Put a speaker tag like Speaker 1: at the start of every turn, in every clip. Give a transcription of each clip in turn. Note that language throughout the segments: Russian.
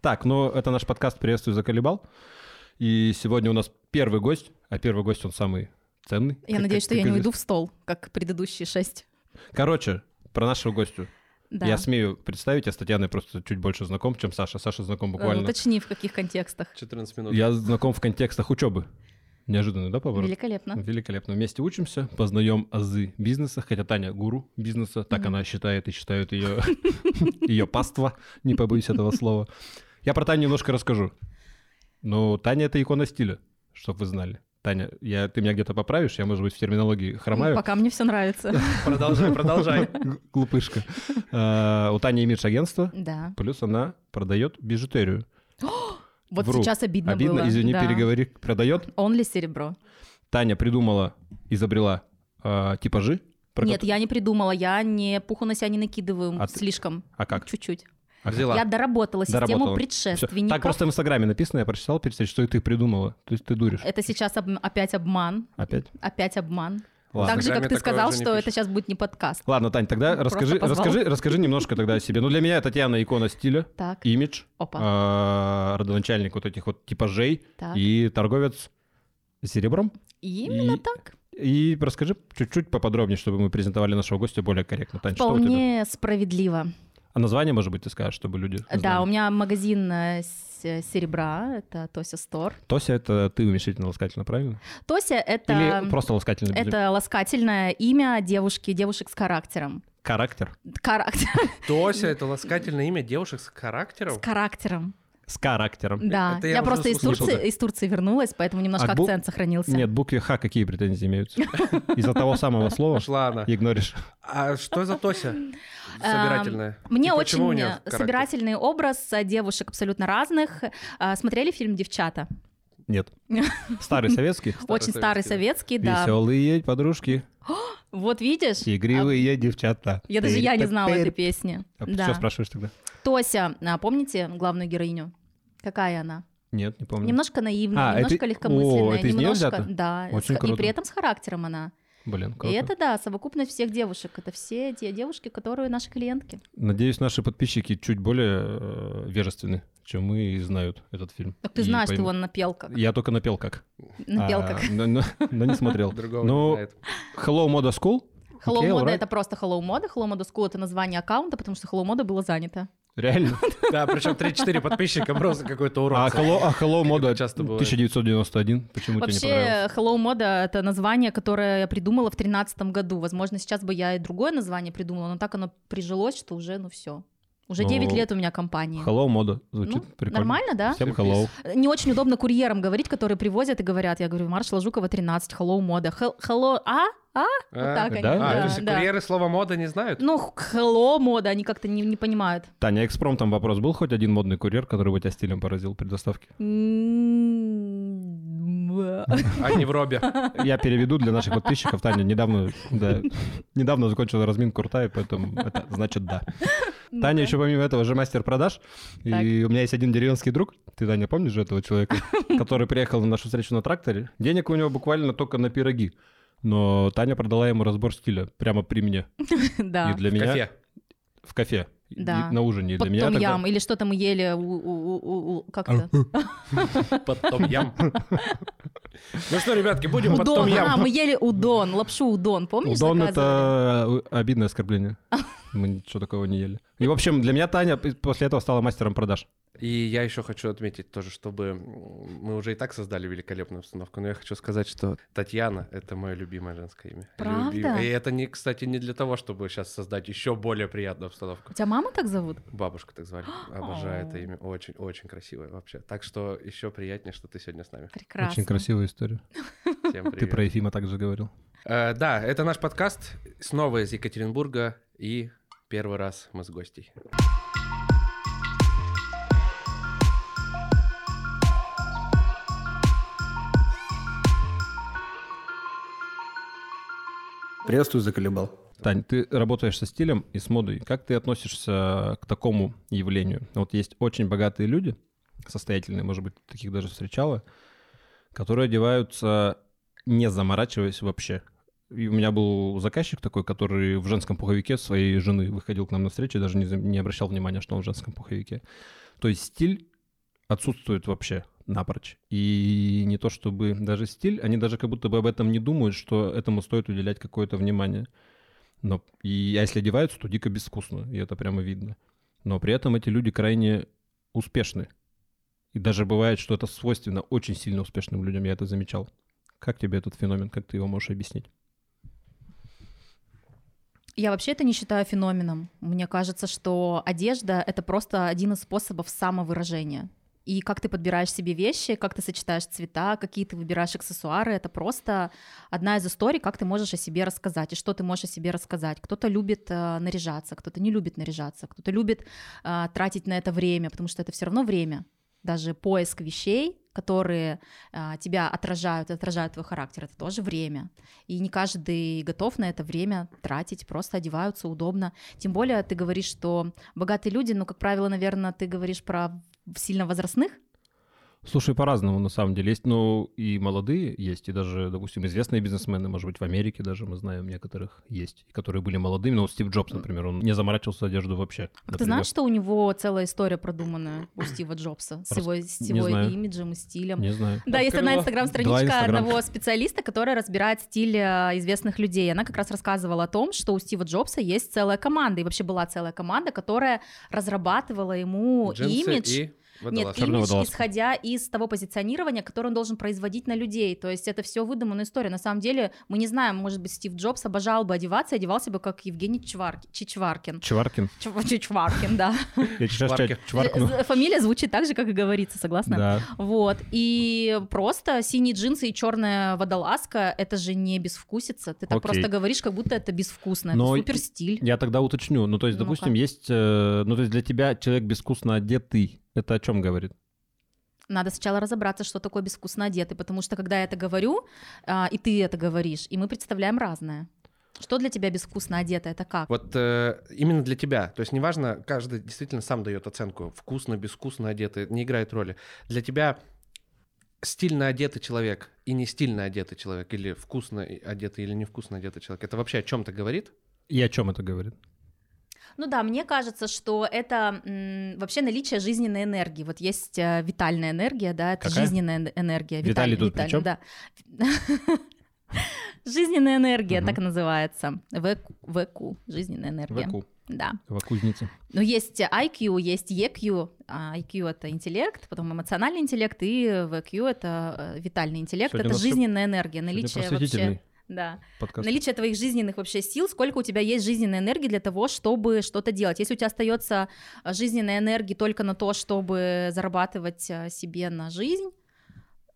Speaker 1: Так, ну это наш подкаст «Приветствую, заколебал». И сегодня у нас первый гость, а первый гость, он самый ценный.
Speaker 2: Я
Speaker 1: как-
Speaker 2: надеюсь,
Speaker 1: как-
Speaker 2: что я
Speaker 1: как
Speaker 2: не
Speaker 1: известно.
Speaker 2: уйду в стол, как предыдущие шесть.
Speaker 1: Короче, про нашего гостю.
Speaker 2: Да. Э,
Speaker 1: Я смею представить, я с Татьяной просто чуть больше знаком, чем Саша. Саша знаком
Speaker 2: Э,
Speaker 1: буквально...
Speaker 2: Уточни, в каких контекстах.
Speaker 3: 14 минут.
Speaker 1: Я знаком в контекстах учебы. Неожиданный, да, поворот?
Speaker 2: Великолепно.
Speaker 1: Великолепно. Вместе учимся, познаем азы бизнеса, хотя Таня гуру бизнеса, так она считает и считают ее, ее паства, не побоюсь этого слова. Я про Таню немножко расскажу. Ну, Таня — это икона стиля, чтобы вы знали. Таня, я, ты меня где-то поправишь, я, может быть, в терминологии
Speaker 2: Ну,
Speaker 1: хромаю.
Speaker 2: Пока мне все нравится.
Speaker 3: Продолжай, продолжай.
Speaker 1: Г- Глупышка. А, У Тани имидж-агентство,
Speaker 2: Да.
Speaker 1: плюс она продает бижутерию.
Speaker 2: Вот
Speaker 1: Вру.
Speaker 2: сейчас обидно было.
Speaker 1: Обидно, извини,
Speaker 2: Да.
Speaker 1: переговори, продает.
Speaker 2: Он ли серебро?
Speaker 1: Таня придумала, изобрела а, типажи. про
Speaker 2: Нет,
Speaker 1: кото-
Speaker 2: я не придумала, я не пуху на себя не накидываю
Speaker 1: А ты-
Speaker 2: слишком.
Speaker 1: А как?
Speaker 2: Чуть-чуть.
Speaker 1: А как?
Speaker 3: Взяла.
Speaker 2: Я доработала систему
Speaker 1: Доработала. Всё.
Speaker 2: предшественников.
Speaker 1: Так просто в Инстаграме написано, я прочитал перед тем, что и ты придумала. То есть ты дуришь.
Speaker 2: Это сейчас об- опять обман.
Speaker 1: Опять?
Speaker 2: Опять обман.
Speaker 1: Ладно.
Speaker 2: Так же, как
Speaker 3: Инстаграме
Speaker 2: ты
Speaker 3: такого
Speaker 2: сказал,
Speaker 3: же не
Speaker 2: что это
Speaker 3: пишут.
Speaker 2: сейчас будет не подкаст.
Speaker 1: Ладно, Тань, тогда
Speaker 2: Просто
Speaker 1: расскажи,
Speaker 2: позвал.
Speaker 1: расскажи, расскажи немножко тогда о себе. Ну, для меня Татьяна икона стиля,
Speaker 2: Так,
Speaker 1: имидж,
Speaker 2: опа.
Speaker 1: а, родоначальник вот этих вот типажей
Speaker 2: Так.
Speaker 1: и торговец серебром.
Speaker 2: Именно
Speaker 1: и-
Speaker 2: так.
Speaker 1: И расскажи чуть-чуть поподробнее, чтобы мы презентовали нашего гостя более корректно. Тань, а что у тебя?
Speaker 2: Вполне справедливо.
Speaker 1: А название, может быть, ты скажешь, чтобы люди
Speaker 2: Э, Да, у
Speaker 1: знали.
Speaker 2: меня магазин э, с- серебра, это Тося Стор.
Speaker 1: Тося, это ты уменьшительно ласкательно, правильно?
Speaker 2: Тося —
Speaker 1: Или
Speaker 2: это,
Speaker 1: просто ласкательно?
Speaker 2: это ласкательное имя девушки, девушек с характером.
Speaker 1: Характер.
Speaker 2: Характер,
Speaker 3: Тося — это ласкательное имя девушек с
Speaker 2: с
Speaker 3: характером?
Speaker 2: характером,
Speaker 1: С характером.
Speaker 2: да.
Speaker 3: Это
Speaker 2: Я,
Speaker 3: я уже
Speaker 2: просто из
Speaker 3: слышал,
Speaker 2: Турции,
Speaker 1: да.
Speaker 2: из Турции вернулась, поэтому немножко
Speaker 1: А бу-
Speaker 2: акцент сохранился.
Speaker 1: Нет, букве Х какие претензии имеются? Из-за того самого слова
Speaker 3: Пошла она.
Speaker 1: игноришь.
Speaker 3: А что за Тося собирательная?
Speaker 2: Эм, Мне
Speaker 3: И почему у
Speaker 2: очень э,
Speaker 3: неё характер?
Speaker 2: собирательный образ э, девушек абсолютно разных. Э, Смотрели фильм «Девчата»?
Speaker 1: Нет. Старый советский.
Speaker 2: очень старый советский, да.
Speaker 1: Веселые подружки,
Speaker 2: Вот видишь?
Speaker 1: игривые девчата.
Speaker 2: А Я даже я не знала этой песни.
Speaker 1: А
Speaker 2: Да.
Speaker 1: Что спрашиваешь тогда?
Speaker 2: Тося, а, помните главную героиню? Какая она?
Speaker 1: Нет, не помню.
Speaker 2: Немножко наивная,
Speaker 1: А, это-
Speaker 2: немножко легкомысленная,
Speaker 1: О, это из неё
Speaker 2: немножко,
Speaker 1: взято?
Speaker 2: да, с-
Speaker 1: Очень
Speaker 2: и
Speaker 1: круто.
Speaker 2: при этом с характером она.
Speaker 1: Блин,
Speaker 2: И
Speaker 1: круто.
Speaker 2: это да, совокупность всех девушек, это все те девушки, которые наши клиентки.
Speaker 1: Надеюсь, наши подписчики чуть более э, вежественны, чем мы и знают этот фильм.
Speaker 2: Так А ты
Speaker 1: И
Speaker 2: знаешь, что
Speaker 1: поймут.
Speaker 2: он напел как,
Speaker 1: Я только напел как.
Speaker 2: напел
Speaker 1: А,
Speaker 2: как.
Speaker 1: Но но- но не смотрел.
Speaker 3: Другого
Speaker 1: Ну,
Speaker 3: не знает.
Speaker 1: Hello Moda School.
Speaker 2: Hello
Speaker 1: Окей,
Speaker 2: Moda
Speaker 1: alright.
Speaker 2: это просто Hello Moda, Hello Moda School это название аккаунта, потому что Hello Moda было занято.
Speaker 1: Реально.
Speaker 3: Да, причем 3-4 подписчика просто какой-то урод.
Speaker 1: А Hello, а Hello Moda
Speaker 3: часто бывает.
Speaker 1: 1991. Почему тебе не понравилось?
Speaker 2: Вообще, Hello Moda это название, которое я придумала в тринадцатом году. Возможно, сейчас бы я и другое название придумала, но так оно прижилось, что уже, ну все. Уже
Speaker 1: Ну,
Speaker 2: 9 лет у меня компании.
Speaker 1: Hello Moda звучит
Speaker 2: Ну,
Speaker 1: прикольно.
Speaker 2: нормально, да?
Speaker 1: Всем
Speaker 3: Сюрприз.
Speaker 1: hello.
Speaker 2: Не очень удобно курьерам говорить, которые привозят и говорят. Я говорю, маршала Жукова 13, hello, мода. Хел- Hello, а? А? Вот так
Speaker 3: А,
Speaker 2: они,
Speaker 1: да?
Speaker 3: а, то
Speaker 2: да,
Speaker 3: есть
Speaker 2: да.
Speaker 3: курьеры слова мода не знают?
Speaker 2: Ну, х- hello, мода, они как-то не, не понимают.
Speaker 1: Таня, экспромтом вопрос был хоть один модный курьер, который бы тебя стилем поразил при доставке?
Speaker 2: М, да.
Speaker 3: А не в робе.
Speaker 1: Я переведу для наших подписчиков. Таня недавно, да, недавно закончила разминку рта, и поэтому это значит да. Таня еще помимо этого же мастер продаж.
Speaker 2: Ну Так.
Speaker 1: И у меня есть один деревенский друг. Ты, Таня, помнишь же этого человека, который приехал на нашу встречу на тракторе? Денег у него буквально только на пироги. Но Таня продала ему разбор стиля прямо при мне.
Speaker 2: Да.
Speaker 1: И для
Speaker 3: В
Speaker 1: меня
Speaker 3: Кафе.
Speaker 1: в кафе. И
Speaker 2: А. Да.
Speaker 1: на ужине. И для
Speaker 2: Под
Speaker 1: меня
Speaker 2: том
Speaker 1: тогда-
Speaker 2: ям, или что-то мы ели у- у- у- у- как-то.
Speaker 3: Под том ям. Ну что, ребятки, будем под том
Speaker 2: Удон, а,
Speaker 3: ям.
Speaker 2: мы ели удон, лапшу удон, помнишь,
Speaker 1: Удон
Speaker 2: заказывали?
Speaker 1: Ну, это обидное оскорбление. Мы ничего такого не ели. И, в общем, для меня Таня п- после этого стала мастером продаж.
Speaker 3: И я еще хочу отметить тоже, чтобы м, мы уже и так создали великолепную обстановку, но я хочу сказать, что Татьяна — это мое любимое женское имя.
Speaker 2: Правда?
Speaker 3: Люби- И это, не, кстати, не для того, чтобы сейчас создать еще более приятную обстановку.
Speaker 2: У тебя мама так зовут?
Speaker 3: Бабушка так звали. Обожаю это
Speaker 2: Ау.
Speaker 3: имя. Очень-очень красивое вообще. Так что еще приятнее, что ты сегодня с нами.
Speaker 2: Прекрасно.
Speaker 1: Очень красивая история.
Speaker 3: Всем привет.
Speaker 1: Ты про Ефима также говорил.
Speaker 3: Э, да, это наш подкаст. Снова из Екатеринбурга. И первый раз мы с гостей.
Speaker 4: Приветствую, заколебал.
Speaker 1: Тань, ты работаешь со стилем и с модой. Как ты относишься к такому явлению? Вот есть очень богатые люди, состоятельные, может быть, таких даже встречала, которые одеваются, не заморачиваясь вообще. И у меня был заказчик такой, который в женском пуховике своей жены выходил к нам на встречу, и даже не, за- не обращал внимания, что он в женском пуховике. То есть стиль отсутствует вообще напрочь. И не то чтобы даже стиль, они даже как будто бы об этом не думают, что этому стоит уделять какое-то внимание. Но, и, а если одеваются, то дико безвкусно, и это прямо видно. Но при этом эти люди крайне успешны. И даже бывает, что это свойственно очень сильно успешным людям, я это замечал. Как тебе этот феномен, как ты его можешь объяснить?
Speaker 2: Я вообще это не считаю феноменом. Мне кажется, что одежда — это просто один из способов самовыражения. И как ты подбираешь себе вещи, как ты сочетаешь цвета, какие ты выбираешь аксессуары, это просто одна из историй, как ты можешь о себе рассказать и что ты можешь о себе рассказать. Кто-то любит э, наряжаться, кто-то не любит наряжаться, кто-то любит э, тратить на это время, потому что это все равно время. Даже поиск вещей, которые э, тебя отражают, и отражают твой характер, это тоже время. И не каждый готов на это время тратить, просто одеваются удобно. Тем более ты говоришь, что богатые люди, ну, как правило, наверное, ты говоришь про сильно возрастных,
Speaker 1: Слушай, по-разному, на самом деле. Есть, ну, и молодые есть, и даже, допустим, известные бизнесмены, может быть, в Америке даже, мы знаем, некоторых есть, которые были молодыми. Ну, вот Стив Джобс, например, он не заморачивался одежду вообще.
Speaker 2: А Ты знаешь, что у него целая история продуманная у Стива Джобса с
Speaker 1: Рас-
Speaker 2: его, с
Speaker 1: не
Speaker 2: его
Speaker 1: знаю.
Speaker 2: имиджем и стилем?
Speaker 1: Не знаю.
Speaker 2: Да, есть одна
Speaker 3: Открыла.
Speaker 2: инстаграм-страничка
Speaker 1: Два Инстаграм.
Speaker 2: одного специалиста, которая разбирает стиль э, известных людей. Она как раз рассказывала о том, что у Стива Джобса есть целая команда, и вообще была целая команда, которая разрабатывала ему
Speaker 3: Джинсы
Speaker 2: имидж.
Speaker 3: и
Speaker 2: Нет,
Speaker 3: водолазки.
Speaker 1: Черная
Speaker 2: имидж,
Speaker 1: водолазка.
Speaker 2: исходя из того позиционирования, которое он должен производить на людей. То есть это все выдуманная история. На самом деле мы не знаем, может быть, Стив Джобс обожал бы одеваться, и одевался бы как Евгений Чварк- Чичваркин.
Speaker 1: Чеваркин.
Speaker 2: Чв- Чичваркин, да.
Speaker 1: Я сейчас
Speaker 3: Чваркин.
Speaker 1: ча- чваркну.
Speaker 2: З- Фамилия звучит так же, как и говорится, согласна?
Speaker 1: Да.
Speaker 2: Вот. И просто синие джинсы и черная водолазка это же не безвкусица. Ты так
Speaker 1: Окей.
Speaker 2: просто говоришь, как будто это безвкусно.
Speaker 1: Но
Speaker 2: Это супер стиль.
Speaker 1: Я тогда уточню. Ну, то есть,
Speaker 2: Ну-ка.
Speaker 1: допустим, есть... э, ну, то есть для тебя человек безвкусно одетый. Это о чем говорит?
Speaker 2: Надо сначала разобраться, что такое безвкусно одетый, потому что когда я это говорю, а, и ты это говоришь, и мы представляем разное. Что для тебя безвкусно одето? Это как?
Speaker 3: Вот э, именно для тебя. То есть неважно, каждый действительно сам дает оценку. Вкусно, безвкусно одетый, не играет роли. Для тебя стильно одетый человек и не стильно одетый человек, или вкусно и- одетый, или невкусно одетый человек, это вообще о чем-то говорит?
Speaker 1: И о чем это говорит?
Speaker 2: Ну да, мне кажется, что это м, вообще наличие жизненной энергии. Вот есть э, витальная энергия, да, это
Speaker 1: Какая?
Speaker 2: жизненная эн- энергия.
Speaker 1: Виталий тут при чём?
Speaker 2: да. Жизненная энергия,
Speaker 1: Мгм.
Speaker 2: так и называется. ВК, ВК, жизненная энергия.
Speaker 1: Ваку.
Speaker 2: Да.
Speaker 1: Вакузница.
Speaker 2: Но Ну, есть IQ, есть EQ. А, IQ это интеллект, потом эмоциональный интеллект, и VQ это э, витальный интеллект.
Speaker 1: Сегодня у
Speaker 2: это
Speaker 1: нас всё-
Speaker 2: жизненная энергия, наличие
Speaker 1: Сегодня
Speaker 2: вообще.
Speaker 1: просветительный
Speaker 2: Да.
Speaker 1: подкаст.
Speaker 2: Наличие твоих жизненных вообще сил, сколько у тебя есть жизненной энергии для того, чтобы что-то делать. Если у тебя остается э, жизненной энергии только на то, чтобы зарабатывать э, себе на жизнь,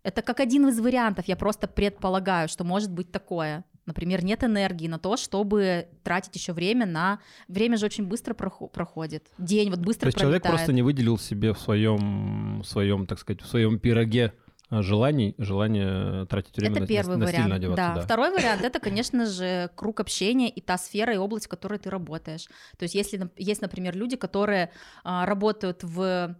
Speaker 2: это как один из вариантов. Я просто предполагаю, что может быть такое. Например, нет энергии на то, чтобы тратить еще время на... Время же очень быстро прохо- проходит. День вот быстро
Speaker 1: То есть человек
Speaker 2: пролетает.
Speaker 1: просто не выделил себе в своем, в своем, так сказать, в своем пироге а, желаний, желание э, тратить время
Speaker 2: это
Speaker 1: на,
Speaker 2: первый
Speaker 1: на- на
Speaker 2: вариант.
Speaker 1: стильно одеваться.
Speaker 2: да.
Speaker 1: Да.
Speaker 2: Второй вариант это, конечно же, круг общения и та сфера и область, в которой ты работаешь. То есть, если нап- есть, например, люди, которые а, работают в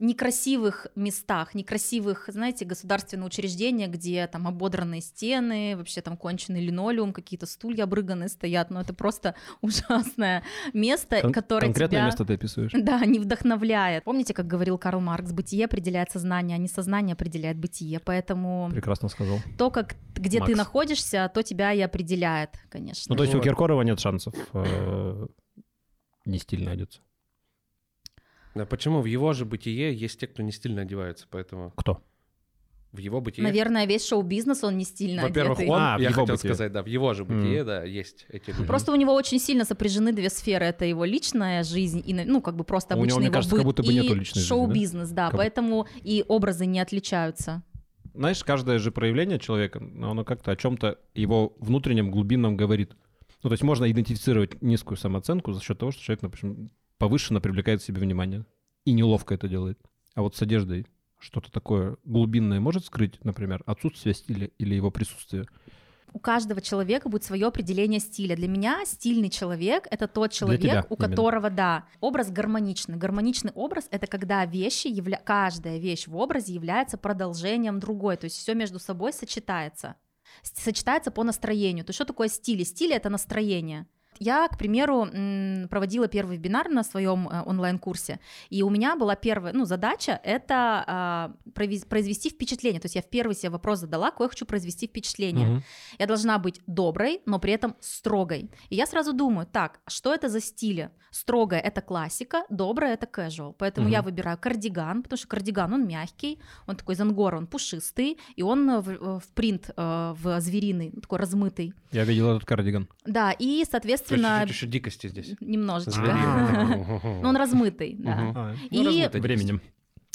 Speaker 2: некрасивых местах, некрасивых, знаете, государственные учреждения, где там ободранные стены, вообще там конченый линолеум, какие-то стулья обрыганные стоят, но это просто ужасное место,
Speaker 1: Кон-
Speaker 2: которое
Speaker 1: конкретное
Speaker 2: тебя...
Speaker 1: место ты описываешь?
Speaker 2: Да, не вдохновляет. Помните, как говорил Карл Маркс, бытие определяет сознание, а не сознание определяет бытие, поэтому
Speaker 1: Прекрасно сказал. Ну,
Speaker 2: то, как где ты
Speaker 1: Макс.
Speaker 2: находишься, то тебя и определяет, конечно.
Speaker 1: Ну, то есть у
Speaker 3: Вот.
Speaker 1: Киркорова нет шансов э, не стильно одеться.
Speaker 3: Да, почему в его же бытие есть те, кто не стильно одеваются, поэтому
Speaker 1: Кто?
Speaker 3: в его бытие...
Speaker 2: Наверное, весь шоу-бизнес он не стильно
Speaker 3: Во-первых,
Speaker 2: одетый.
Speaker 3: он,
Speaker 1: А, в
Speaker 3: я
Speaker 1: его
Speaker 3: хотел
Speaker 1: бытие.
Speaker 3: сказать, да, в его же
Speaker 1: Мгм.
Speaker 3: бытие, да, есть эти люди.
Speaker 2: Просто у него очень сильно сопряжены две сферы. Это его личная жизнь и, на- ну, как бы просто
Speaker 1: У него,
Speaker 2: обычный
Speaker 1: мне
Speaker 2: его
Speaker 1: кажется,
Speaker 2: быт
Speaker 1: как будто бы
Speaker 2: и
Speaker 1: нету личной жизни, да?
Speaker 2: шоу-бизнес, да.
Speaker 1: Как будто-
Speaker 2: поэтому и образы не отличаются.
Speaker 1: Знаешь, каждое же проявление человека, ну, оно как-то о чем-то его внутреннем глубинном говорит. Ну, то есть можно идентифицировать низкую самооценку за счет того, что человек, например, повышенно привлекает к себе внимание и неловко это делает. А вот с одеждой что-то такое глубинное может скрыть, например, отсутствие стиля или его присутствие.
Speaker 2: У каждого человека будет свое определение стиля. Для меня стильный человек это тот человек,
Speaker 1: тебя
Speaker 2: у
Speaker 1: именно.
Speaker 2: которого, да, образ гармоничный. Гармоничный образ это когда вещи явля... каждая вещь в образе является продолжением другой. То есть все между собой сочетается. С- Сочетается по настроению. То есть что такое стиль? Стиль это настроение. я, к примеру, м, проводила первый вебинар на своем э, онлайн-курсе, и у меня была первая, ну, задача — это а, провез- произвести впечатление. То есть я в первый себе вопрос задала, какое хочу произвести впечатление.
Speaker 1: Мгм.
Speaker 2: Я должна быть доброй, но при этом строгой. И я сразу думаю, так, что это за стили? Строгая — это классика, добрая — это casual. Поэтому я
Speaker 1: Мгм.
Speaker 2: выбираю кардиган, потому что кардиган, он мягкий, он такой из ангора, он пушистый, и он э, в, э, в принт, э, в звериный, ну, такой размытый.
Speaker 1: Я видел этот кардиган.
Speaker 2: Да, и,
Speaker 3: То есть
Speaker 2: соответственно,
Speaker 3: чуть-чуть еще дикости здесь.
Speaker 2: немножечко.
Speaker 1: Звериный.
Speaker 2: Но он размытый, да.
Speaker 3: Мгм.
Speaker 2: И-
Speaker 3: размытый
Speaker 1: Временем.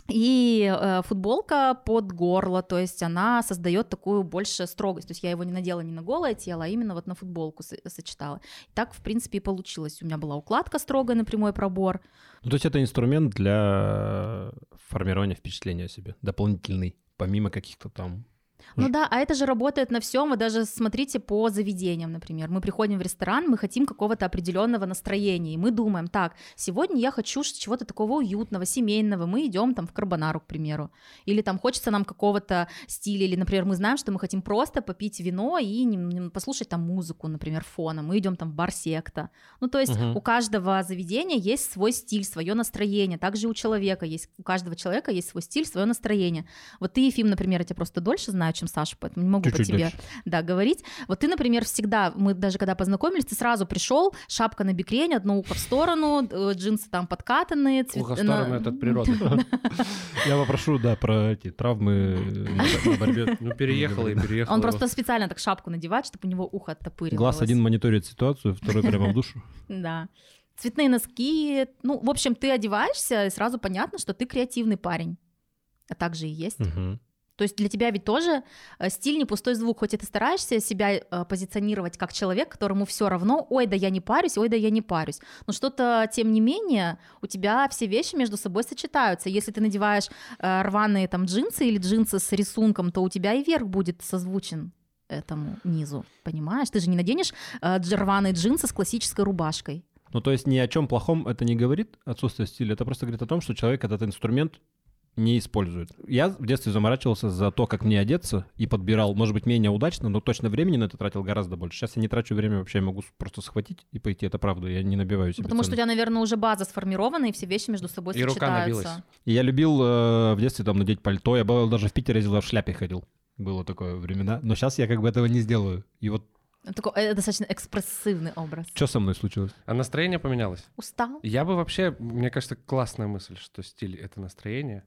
Speaker 2: И э, футболка под горло, то есть она создает такую больше строгость. То есть я его не надела не на голое тело, а именно вот на футболку со- сочетала. так, в принципе, и получилось. У меня была укладка строгая на прямой пробор.
Speaker 1: Ну, то есть это инструмент для формирования впечатления о себе, дополнительный, помимо каких-то там...
Speaker 2: Ну
Speaker 1: Ж-
Speaker 2: да, а это же работает на всем. Вы даже смотрите по заведениям, например. Мы приходим в ресторан, мы хотим какого-то определенного настроения. И мы думаем, так, сегодня я хочу ш- чего-то такого уютного, семейного. Мы идем там в карбонару, к примеру. Или там хочется нам какого-то стиля. Или, например, мы знаем, что мы хотим просто попить вино и нем- нем- послушать там музыку, например, фоном. Мы идем там в бар секта. Ну, то есть
Speaker 1: Мгм.
Speaker 2: у каждого заведения есть свой стиль, свое настроение. Также и у человека есть, у каждого человека есть свой стиль, свое настроение. Вот ты, Ефим, например, я тебя просто дольше знаю, чем Саша, поэтому не могу
Speaker 1: Чуть-чуть
Speaker 2: по тебе
Speaker 1: дольше.
Speaker 2: Да, говорить. Вот ты, например, всегда, мы даже когда познакомились, ты сразу пришел, шапка на бикрень, одно ухо в сторону, э, джинсы там подкатанные. цвет- э,
Speaker 3: Ухо в
Speaker 2: на-
Speaker 3: сторону это от природы.
Speaker 1: Я попрошу, да, про эти травмы на бо- на борьбе.
Speaker 3: Ну, переехала и переехала.
Speaker 2: Он просто специально так шапку надевает, чтобы у него ухо оттопырилось.
Speaker 1: Глаз один мониторит ситуацию, второй прямо в душу.
Speaker 2: Да. Цветные носки. Ну, в общем, ты одеваешься, и сразу понятно, что ты креативный парень. А так же и есть.
Speaker 1: Мгм.
Speaker 2: То есть для тебя ведь тоже э, стиль не пустой звук, хоть и ты стараешься себя э, позиционировать как человек, которому все равно, ой, да я не парюсь, ой, да я не парюсь. Но что-то, тем не менее, у тебя все вещи между собой сочетаются. Если ты надеваешь э, рваные там джинсы или джинсы с рисунком, то у тебя и верх будет созвучен этому низу, понимаешь? Ты же не наденешь э, дж- рваные джинсы с классической рубашкой.
Speaker 1: Ну, то есть ни о чем плохом это не говорит, отсутствие стиля, это просто говорит о том, что человек этот инструмент не использует. Я в детстве заморачивался за то, как мне одеться, и подбирал, может быть, менее удачно, но точно времени на это тратил гораздо больше. Сейчас я не трачу время вообще, я могу с- просто схватить и пойти, это правда, я не набиваю себе
Speaker 2: Ну, Потому что у
Speaker 1: цену.
Speaker 2: тебя, наверное, уже база сформирована, и все вещи между собой
Speaker 3: И рука набилась.
Speaker 2: сочетаются.
Speaker 1: И Я любил э, в детстве там надеть пальто, я бывал даже в Питере, я в шляпе ходил. Было такое времена, но сейчас я как бы этого не сделаю. И вот
Speaker 2: Такой э, достаточно экспрессивный образ.
Speaker 1: что со мной случилось?
Speaker 3: А настроение поменялось?
Speaker 2: Устал?
Speaker 3: Я бы вообще, мне кажется, классная мысль, что стиль — это настроение.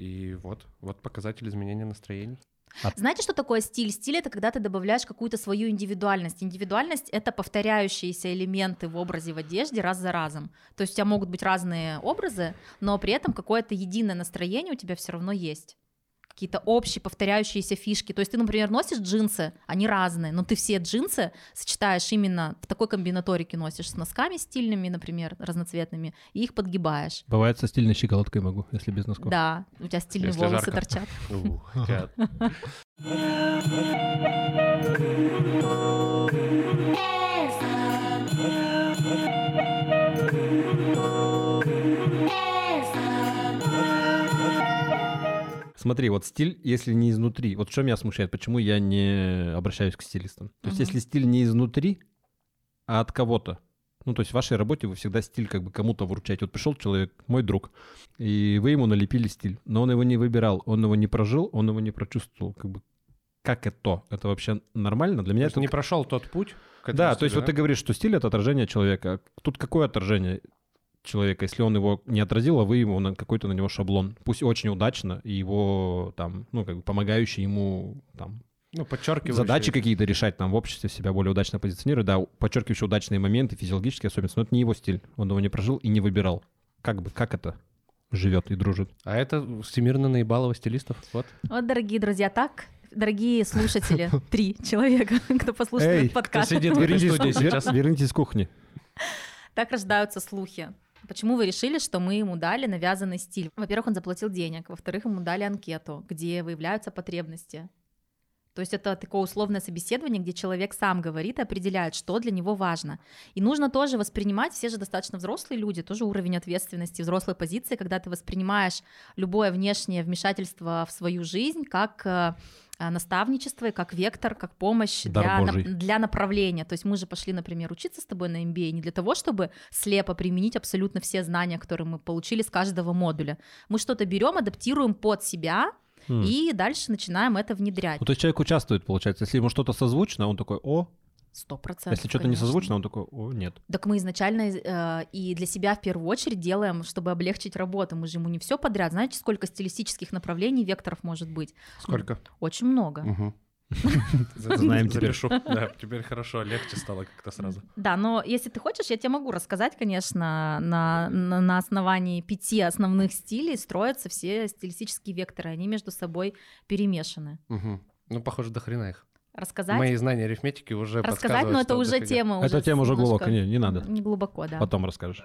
Speaker 3: И вот, вот показатель изменения настроений.
Speaker 2: Знаете, что такое стиль? Стиль это когда ты добавляешь какую-то свою индивидуальность. Индивидуальность это повторяющиеся элементы в образе в одежде раз за разом. То есть у тебя могут быть разные образы, но при этом какое-то единое настроение у тебя все равно есть. Какие-то общие повторяющиеся фишки. То есть ты, например, носишь джинсы, они разные, но ты все джинсы сочетаешь именно в такой комбинаторике носишь с носками стильными, например, разноцветными, и их подгибаешь.
Speaker 1: Бывает со стильной щиколоткой могу, если без носков.
Speaker 2: Да, у тебя стильные
Speaker 3: Если
Speaker 2: волосы
Speaker 3: жарко.
Speaker 2: торчат.
Speaker 3: Ух, хотя-
Speaker 1: Смотри, вот стиль, если не изнутри, вот что меня смущает, почему я не обращаюсь к стилистам. То есть,
Speaker 2: Мгм.
Speaker 1: если стиль не изнутри, а от кого-то. Ну, то есть в вашей работе вы всегда стиль как бы кому-то вручаете. Вот пришел человек, мой друг, и вы ему налепили стиль, но он его не выбирал, он его не прожил, он его не прочувствовал. Как бы как это? Это вообще нормально? Для меня это
Speaker 3: не прошел тот путь. к этому
Speaker 1: Да, то
Speaker 3: стилю,
Speaker 1: есть вот ты говоришь, что стиль — это отражение человека. Тут какое отражение человека, если он его не отразил, а вы ему на какой-то на него шаблон? Пусть очень удачно, и его там, ну, как бы помогающий ему там
Speaker 3: ну, подчеркиваешь.
Speaker 1: задачи какие-то решать, там, в обществе себя более удачно позиционировать, да, подчеркивающий удачные моменты, физиологические особенности, но это не его стиль, он его не прожил и не выбирал. Как бы, как это живет и дружит?
Speaker 3: А это всемирно наебалово стилистов. Вот.
Speaker 2: Вот, дорогие друзья, так, дорогие слушатели, три человека, кто послушал
Speaker 1: Эй,
Speaker 2: этот подкаст,
Speaker 3: сидит в этой студии сейчас.
Speaker 1: вернитесь с кухни.
Speaker 2: так рождаются слухи. Почему вы решили, что мы ему дали навязанный стиль? Во-первых, он заплатил денег, во-вторых, ему дали анкету, где выявляются потребности. То есть это такое условное собеседование, где человек сам говорит и определяет, что для него важно. И нужно тоже воспринимать, все же достаточно взрослые люди, тоже уровень ответственности, взрослой позиции, когда ты воспринимаешь любое внешнее вмешательство в свою жизнь как э, а, наставничество и как вектор, как помощь
Speaker 1: Дар
Speaker 2: для, на-
Speaker 1: Божий.
Speaker 2: для направления. То есть мы же пошли, например, учиться с тобой на MBA не для того, чтобы слепо применить абсолютно все знания, которые мы получили с каждого модуля. Мы что-то берем, адаптируем под себя
Speaker 1: М.
Speaker 2: и дальше начинаем это внедрять.
Speaker 1: Ну, то есть человек участвует, получается. Если ему что-то созвучно, он такой «О».
Speaker 2: Сто
Speaker 1: А
Speaker 2: процентов.
Speaker 1: Если что-то не
Speaker 2: конечно.
Speaker 1: созвучно, он такой «О, нет».
Speaker 2: Так мы изначально э, и для себя в первую очередь делаем, чтобы облегчить работу. Мы же ему не все подряд. Знаете, сколько стилистических направлений, векторов может быть?
Speaker 3: Сколько?
Speaker 2: Очень много.
Speaker 1: Знаем теперь.
Speaker 3: Запишу. Да, теперь хорошо, легче стало как-то сразу.
Speaker 2: Да, но если ты хочешь, я тебе могу рассказать, конечно, на, на, на основании пяти основных стилей строятся все стилистические векторы, они между собой перемешаны.
Speaker 3: Мгм. Ну, похоже, до хрена их.
Speaker 2: Рассказать?
Speaker 3: Мои знания арифметики уже
Speaker 2: Рассказать,
Speaker 3: подсказывают,
Speaker 2: но это
Speaker 3: что
Speaker 2: А уже
Speaker 3: дофига.
Speaker 2: тема.
Speaker 1: Эта тема уже
Speaker 2: немножко-
Speaker 1: глубоко, не, не надо.
Speaker 2: Не глубоко, да.
Speaker 1: Потом расскажешь.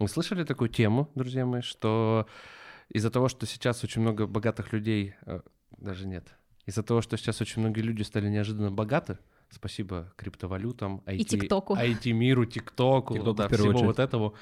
Speaker 3: Вы слышали такую тему, друзья мои, что из-за того, что сейчас очень много богатых людей, э, даже нет, из-за того, что сейчас очень многие люди стали неожиданно богаты, спасибо криптовалютам, IT,
Speaker 2: И ТикТоку.
Speaker 3: IT-миру, ТикТоку,
Speaker 1: ТикТоку
Speaker 3: да,
Speaker 1: в первую
Speaker 3: всего
Speaker 1: очередь.
Speaker 3: вот этого.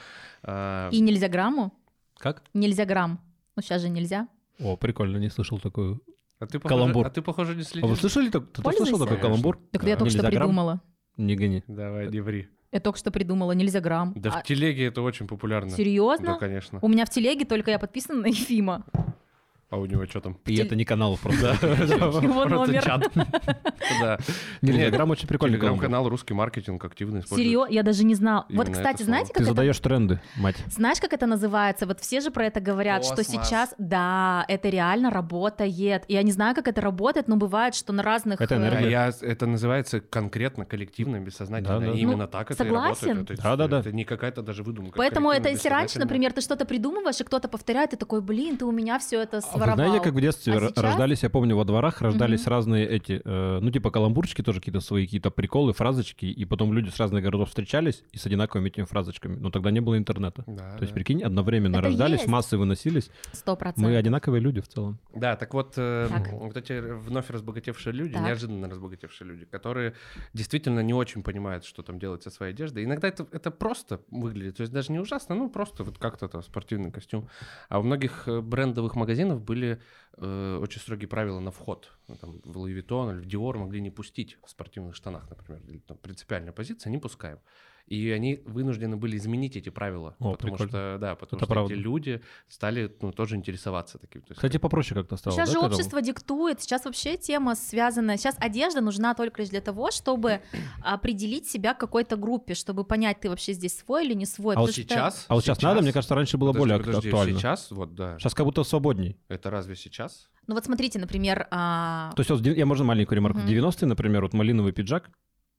Speaker 3: э,
Speaker 2: И нельзя грамму?
Speaker 1: Как?
Speaker 2: Нельзя грамм. Ну, сейчас же нельзя.
Speaker 1: О, прикольно, не слышал такую.
Speaker 3: а, ты,
Speaker 1: каламбур.
Speaker 3: похоже, а ты, похоже, не
Speaker 1: А вы
Speaker 3: следишь.
Speaker 1: слышали? так- Ты, слышал
Speaker 2: Пользуйся.
Speaker 1: такой каламбур?
Speaker 2: Так
Speaker 3: Да.
Speaker 2: я только что
Speaker 1: Нельзя грамм?
Speaker 2: придумала.
Speaker 1: Не гони.
Speaker 3: Давай, не ври.
Speaker 2: Я только что придумала, нельзя грамм.
Speaker 3: Да
Speaker 2: А,
Speaker 3: в телеге это очень популярно.
Speaker 2: серьезно?
Speaker 3: Да, конечно.
Speaker 2: У меня в телеге только я подписана на Ефима.
Speaker 3: А у него что там?
Speaker 1: И это не канал просто.
Speaker 2: Его
Speaker 3: Просто
Speaker 2: номер.
Speaker 3: чат. Да.
Speaker 1: Нельзя
Speaker 3: Нет,
Speaker 1: грамм очень прикольный каламбур.
Speaker 3: Телеграм-канал «Русский маркетинг» активно использует.
Speaker 2: Серьезно, я даже не знала. Вот,
Speaker 3: Именно
Speaker 2: кстати,
Speaker 3: это
Speaker 2: знаете, как
Speaker 1: Ты
Speaker 2: это
Speaker 1: задаешь тренды, мать.
Speaker 2: Знаешь, как это называется? Вот все же про это говорят,
Speaker 3: Космос.
Speaker 2: что сейчас, да, это реально работает. Я не знаю, как это работает, но бывает, что на разных...
Speaker 1: Это
Speaker 2: э,
Speaker 3: А
Speaker 1: энергия.
Speaker 3: я, это называется конкретно, коллективно, бессознательно.
Speaker 1: Да, да.
Speaker 3: И Именно
Speaker 2: Ну,
Speaker 3: так это и
Speaker 2: согласен.
Speaker 3: работает. Это,
Speaker 1: Да-да-да.
Speaker 3: это не какая-то даже выдумка. а
Speaker 2: Поэтому это если
Speaker 3: Коллективно,
Speaker 2: раньше, например, ты что-то придумываешь, и кто-то повторяет, ты такой, блин, ты у меня все это
Speaker 1: А Вы
Speaker 2: своровал.
Speaker 1: знаете, как в детстве
Speaker 2: А
Speaker 1: р-
Speaker 2: сейчас?
Speaker 1: рождались, я помню, во дворах рождались
Speaker 2: Мгм.
Speaker 1: разные эти, э, ну, типа каламбурчики тоже какие-то свои, какие-то приколы, фразочки, и потом люди с разных городов встречались и с одинаковыми этими фразочками. Но тогда не было интернета.
Speaker 3: бессознательно. Да,
Speaker 1: То есть,
Speaker 3: да.
Speaker 1: прикинь, одновременно
Speaker 2: Это
Speaker 1: рождались,
Speaker 2: есть.
Speaker 1: массы выносились.
Speaker 2: Сто процентов.
Speaker 1: Мы одинаковые люди в целом.
Speaker 3: Да, так вот, э,
Speaker 2: Так.
Speaker 3: вот эти вновь разбогатевшие люди,
Speaker 2: Так.
Speaker 3: неожиданно разбогатевшие люди, которые действительно не очень понимают, что там делать со своей одеждой. Иногда это, это просто выглядит, то есть даже не ужасно, ну просто вот как-то там спортивный костюм. А у многих э, брендовых магазинов были э, очень строгие правила на вход. Ну, Там в Louis Vuitton или в Dior могли не пустить в спортивных штанах, например, или там принципиальная позиция, не пускаем. И они вынуждены были изменить эти правила,
Speaker 1: О,
Speaker 3: потому
Speaker 1: прикольно.
Speaker 3: что да, потому
Speaker 1: Это
Speaker 3: что
Speaker 1: правда.
Speaker 3: эти люди стали ну, тоже интересоваться таким. То есть
Speaker 1: Кстати, попроще как-то стало.
Speaker 2: Сейчас
Speaker 1: да,
Speaker 2: же
Speaker 1: к этому?
Speaker 2: общество диктует, сейчас вообще тема связана. Сейчас одежда нужна только лишь для того, чтобы определить себя к какой-то группе, чтобы понять, ты вообще здесь свой или не свой.
Speaker 1: А вот
Speaker 2: потому что-
Speaker 3: сейчас.
Speaker 1: А вот сейчас надо, мне кажется, раньше было
Speaker 3: Подожди,
Speaker 1: более
Speaker 3: подожди,
Speaker 1: актуально.
Speaker 3: Сейчас, вот да.
Speaker 1: Сейчас как будто свободней.
Speaker 3: Это разве сейчас?
Speaker 2: Ну вот смотрите, например, а,
Speaker 1: То есть, вот в дев- я можно маленькую ремарку. В
Speaker 2: Мгм.
Speaker 1: 90-е, например, вот малиновый пиджак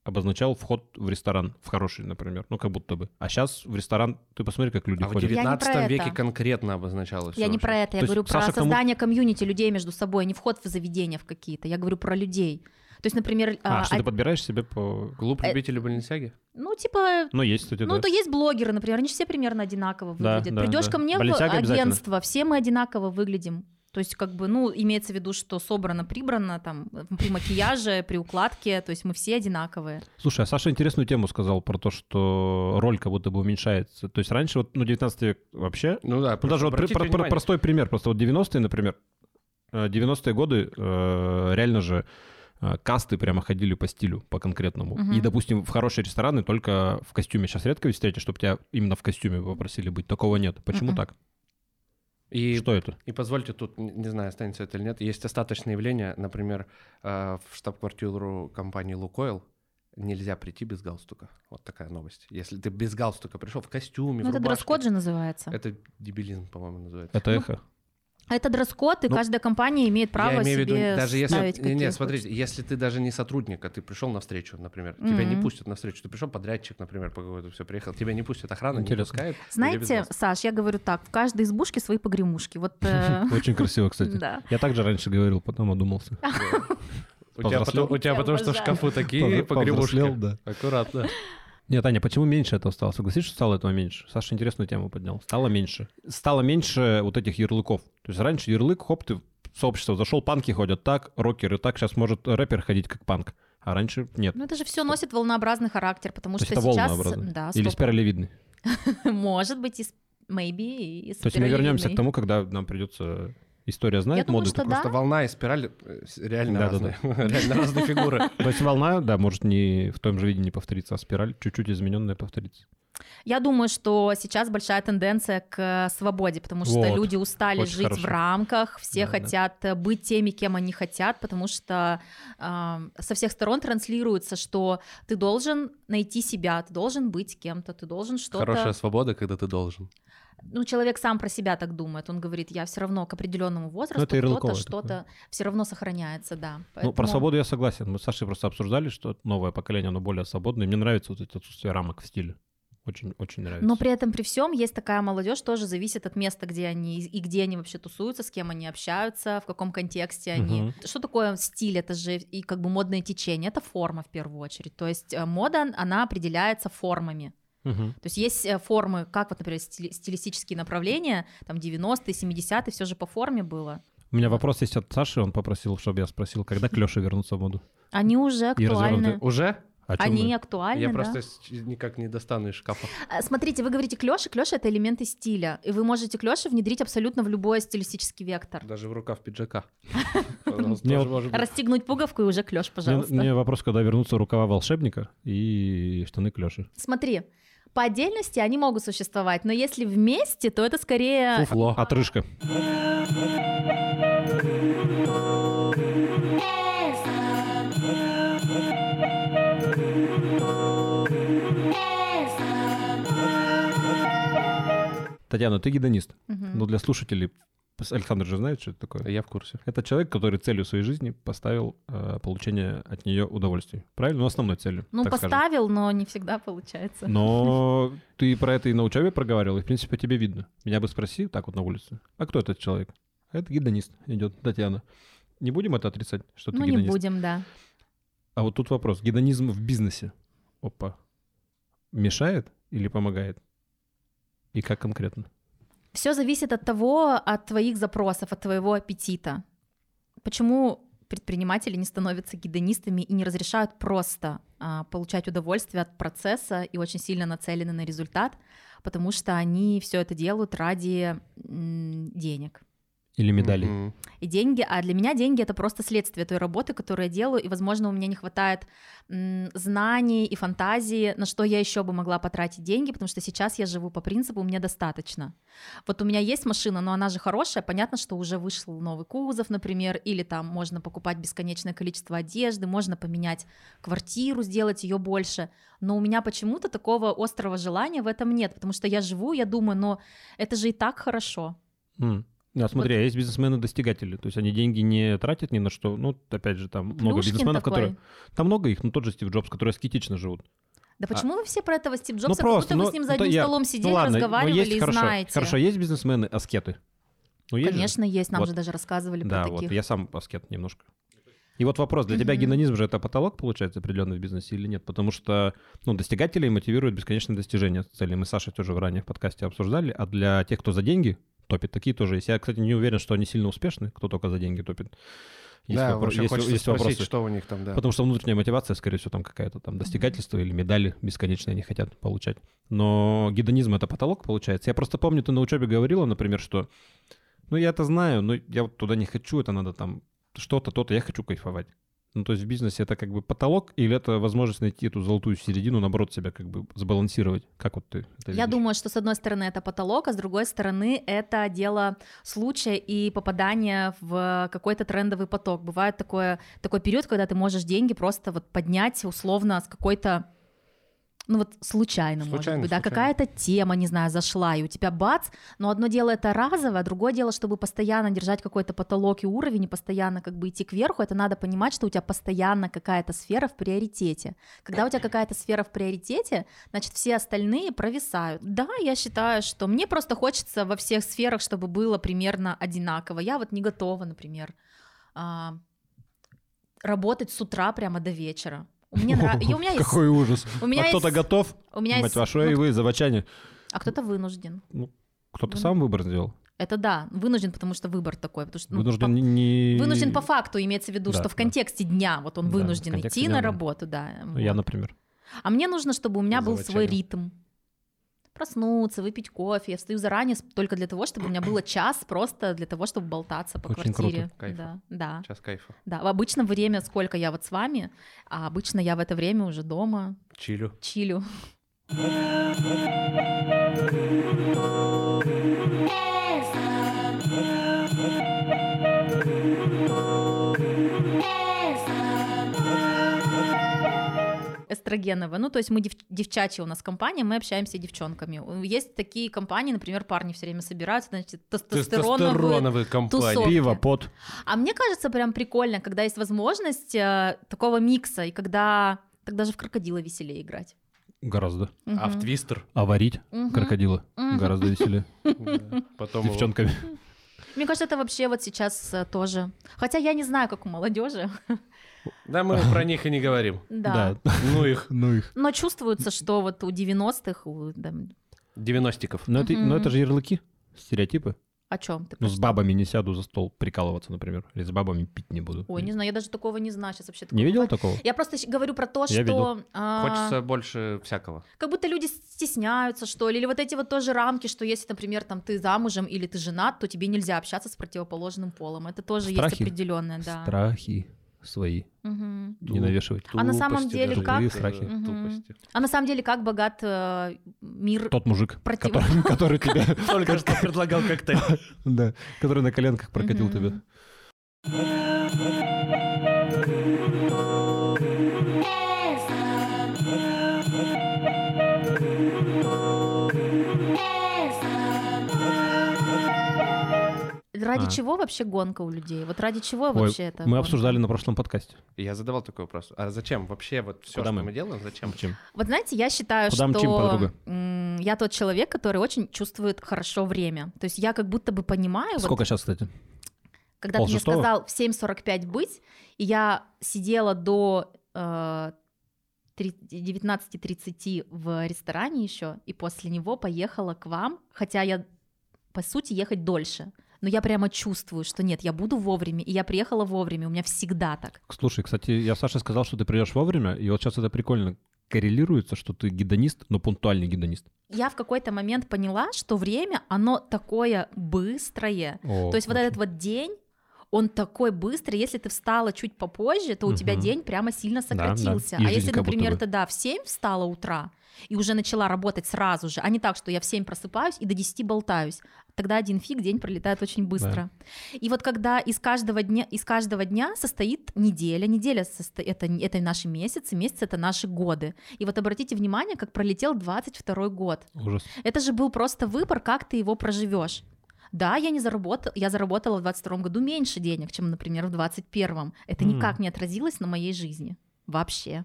Speaker 1: обозначал вход в ресторан, в хороший, например, ну как будто бы. А сейчас в ресторан, ты посмотри, как люди
Speaker 3: а в
Speaker 1: ходят.
Speaker 2: Я не
Speaker 3: 19
Speaker 2: про
Speaker 3: веке
Speaker 2: это.
Speaker 3: конкретно обозначалось.
Speaker 2: Я
Speaker 3: всё
Speaker 2: не
Speaker 3: вообще.
Speaker 2: про это, я
Speaker 1: То есть,
Speaker 2: говорю про
Speaker 1: Саша, к тому-
Speaker 2: создание комьюнити людей между собой, а не вход в заведения в какие-то. Я говорю про людей. То есть, например,
Speaker 1: А,
Speaker 2: а,
Speaker 1: что ты
Speaker 2: а-
Speaker 1: подбираешь себе по...
Speaker 3: Клуб
Speaker 2: Э,
Speaker 3: любителей Бальнисяги?
Speaker 2: ну типа,
Speaker 1: Ну, есть, кстати,
Speaker 2: ну
Speaker 1: да.
Speaker 2: то есть блогеры, например, они же все примерно одинаково
Speaker 1: Да,
Speaker 2: выглядят.
Speaker 1: да,
Speaker 2: Придешь
Speaker 1: да.
Speaker 2: ко мне в
Speaker 1: Balenciaga обязательно.
Speaker 2: агентство, все мы одинаково выглядим. То есть, как бы, ну, имеется в виду, что собрано, прибрано, там, при макияже, при укладке, то есть мы все одинаковые.
Speaker 1: Слушай, а Саша интересную тему сказал про то, что роль как будто бы уменьшается. То есть раньше, вот, ну, 19 век вообще...
Speaker 3: Ну да,
Speaker 1: Ну,
Speaker 3: просто
Speaker 1: даже вот при-
Speaker 3: обратите
Speaker 1: про- про-
Speaker 3: внимание.
Speaker 1: простой пример. Просто вот 90-е, например, э, 90-е годы э, реально же э, касты прямо ходили по стилю, по конкретному.
Speaker 2: Мгм.
Speaker 1: И, допустим, в хорошие рестораны только в костюме. Сейчас редко ведь встретишь, чтобы тебя именно в костюме попросили быть. Такого нет. Почему
Speaker 2: Мгм.
Speaker 1: так?
Speaker 3: И
Speaker 1: Что это?
Speaker 3: И позвольте, тут н- не знаю, останется это или нет. Есть остаточное явление, например, э, в штаб-квартиру компании Лукойл нельзя прийти без галстука. Вот такая новость. Если ты без галстука пришел в костюме,
Speaker 2: Ну,
Speaker 3: в
Speaker 2: это
Speaker 3: рубашке,
Speaker 2: дресс-код же называется.
Speaker 3: Это дебилизм, по-моему, называется.
Speaker 1: Это
Speaker 2: Ну,
Speaker 1: эхо.
Speaker 2: Это дресс-код, и
Speaker 1: Ну,
Speaker 2: каждая компания имеет право
Speaker 3: Я имею в
Speaker 2: себе
Speaker 3: виду, даже если...
Speaker 2: ставить
Speaker 3: не,
Speaker 2: какие
Speaker 3: не, смотрите,
Speaker 2: хочет.
Speaker 3: если ты даже не сотрудник, а ты пришел на встречу, например, тебя не
Speaker 2: Мгм.
Speaker 3: пустят на встречу, ты пришел подрядчик, например, по какой-то все приехал, тебя не пустят, охрана не
Speaker 1: Интересно.
Speaker 3: пускает. тебе без
Speaker 2: Знаете,
Speaker 3: галстука.
Speaker 2: Саш, я говорю так, в каждой избушке свои погремушки. Вот э,
Speaker 1: Очень красиво, кстати.
Speaker 2: Да.
Speaker 1: Я также раньше говорил, потом одумался.
Speaker 3: У тебя,
Speaker 1: повзрослел?
Speaker 3: потом, у тебя
Speaker 2: Я
Speaker 3: потому что в
Speaker 2: обожаю.
Speaker 3: шкафу такие
Speaker 1: Повзрослел,
Speaker 3: погремушки.
Speaker 1: да.
Speaker 3: Аккуратно.
Speaker 1: Нет, Аня, почему меньше этого стало? Согласишься, что стало этого меньше? Саша интересную тему поднял. Стало меньше. Стало меньше вот этих ярлыков. То есть раньше ярлык, хоп, ты в сообщество зашел, панки ходят так, рокеры так. Сейчас может рэпер ходить как панк. А А раньше нет.
Speaker 2: Ну это же все носит волнообразный характер, потому
Speaker 1: То есть
Speaker 2: что
Speaker 1: это
Speaker 2: а сейчас...
Speaker 1: волнообразно.
Speaker 2: Да,
Speaker 1: Или
Speaker 2: стоп.
Speaker 1: спиралевидный.
Speaker 2: Может быть, и с- maybe и
Speaker 1: То есть мы вернемся к
Speaker 2: спиралевидный.
Speaker 1: тому, когда нам придется история
Speaker 2: Я
Speaker 1: знает
Speaker 2: думаю,
Speaker 1: моду.
Speaker 2: что
Speaker 1: такую.
Speaker 2: да.
Speaker 3: Просто волна и спираль э, с- реально
Speaker 1: Да-да-да.
Speaker 3: разные. Реально разные фигуры.
Speaker 1: То есть волна, да, может не в том же виде не повторится, а спираль чуть-чуть измененная повторится.
Speaker 2: Я думаю, что сейчас большая тенденция к свободе, потому что
Speaker 1: Вот.
Speaker 2: люди устали
Speaker 1: Очень
Speaker 2: жить в
Speaker 1: хорошо.
Speaker 2: рамках, все
Speaker 1: Да, да.
Speaker 2: хотят э, быть теми, кем они хотят, потому что а, со всех сторон транслируется, что ты должен найти себя, ты должен быть кем-то, ты должен что-то.
Speaker 3: Хорошая свобода, когда ты должен.
Speaker 2: Ну, человек сам про себя так думает. Он говорит: я все равно к определенному возрасту
Speaker 1: Ну, это
Speaker 2: кто-то
Speaker 1: ярлыковое
Speaker 2: что-то все равно сохраняется, да.
Speaker 1: Ну, про
Speaker 2: Поэтому-
Speaker 1: свободу я согласен. Мы с Сашей просто обсуждали, что новое поколение, оно более свободное. Мне нравится вот это отсутствие рамок в стиле. Очень, очень нравится.
Speaker 2: Но Ну, при этом при всем есть такая молодежь, тоже зависит от места, где они и где они вообще тусуются, с кем они общаются, в каком контексте они.
Speaker 1: Мгм.
Speaker 2: Что такое стиль? Это же и как бы модное течение, это форма в первую очередь. То есть э, мода, она определяется формами.
Speaker 1: Мгм.
Speaker 2: То есть есть э, формы, как вот, например, стили- стилистические направления, там 90-е, 70-е, все же по форме было.
Speaker 1: У меня вопрос есть от Саши, он попросил, чтобы я спросил, когда клёши вернутся в моду.
Speaker 2: Они уже
Speaker 1: И развернутые.
Speaker 2: актуальны.
Speaker 3: Уже?
Speaker 1: О чём
Speaker 2: Они
Speaker 1: мы?
Speaker 2: актуальны,
Speaker 3: Я
Speaker 2: да.
Speaker 3: просто с- никак не достану из шкафа.
Speaker 2: А, Смотрите, вы говорите клёши, клёши — это элементы стиля, и вы можете клёши внедрить абсолютно в любой стилистический вектор.
Speaker 3: Даже в рукав пиджака.
Speaker 1: Мне вот-
Speaker 2: Расстегнуть пуговку и уже клеш,
Speaker 1: Мне,
Speaker 2: пожалуйста.
Speaker 1: мне вопрос, когда вернутся рукава волшебника и штаны клёши.
Speaker 2: Смотри, по отдельности они могут существовать, но если вместе, то это скорее...
Speaker 1: Фуфло. Отрыжка. Татьяна, ты гедонист.
Speaker 2: Мгм.
Speaker 1: Но для слушателей, пс- Александр же знает, что это такое.
Speaker 3: Я в курсе.
Speaker 1: Это человек, который целью своей жизни поставил э, получение от нее удовольствия. Правильно? Ну, основной целью.
Speaker 2: Ну,
Speaker 1: так скажем. Ну,
Speaker 2: поставил, но не всегда получается.
Speaker 1: Но ты про это и на учебе проговаривал, и, в принципе, тебе видно. Меня бы спроси, так вот на улице, а кто этот человек? А это гедонист идет, Татьяна. Не будем это отрицать, что ты
Speaker 2: Ну, не
Speaker 1: гедонист.
Speaker 2: будем, да.
Speaker 1: А вот тут вопрос. Гедонизм в бизнесе. Опа. Мешает или помогает? И как конкретно?
Speaker 2: Все зависит от того, от твоих запросов, от твоего аппетита. Почему предприниматели не становятся гедонистами и не разрешают просто а, получать удовольствие от процесса и очень сильно нацелены на результат, потому что они все это делают ради м, денег.
Speaker 1: Или медалей?
Speaker 3: Мгм.
Speaker 2: и деньги, а для меня деньги это просто следствие той работы, которую я делаю, и, возможно, у меня не хватает м, знаний и фантазии, на что я еще бы могла потратить деньги, потому что сейчас я живу по принципу мне достаточно. Вот у меня есть машина, но она же хорошая, понятно, что уже вышел новый кузов, например, или там можно покупать бесконечное количество одежды, можно поменять квартиру, сделать ее больше, но у меня почему-то такого острого желания в этом нет, потому что я живу, я думаю, но это же и так хорошо.
Speaker 1: М. Да, смотри, а есть бизнесмены-достигатели. То есть они деньги не тратят ни на что. Ну, опять же, там много
Speaker 2: Плюшкин
Speaker 1: бизнесменов,
Speaker 2: такой.
Speaker 1: которые... Там много их, но тот же Стив Джобс, которые аскетично живут.
Speaker 2: Да почему вы все про этого Стив Джобса,
Speaker 1: просто,
Speaker 2: как будто
Speaker 1: А ну,
Speaker 2: вы с ним
Speaker 1: ну,
Speaker 2: за
Speaker 1: то
Speaker 2: одним
Speaker 1: я-
Speaker 2: столом
Speaker 1: Ну
Speaker 2: сидели,
Speaker 1: ладно, но
Speaker 2: разговаривали
Speaker 1: есть
Speaker 2: и
Speaker 1: хорошо.
Speaker 2: знаете?
Speaker 1: Хорошо, есть бизнесмены-аскеты. Ну, есть же.
Speaker 2: Конечно, есть, нам
Speaker 1: Вот.
Speaker 2: же даже рассказывали
Speaker 1: Да,
Speaker 2: про
Speaker 1: вот,
Speaker 2: таких.
Speaker 1: я сам аскет немножко. И вот вопрос, для тебя
Speaker 2: Мгм.
Speaker 1: гедонизм же это потолок получается определенный в бизнесе или нет? Потому что ну, достигателей мотивируют бесконечное достижение цели. Мы с Сашей тоже в ранее в подкасте обсуждали. А для тех, кто за деньги топит, такие тоже есть. Я, кстати, не уверен, что они сильно успешны, кто только за деньги топит. Есть
Speaker 3: Да,
Speaker 1: вопро-
Speaker 3: вообще
Speaker 1: есть-
Speaker 3: хочется
Speaker 1: есть
Speaker 3: спросить,
Speaker 1: вопросы.
Speaker 3: что у них там, да.
Speaker 1: Потому что внутренняя мотивация, скорее всего, там какая-то там достигательство или медали бесконечные они хотят получать. Но гедонизм — это потолок, получается. Я просто помню, ты на учебе говорила, например, что ну я это знаю, но я вот туда не хочу, это надо там что-то, то-то, я хочу кайфовать. Ну, то есть в бизнесе это как бы потолок или это возможность найти эту золотую середину, наоборот, себя как бы сбалансировать? Как вот ты это
Speaker 2: Я
Speaker 1: видишь?
Speaker 2: думаю, что с одной стороны это потолок, а с другой стороны это дело случая и попадания в какой-то трендовый поток. Бывает такое, такой период, когда ты можешь деньги просто вот поднять условно с какой-то ну вот случайно,
Speaker 3: Случайно,
Speaker 2: может быть, да,
Speaker 3: случайно.
Speaker 2: какая-то тема, не знаю, зашла, и у тебя бац, но одно дело это разово, а другое дело, чтобы постоянно держать какой-то потолок и уровень, и постоянно как бы идти кверху, это надо понимать, что у тебя постоянно какая-то сфера в приоритете. Когда у тебя какая-то сфера в приоритете, значит, все остальные провисают. Да, я считаю, что мне просто хочется во всех сферах, чтобы было примерно одинаково. Я вот не готова, например, а, работать с утра прямо до вечера. Мне нра- и у меня есть...
Speaker 1: Какой ужас.
Speaker 2: У меня
Speaker 1: а кто-то
Speaker 2: есть-
Speaker 1: готов?
Speaker 2: У меня
Speaker 1: Мать
Speaker 2: есть...
Speaker 1: вашу, и
Speaker 2: ну,
Speaker 1: вы, заводчане.
Speaker 2: А кто-то вынужден.
Speaker 1: Кто-то
Speaker 2: Ну,
Speaker 1: сам выбор сделал.
Speaker 2: Это да, вынужден, потому что выбор такой. Потому что, ну,
Speaker 1: Вынужден не...
Speaker 2: по- вынужден по факту имеется в виду,
Speaker 1: Да,
Speaker 2: что в
Speaker 1: да.
Speaker 2: контексте дня вот он
Speaker 1: Да, в
Speaker 2: вынужден
Speaker 1: контексте
Speaker 2: идти
Speaker 1: дня,
Speaker 2: на
Speaker 1: да.
Speaker 2: работу, да.
Speaker 1: Ну, Я,
Speaker 2: вот.
Speaker 1: например.
Speaker 2: А мне нужно, чтобы у меня был свой
Speaker 3: Заводчага.
Speaker 2: ритм. Проснуться, выпить кофе. Я встаю заранее с- только для того, чтобы у меня было час просто для того, чтобы болтаться по
Speaker 1: Очень
Speaker 2: квартире.
Speaker 3: круто. Кайф.
Speaker 2: Да, да,
Speaker 3: Сейчас кайфа.
Speaker 2: да. В обычное время, сколько я вот с вами, а обычно я в это время уже дома
Speaker 3: Чилю.
Speaker 2: чилю. эстрогеновая. Ну, то есть мы дев- девчачья у нас компания, мы общаемся с девчонками. У- Есть такие компании, например, парни все время собираются, значит, тестостероновые тусовки.
Speaker 1: Пиво, пот.
Speaker 2: А мне кажется, прям прикольно, когда есть возможность э, такого микса, и когда тогда же в крокодила веселее играть.
Speaker 1: Гораздо.
Speaker 3: А в
Speaker 2: Мгм.
Speaker 3: твистер?
Speaker 1: А варить
Speaker 2: Мгм.
Speaker 1: крокодила
Speaker 2: Мгм.
Speaker 1: гораздо веселее. С
Speaker 3: Потом его-
Speaker 1: девчонками.
Speaker 2: Мне кажется, это вообще вот сейчас э, тоже. Хотя я не знаю, как у молодежи.
Speaker 3: Да, мы про них и не говорим.
Speaker 2: Да.
Speaker 3: Ну их,
Speaker 1: Ну их.
Speaker 2: Но чувствуется, что вот у 90-х, у, да,
Speaker 3: девяностиков.
Speaker 1: Но это,
Speaker 2: Мгм.
Speaker 1: но это же ярлыки, стереотипы.
Speaker 2: о чем ты?
Speaker 1: Ну, с бабами не сяду за стол прикалываться, например. Или с бабами пить не буду.
Speaker 2: Ой, не знаю, я даже такого не знаю сейчас вообще. такого
Speaker 1: Не видел
Speaker 2: бывает.
Speaker 1: такого?
Speaker 2: Я просто щ- говорю про то,
Speaker 1: Я
Speaker 2: что а,
Speaker 3: Хочется больше всякого.
Speaker 2: как будто люди стесняются, что ли, или вот эти вот тоже рамки, что если, например, там ты замужем или ты женат, то тебе нельзя общаться с противоположным полом. Это тоже есть
Speaker 1: Страхи.
Speaker 2: определенное, да.
Speaker 1: Страхи свои
Speaker 2: Мгм.
Speaker 1: не навешивать.
Speaker 2: А на самом
Speaker 3: Тупости
Speaker 2: деле
Speaker 3: даже
Speaker 1: как?
Speaker 3: есть,
Speaker 1: Страхи.
Speaker 3: да,
Speaker 2: Мгм.
Speaker 3: Тупости.
Speaker 2: А на самом деле, как богат э, мир
Speaker 1: Тот мужик,
Speaker 2: Против-
Speaker 1: который, который тебя,
Speaker 3: Только что предлагал коктейль.
Speaker 1: да, который на коленках прокатил
Speaker 2: Мгм.
Speaker 1: тебя.
Speaker 2: Ради
Speaker 1: А.
Speaker 2: чего вообще гонка у людей? Вот ради чего
Speaker 1: Ой,
Speaker 2: вообще это?
Speaker 1: Мы
Speaker 2: гонка?
Speaker 1: обсуждали на прошлом подкасте.
Speaker 3: Я задавал такой вопрос. А зачем вообще вот все,
Speaker 1: Куда
Speaker 3: что
Speaker 1: мы?
Speaker 3: мы делаем, зачем?
Speaker 1: Чем?
Speaker 2: Вот знаете, я считаю,
Speaker 1: Куда мчим,
Speaker 2: что
Speaker 1: подруга?
Speaker 2: м, я тот человек, который очень чувствует хорошо время. То есть я как будто бы понимаю, вот
Speaker 1: Сколько сейчас, кстати?
Speaker 2: когда ты мне
Speaker 1: полшестого?
Speaker 2: сказал в 7.45 быть, и я сидела до э, три- 19.30 в ресторане еще, и после него поехала к вам, хотя я, по сути, ехать дольше. Но я прямо чувствую, что нет, я буду вовремя, и я приехала вовремя, у меня всегда так.
Speaker 1: Слушай, кстати, я Саше сказал, что ты придешь вовремя, и вот сейчас это прикольно коррелируется, что ты гедонист, но пунктуальный гедонист.
Speaker 2: Я в какой-то момент поняла, что время, оно такое быстрое, То есть вот этот вот день, он такой быстрый, если ты встала чуть попозже, то у тебя
Speaker 1: Мгм.
Speaker 2: день прямо сильно
Speaker 1: да.
Speaker 2: сократился.
Speaker 1: И
Speaker 2: А если,
Speaker 1: жизнь как будто
Speaker 2: например,
Speaker 1: бы.
Speaker 2: ты, да, в 7 встала утра и уже начала работать сразу же, а не так, что я в 7 просыпаюсь и до 10 болтаюсь, тогда один фиг, день пролетает очень быстро. И вот когда из каждого дня, из каждого дня состоит неделя, неделя состо- это, это наши месяцы, месяц это наши годы. И вот обратите внимание, как пролетел 22 год.
Speaker 1: Ужас.
Speaker 2: Это же был просто выбор, как ты его проживешь. Да, я не заработала, я заработала в 22 году меньше денег, чем, например, в 21. Это
Speaker 1: Мгм.
Speaker 2: никак не отразилось на моей жизни. Вообще.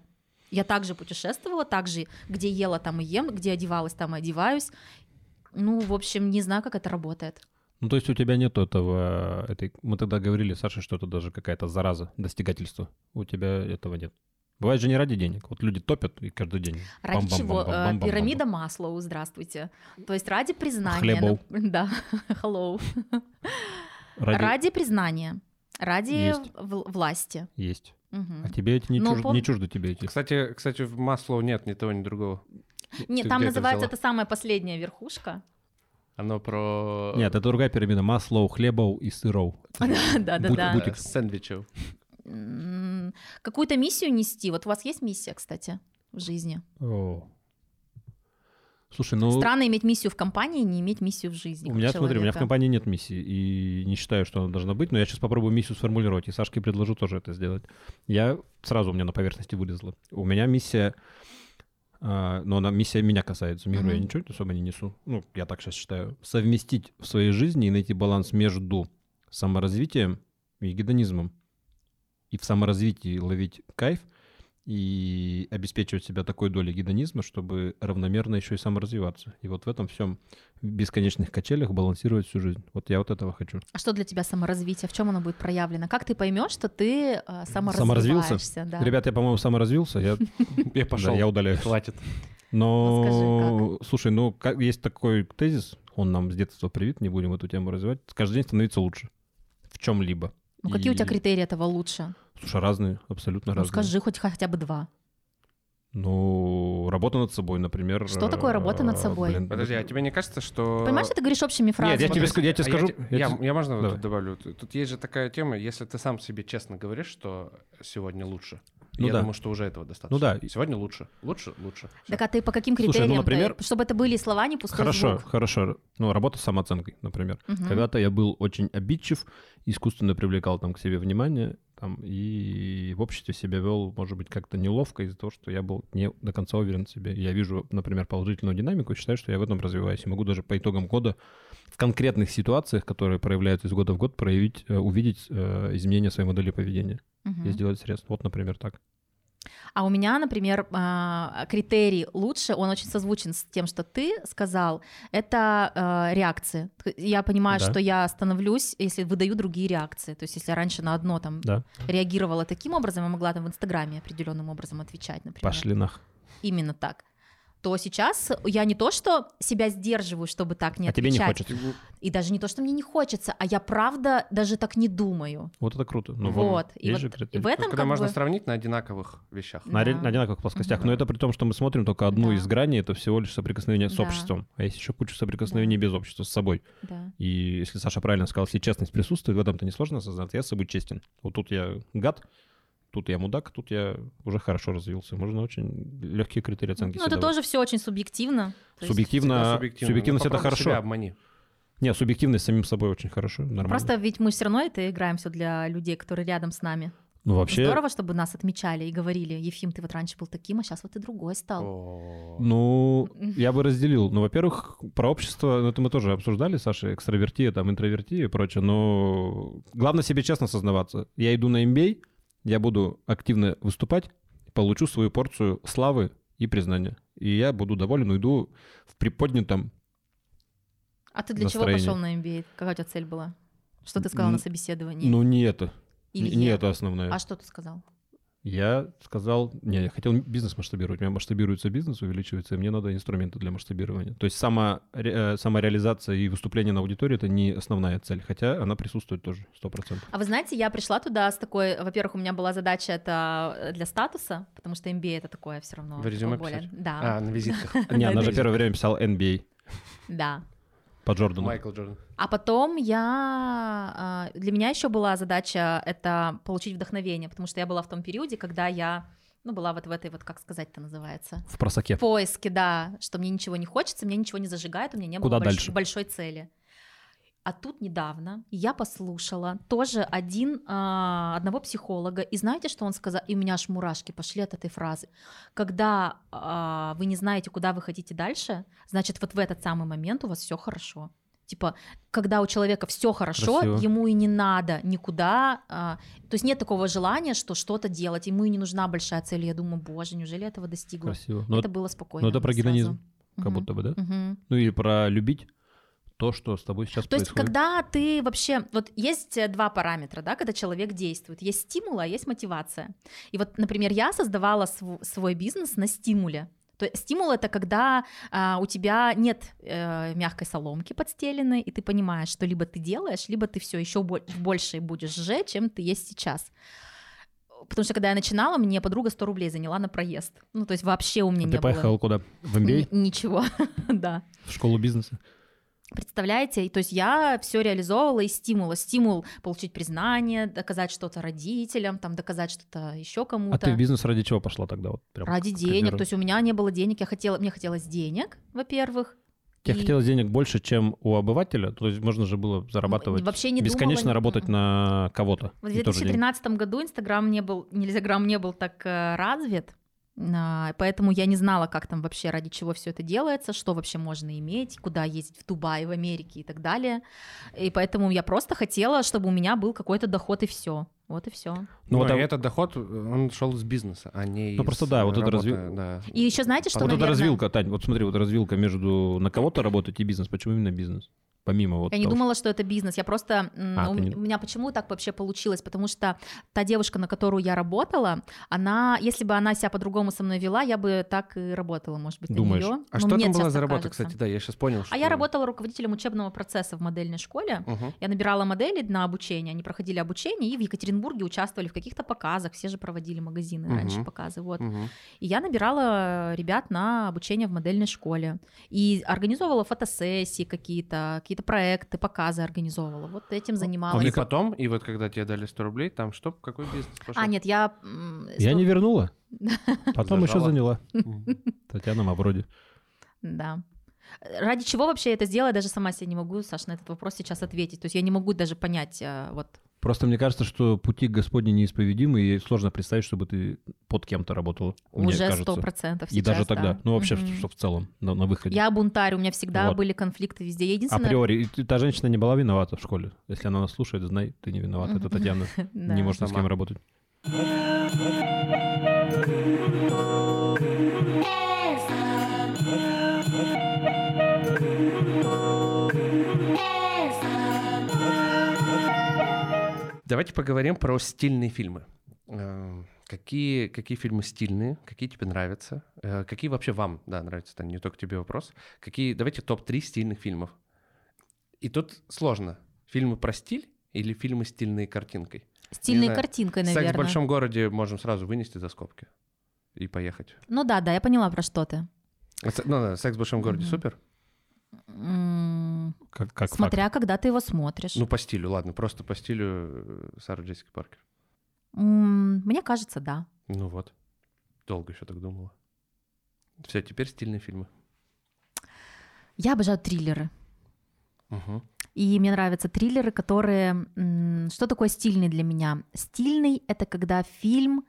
Speaker 2: Я также путешествовала, также где ела, там и ем, где одевалась, там и одеваюсь. Ну, в общем, не знаю, как это работает.
Speaker 1: Ну, то есть у тебя нет этого... Этой... Мы тогда говорили, Саша, что это даже какая-то зараза, достигательство. У тебя этого нет. Бывает же не ради денег. Вот люди топят и каждый день.
Speaker 2: Ради
Speaker 1: Бам-бам-бам-бам,
Speaker 2: чего? Э,
Speaker 1: бам-бам-бам-бам.
Speaker 2: Пирамида Маслоу, здравствуйте. То есть ради признания.
Speaker 1: Хлебов.
Speaker 2: нап- Да, hello.
Speaker 1: Ради...
Speaker 2: Ради признания, ради
Speaker 1: Есть.
Speaker 2: в- власти.
Speaker 1: Есть.
Speaker 2: Мгм. Ну,
Speaker 1: А тебе эти не,
Speaker 2: Но
Speaker 1: чужд-
Speaker 2: пом-
Speaker 1: не чужды тебе эти.
Speaker 3: Кстати, кстати, в масло нет ни того, ни другого.
Speaker 2: Нет,
Speaker 3: Ты
Speaker 2: там
Speaker 3: где это
Speaker 2: называется
Speaker 3: взяла?
Speaker 2: это самая последняя верхушка.
Speaker 3: Оно про...
Speaker 1: Нет, это другая пирамида. Маслоу, хлебов и сыров.
Speaker 2: Да, да,
Speaker 1: Бут-
Speaker 2: да.
Speaker 1: бутик.
Speaker 3: э, Сэндвичев.
Speaker 2: М, Какую-то миссию нести. Вот у вас есть миссия, кстати, в жизни.
Speaker 1: О. Слушай, ну...
Speaker 2: Странно иметь миссию в компании, не иметь миссию в жизни.
Speaker 1: У
Speaker 2: как
Speaker 1: меня, смотри, у меня в
Speaker 2: человека.
Speaker 1: компании нет миссии, и не считаю, что она должна быть, но я сейчас попробую миссию сформулировать, и Сашке предложу тоже это сделать. Я сразу у меня на поверхности вылезла. У меня миссия, а, но она миссия меня касается, миру я
Speaker 2: Мгм.
Speaker 1: ничего особо не несу. Ну, я так сейчас считаю. Совместить в своей жизни и найти баланс между саморазвитием и гедонизмом. И в саморазвитии ловить кайф, и обеспечивать себя такой долей гедонизма, чтобы равномерно еще и саморазвиваться. И вот в этом всем бесконечных качелях балансировать всю жизнь. Вот я вот этого хочу.
Speaker 2: А что для тебя саморазвитие? В чем оно будет проявлено? Как ты поймешь, что ты э,
Speaker 1: Саморазвился?
Speaker 2: саморазвиваешься? Да.
Speaker 1: Ребят, я, по-моему, саморазвился. Я,
Speaker 3: Я
Speaker 1: Да,
Speaker 3: пошел.
Speaker 1: я удаляюсь.
Speaker 3: Хватит.
Speaker 1: Но,
Speaker 2: Расскажи,
Speaker 1: слушай, ну, как- есть такой тезис, он нам с детства привит, не будем эту тему развивать. Каждый день становится лучше в чем-либо.
Speaker 2: Ну какие у тебя
Speaker 1: И-
Speaker 2: критерии этого лучше?
Speaker 1: Слушай, разные, абсолютно
Speaker 2: Ну
Speaker 1: разные.
Speaker 2: скажи хоть хотя бы два.
Speaker 1: Ну, работа над собой, например.
Speaker 2: Что
Speaker 1: э,
Speaker 2: такое работа над собой?
Speaker 1: блин,
Speaker 3: Подожди, а тебе не кажется, что...
Speaker 2: Понимаешь, что ты говоришь общими фразами?
Speaker 1: Нет, я тебе, ск- я тебе
Speaker 3: А
Speaker 1: скажу.
Speaker 3: те-
Speaker 1: я
Speaker 3: Я,
Speaker 1: тебе-
Speaker 3: я можно вот
Speaker 1: Давай.
Speaker 3: тут добавлю? Т- Тут есть же такая тема, если ты сам себе честно говоришь, что сегодня лучше.
Speaker 1: Ну
Speaker 3: я
Speaker 1: да.
Speaker 3: думаю, что уже этого достаточно.
Speaker 1: Ну да.
Speaker 3: Сегодня лучше, лучше, лучше. Всё.
Speaker 2: Так а ты по каким
Speaker 1: Слушай, ну,
Speaker 2: критериям? Э,
Speaker 1: например-
Speaker 2: Чтобы это были слова, а не пустой
Speaker 1: Хорошо,
Speaker 2: звук.
Speaker 1: хорошо. Ну, работа с самооценкой, например.
Speaker 2: Мгм.
Speaker 1: Когда-то я был очень обидчив, искусственно привлекал там к себе внимание, там, и в обществе себя вел, может быть, как-то неловко из-за того, что я был не до конца уверен в себе. Я вижу, например, положительную динамику и считаю, что я в этом развиваюсь. И могу даже по итогам года в конкретных ситуациях, которые проявляются из года в год, проявить, э, увидеть э, изменения своей модели поведения
Speaker 2: Мгм.
Speaker 1: и сделать средств. Вот, например, так.
Speaker 2: А у меня, например, а, критерий лучше, он очень созвучен с тем, что ты сказал, это а, реакции. Т- Я понимаю,
Speaker 1: Да.
Speaker 2: что я становлюсь, если выдаю другие реакции. То есть, если я раньше на одно там
Speaker 1: Да.
Speaker 2: реагировала таким образом, я могла там в Инстаграме определенным образом отвечать, например.
Speaker 1: Пошли нах.
Speaker 2: Именно так. То сейчас я не то, что себя сдерживаю, чтобы так не
Speaker 1: а тебе
Speaker 2: отвечать.
Speaker 1: не хочется.
Speaker 2: И даже не то, что мне не хочется, а я правда даже так не думаю.
Speaker 1: Вот это круто. Ну,
Speaker 2: вот. И,
Speaker 1: есть
Speaker 2: вот-
Speaker 1: же
Speaker 2: и в
Speaker 1: критерии.
Speaker 3: То есть,
Speaker 2: этом
Speaker 3: когда
Speaker 2: как
Speaker 3: можно
Speaker 2: бы-
Speaker 3: сравнить на одинаковых вещах.
Speaker 1: На, ре-
Speaker 2: Да.
Speaker 1: на одинаковых плоскостях.
Speaker 2: Мгм.
Speaker 1: Но это при том, что мы смотрим только одну
Speaker 2: Да.
Speaker 1: из граней, это всего лишь соприкосновение с
Speaker 2: Да.
Speaker 1: обществом. А есть еще куча соприкосновений без общества, с собой.
Speaker 2: Да.
Speaker 1: И если Саша правильно сказал, если честность присутствует, в этом-то несложно осознаться. Я с собой честен. Вот тут я гад, тут я мудак, тут я уже хорошо развился. Можно очень легкие критерии оценки
Speaker 2: Ну,
Speaker 1: себе
Speaker 2: это
Speaker 1: давать.
Speaker 2: тоже все очень субъективно. То есть
Speaker 1: Субъективно,
Speaker 3: Всегда
Speaker 1: субъективность,
Speaker 3: субъективно. Ну,
Speaker 1: это
Speaker 3: попробуй
Speaker 1: хорошо.
Speaker 3: себя обмани.
Speaker 1: Не, субъективность самим собой очень хорошо, нормально.
Speaker 2: Просто ведь мы все равно это играем все для людей, которые рядом с нами.
Speaker 1: ну, вообще,
Speaker 2: Здорово, чтобы нас отмечали и говорили, Ефим, ты вот раньше был таким, а сейчас вот ты другой стал.
Speaker 3: О.
Speaker 1: Ну, я бы разделил. Ну, во-первых, про общество, ну, это мы тоже обсуждали, Саша, экстравертия, там, интровертия и прочее, но главное себе честно сознаваться. Я иду на MBA, я буду активно выступать, получу свою порцию славы и признания. И я буду доволен, уйду в приподнятом.
Speaker 2: А ты для
Speaker 1: настроение.
Speaker 2: чего пошел на MBA? Какая у тебя цель была? Что ты сказал
Speaker 1: Н-
Speaker 2: на собеседовании?
Speaker 1: Ну, не это.
Speaker 2: Или
Speaker 1: Не- не
Speaker 2: я?
Speaker 1: это основное.
Speaker 2: А что ты сказал?
Speaker 1: Я сказал, не, я хотел бизнес масштабировать. У меня масштабируется бизнес, увеличивается, и мне надо инструменты для масштабирования. То есть сама, ре- э, самореализация и выступление на аудитории — это не основная цель, хотя она присутствует тоже, 100%.
Speaker 2: А вы знаете, я пришла туда с такой, во-первых, у меня была задача это э, для статуса, потому что MBA это такое все равно.
Speaker 3: В
Speaker 2: такое
Speaker 3: резюме
Speaker 2: более-
Speaker 3: писать?
Speaker 2: Да,
Speaker 3: А, на визитках.
Speaker 1: Не, она же
Speaker 3: Да,
Speaker 1: первое время писала NBA
Speaker 2: да.
Speaker 1: по Джордану.
Speaker 3: Майкл Джордан.
Speaker 2: А потом я... э, Для меня еще была задача это получить вдохновение, потому что я была в том периоде, когда я, ну, была вот в этой вот, как сказать это называется,
Speaker 1: В просаке.
Speaker 2: в поиске, да, что мне ничего не хочется, мне ничего не зажигает, у меня не было
Speaker 1: Куда
Speaker 2: больш-
Speaker 1: дальше?
Speaker 2: большой цели. А тут недавно я послушала тоже один, а, одного психолога, и знаете, что он сказал? И у меня аж мурашки пошли от этой фразы. Когда а, вы не знаете, куда вы хотите дальше, значит, вот в этот самый момент у вас все хорошо. Типа, когда у человека все хорошо,
Speaker 1: Красиво.
Speaker 2: ему и не надо никуда. а, то есть нет такого желания, что что-то делать, ему и не нужна большая цель. Я думаю, боже, неужели я этого достигла?
Speaker 1: Красиво. Но
Speaker 2: это
Speaker 1: это,
Speaker 2: было спокойно.
Speaker 1: но это про
Speaker 2: сразу.
Speaker 1: гедонизм, как
Speaker 2: Мгм.
Speaker 1: будто бы, да?
Speaker 2: Мгм.
Speaker 1: Ну или про любить то, что с тобой сейчас
Speaker 2: То есть,
Speaker 1: происходит.
Speaker 2: когда ты вообще... Вот есть э, два параметра, да, когда человек действует. Есть стимул, а есть мотивация. И вот, например, я создавала св- свой бизнес на стимуле. То есть стимул это когда а, у тебя нет э, мягкой соломки подстеленной, и ты понимаешь, что либо ты делаешь, либо ты все еще больше будешь же, чем ты есть сейчас. Потому что когда я начинала, мне подруга 100 рублей заняла на проезд. Ну, то есть вообще у меня
Speaker 1: А
Speaker 2: не
Speaker 1: Ты поехал куда? В А?
Speaker 2: было
Speaker 1: MBA?
Speaker 2: ни- ничего, да.
Speaker 1: В школу бизнеса?
Speaker 2: Представляете? И То есть я все реализовывала из стимула. Стимул получить признание, доказать что-то родителям, там, доказать что-то еще кому-то.
Speaker 1: А ты в бизнес ради чего пошла тогда? Вот, прям
Speaker 2: Ради
Speaker 1: к
Speaker 2: денег.
Speaker 1: примеру.
Speaker 2: То есть у меня не было денег, я хотела, мне хотелось денег, во-первых.
Speaker 1: Тебе
Speaker 2: и-
Speaker 1: хотелось денег больше, чем у обывателя? То есть можно же было зарабатывать,
Speaker 2: вообще не
Speaker 1: бесконечно
Speaker 2: думала-
Speaker 1: работать на кого-то.
Speaker 2: В
Speaker 1: и тоже деньги.
Speaker 2: 2013 году Инстаграм не был, Нельзяграм не был так э, развит, а, поэтому я не знала, как там вообще, ради чего все это делается, что вообще можно иметь, куда ездить в Дубай, в Америке и так далее. И поэтому я просто хотела, чтобы у меня был какой-то доход и все. Вот и все.
Speaker 1: Ну,
Speaker 3: Ну,
Speaker 1: вот
Speaker 3: и
Speaker 1: а-
Speaker 3: этот доход, он шел с бизнеса, а не
Speaker 1: Ну,
Speaker 3: из
Speaker 1: просто да, вот это
Speaker 3: работы,
Speaker 1: разви-
Speaker 3: да.
Speaker 2: И еще знаете, что,
Speaker 1: А вот
Speaker 2: наверное,
Speaker 1: эта развилка, Тань, вот смотри, вот развилка между на кого-то работать и бизнес. Почему именно бизнес? Помимо
Speaker 3: Типа
Speaker 1: вот
Speaker 2: Я не
Speaker 1: того,
Speaker 2: думала, что это бизнес. Я просто... м,
Speaker 1: А,
Speaker 2: у,
Speaker 1: ты не-
Speaker 2: у меня почему так вообще получилось? Потому что та девушка, на которую я работала, она... Если бы она себя по-другому со мной вела, я бы так и работала, может быть, на
Speaker 1: Думаешь?
Speaker 2: неё.
Speaker 3: А
Speaker 2: Ну,
Speaker 3: что
Speaker 2: мне
Speaker 3: там
Speaker 2: сейчас
Speaker 3: была за
Speaker 2: так
Speaker 3: работа,
Speaker 2: кажется.
Speaker 3: кстати? Да, я сейчас понял, что...
Speaker 2: А я работала руководителем учебного процесса в модельной школе.
Speaker 3: Мгм.
Speaker 2: Я набирала модели на обучение, они проходили обучение и в Екатеринбурге участвовали в каких-то показах, все же проводили магазины
Speaker 3: Мгм.
Speaker 2: раньше показы, вот.
Speaker 3: Мгм.
Speaker 2: И я набирала э, ребят на обучение в модельной школе. И организовывала фотосессии какие-то, какие-то проекты, показы организовывала. Вот этим занималась.
Speaker 1: а мне
Speaker 3: Ну, И потом, и вот когда тебе дали 100 рублей, там что, какой бизнес пошел?
Speaker 2: А, нет, я... м,
Speaker 1: Я
Speaker 2: сто-
Speaker 1: не вернула. Потом еще
Speaker 3: Зажала.
Speaker 1: заняла.
Speaker 3: Мгм.
Speaker 1: Татьяна Мавроди.
Speaker 2: Да. Ради чего вообще я это сделала, я даже сама себе не могу, Саш, на этот вопрос сейчас ответить. То есть я не могу даже понять, э, вот...
Speaker 1: Просто мне кажется, что пути Господни неисповедимы, и сложно представить, чтобы ты под кем-то работала. мне
Speaker 2: уже
Speaker 1: кажется.
Speaker 2: сто процентов
Speaker 1: И даже
Speaker 2: сейчас,
Speaker 1: тогда.
Speaker 2: да.
Speaker 1: Ну, вообще,
Speaker 2: Мгм.
Speaker 1: что, что в целом, на, на выходе.
Speaker 2: Я бунтарь, у меня всегда
Speaker 1: Вот.
Speaker 2: были конфликты везде. Я единственное...
Speaker 1: Априори. И ты- та женщина не была виновата в школе. Если она нас слушает, знай, ты не виновата. Это Татьяна.
Speaker 2: Да.
Speaker 1: Не может ни с
Speaker 3: Сама.
Speaker 1: кем работать.
Speaker 3: Давайте поговорим про стильные фильмы. Эм, Какие, какие фильмы стильные, какие тебе нравятся, Э, какие вообще вам, да, нравятся, это не только тебе вопрос. Какие, давайте топ-3 стильных фильмов. И тут сложно. Фильмы про стиль или фильмы стильные картинкой? Не
Speaker 2: Стильной
Speaker 3: знаю.
Speaker 2: картинкой,
Speaker 3: Секс в
Speaker 2: наверное.
Speaker 3: большом городе можем сразу вынести за скобки и поехать.
Speaker 2: Ну да, да, я поняла, про что ты.
Speaker 3: А се- Ну, да, секс в большом городе
Speaker 2: Мгм.
Speaker 3: супер.
Speaker 2: М,
Speaker 1: Как, как факт.
Speaker 2: Смотря, когда ты его смотришь.
Speaker 3: Ну, по стилю, ладно, просто по стилю э, Сары Джессики Паркер.
Speaker 2: М, Мне кажется, да.
Speaker 3: Ну вот. Долго еще так думала. Все, теперь стильные фильмы.
Speaker 2: Я обожаю триллеры.
Speaker 3: Мгм.
Speaker 2: И мне нравятся триллеры, которые... м, Что такое стильный для меня? Стильный — это когда фильм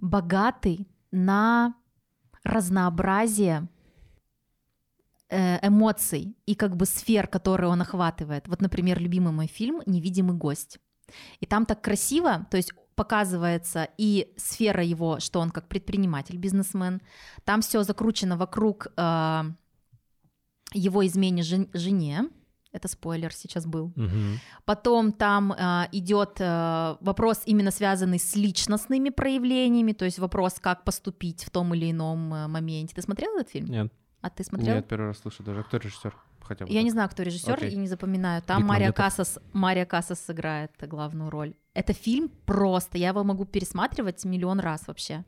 Speaker 2: богатый на разнообразие э, эмоций и как бы сфер, которые он охватывает. Вот, например, любимый мой фильм «Невидимый гость». И там так красиво, то есть показывается и сфера его, что он как предприниматель, бизнесмен. Там все закручено вокруг э, его измене жен- жене. Это спойлер сейчас был.
Speaker 1: Мгм.
Speaker 2: Потом там а, идет э, вопрос, именно связанный с личностными проявлениями, то есть вопрос, как поступить в том или ином э, моменте. Ты смотрел этот фильм?
Speaker 1: Нет.
Speaker 2: А ты смотрел?
Speaker 3: Нет, первый раз слышу даже. Кто режиссер? Хотя бы
Speaker 2: Я
Speaker 3: так.
Speaker 2: не знаю, кто режиссер,
Speaker 3: Окей.
Speaker 2: и не запоминаю. Там
Speaker 1: Бекмамбетов.
Speaker 2: Мария Кассас, Мария Кассас сыграет главную роль. Это фильм просто, я его могу пересматривать миллион раз вообще.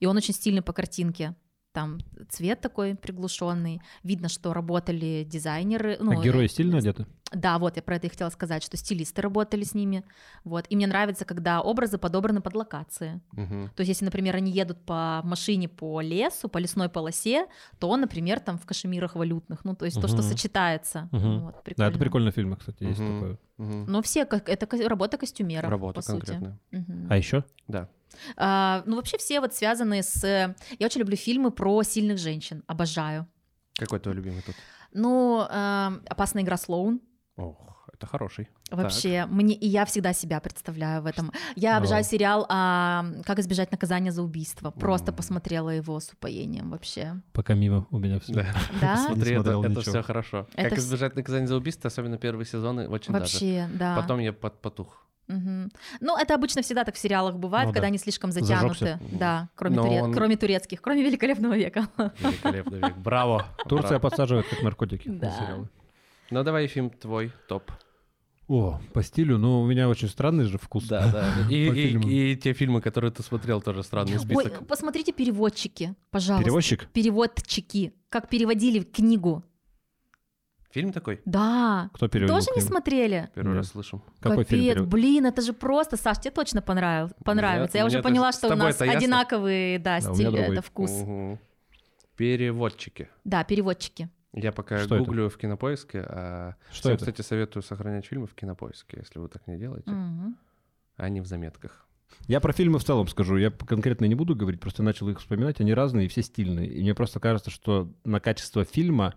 Speaker 2: И он очень стильный по картинке. Там цвет такой приглушенный. Видно, что работали дизайнеры.
Speaker 1: А
Speaker 2: ну,
Speaker 1: герои стильно одеты?
Speaker 2: да, вот я про это и хотела сказать, что стилисты работали с ними. Вот. И мне нравится, когда образы подобраны под локации.
Speaker 3: Мгм.
Speaker 2: То есть, если, например, они едут по в машине по лесу, по лесной полосе, то он, например, там в кашемирах валютных. Ну, то есть то, что
Speaker 1: Мгм.
Speaker 2: сочетается.
Speaker 1: Мгм.
Speaker 2: Вот,
Speaker 1: Да, это прикольно в фильмах, кстати, есть
Speaker 3: Мгм.
Speaker 1: такое.
Speaker 3: Мгм.
Speaker 2: Но все, как, это ко- работа костюмеров,
Speaker 3: Работа
Speaker 2: по сути.
Speaker 3: конкретная.
Speaker 2: Мгм.
Speaker 1: А еще?
Speaker 3: Да.
Speaker 2: А, ну, вообще все вот связанные с... Я очень люблю фильмы про сильных женщин, обожаю.
Speaker 3: Какой твой любимый тут?
Speaker 2: Ну, эм, «Опасная игра Слоун»,
Speaker 3: Ох, это хороший.
Speaker 2: Вообще, мне и я всегда себя представляю в этом. Я
Speaker 1: Ну.
Speaker 2: обожаю сериал а, «Как избежать наказания за убийство». Просто
Speaker 3: М.
Speaker 2: посмотрела его с упоением вообще.
Speaker 1: Пока мимо у меня все.
Speaker 3: Да.
Speaker 2: Да?
Speaker 1: Не
Speaker 3: Смотри, это,
Speaker 1: смотрел ничего.
Speaker 3: все хорошо.
Speaker 2: А? Это
Speaker 3: как
Speaker 2: вс-
Speaker 3: избежать наказания за убийство, особенно первые сезоны, очень даже.
Speaker 2: Вообще, да.
Speaker 3: Потом я под потух.
Speaker 2: Мгм. Ну, это обычно всегда так в сериалах бывает,
Speaker 1: Ну
Speaker 2: когда
Speaker 1: да.
Speaker 2: они слишком
Speaker 1: Зажёгся.
Speaker 2: затянуты. Да, кроме,
Speaker 3: Но
Speaker 2: туре-
Speaker 3: он-
Speaker 2: кроме турецких, кроме «Великолепного века».
Speaker 3: Великолепный век. Браво.
Speaker 1: Турция
Speaker 3: Браво.
Speaker 1: подсаживает как наркотики на
Speaker 2: Да.
Speaker 1: сериалы.
Speaker 3: Ну давай фильм твой топ.
Speaker 1: О, по стилю, ну, у меня очень странный же вкус.
Speaker 3: Да, да. И,
Speaker 1: По
Speaker 3: и-
Speaker 1: фильмам.
Speaker 3: и те фильмы, которые ты смотрел, тоже странный
Speaker 2: Ой,
Speaker 3: список.
Speaker 2: посмотрите «Переводчики», пожалуйста.
Speaker 1: Перевозчик?
Speaker 2: Переводчики, как переводили книгу.
Speaker 3: Фильм такой?
Speaker 2: Да.
Speaker 1: Кто перевел?
Speaker 2: Тоже не смотрели?
Speaker 3: Первый
Speaker 1: Нет.
Speaker 3: раз слышу.
Speaker 1: Какой
Speaker 2: Капец,
Speaker 1: фильм перевел?
Speaker 2: блин, это же просто, Саш, тебе точно понравил, понравится.
Speaker 3: Мне-
Speaker 2: Я
Speaker 1: ну,
Speaker 2: уже
Speaker 3: мне
Speaker 2: поняла,
Speaker 3: тоже- с
Speaker 2: что у нас
Speaker 3: тобой-то ясно.
Speaker 2: одинаковые, да,
Speaker 1: Да, у
Speaker 2: стиль,
Speaker 1: меня другой.
Speaker 2: это вкус.
Speaker 3: Мгм. Переводчики.
Speaker 2: Да, переводчики.
Speaker 3: Я пока
Speaker 1: Что это?
Speaker 3: гуглю в кинопоиске. а
Speaker 1: Что
Speaker 3: всем,
Speaker 1: это?
Speaker 3: кстати, советую сохранять фильмы в кинопоиске, если вы так не делаете,
Speaker 2: Мгм.
Speaker 3: а не в заметках.
Speaker 1: Я про фильмы в целом скажу. Я п- конкретно не буду говорить, просто начал их вспоминать. Они разные и все стильные. И мне просто кажется, что на качество фильма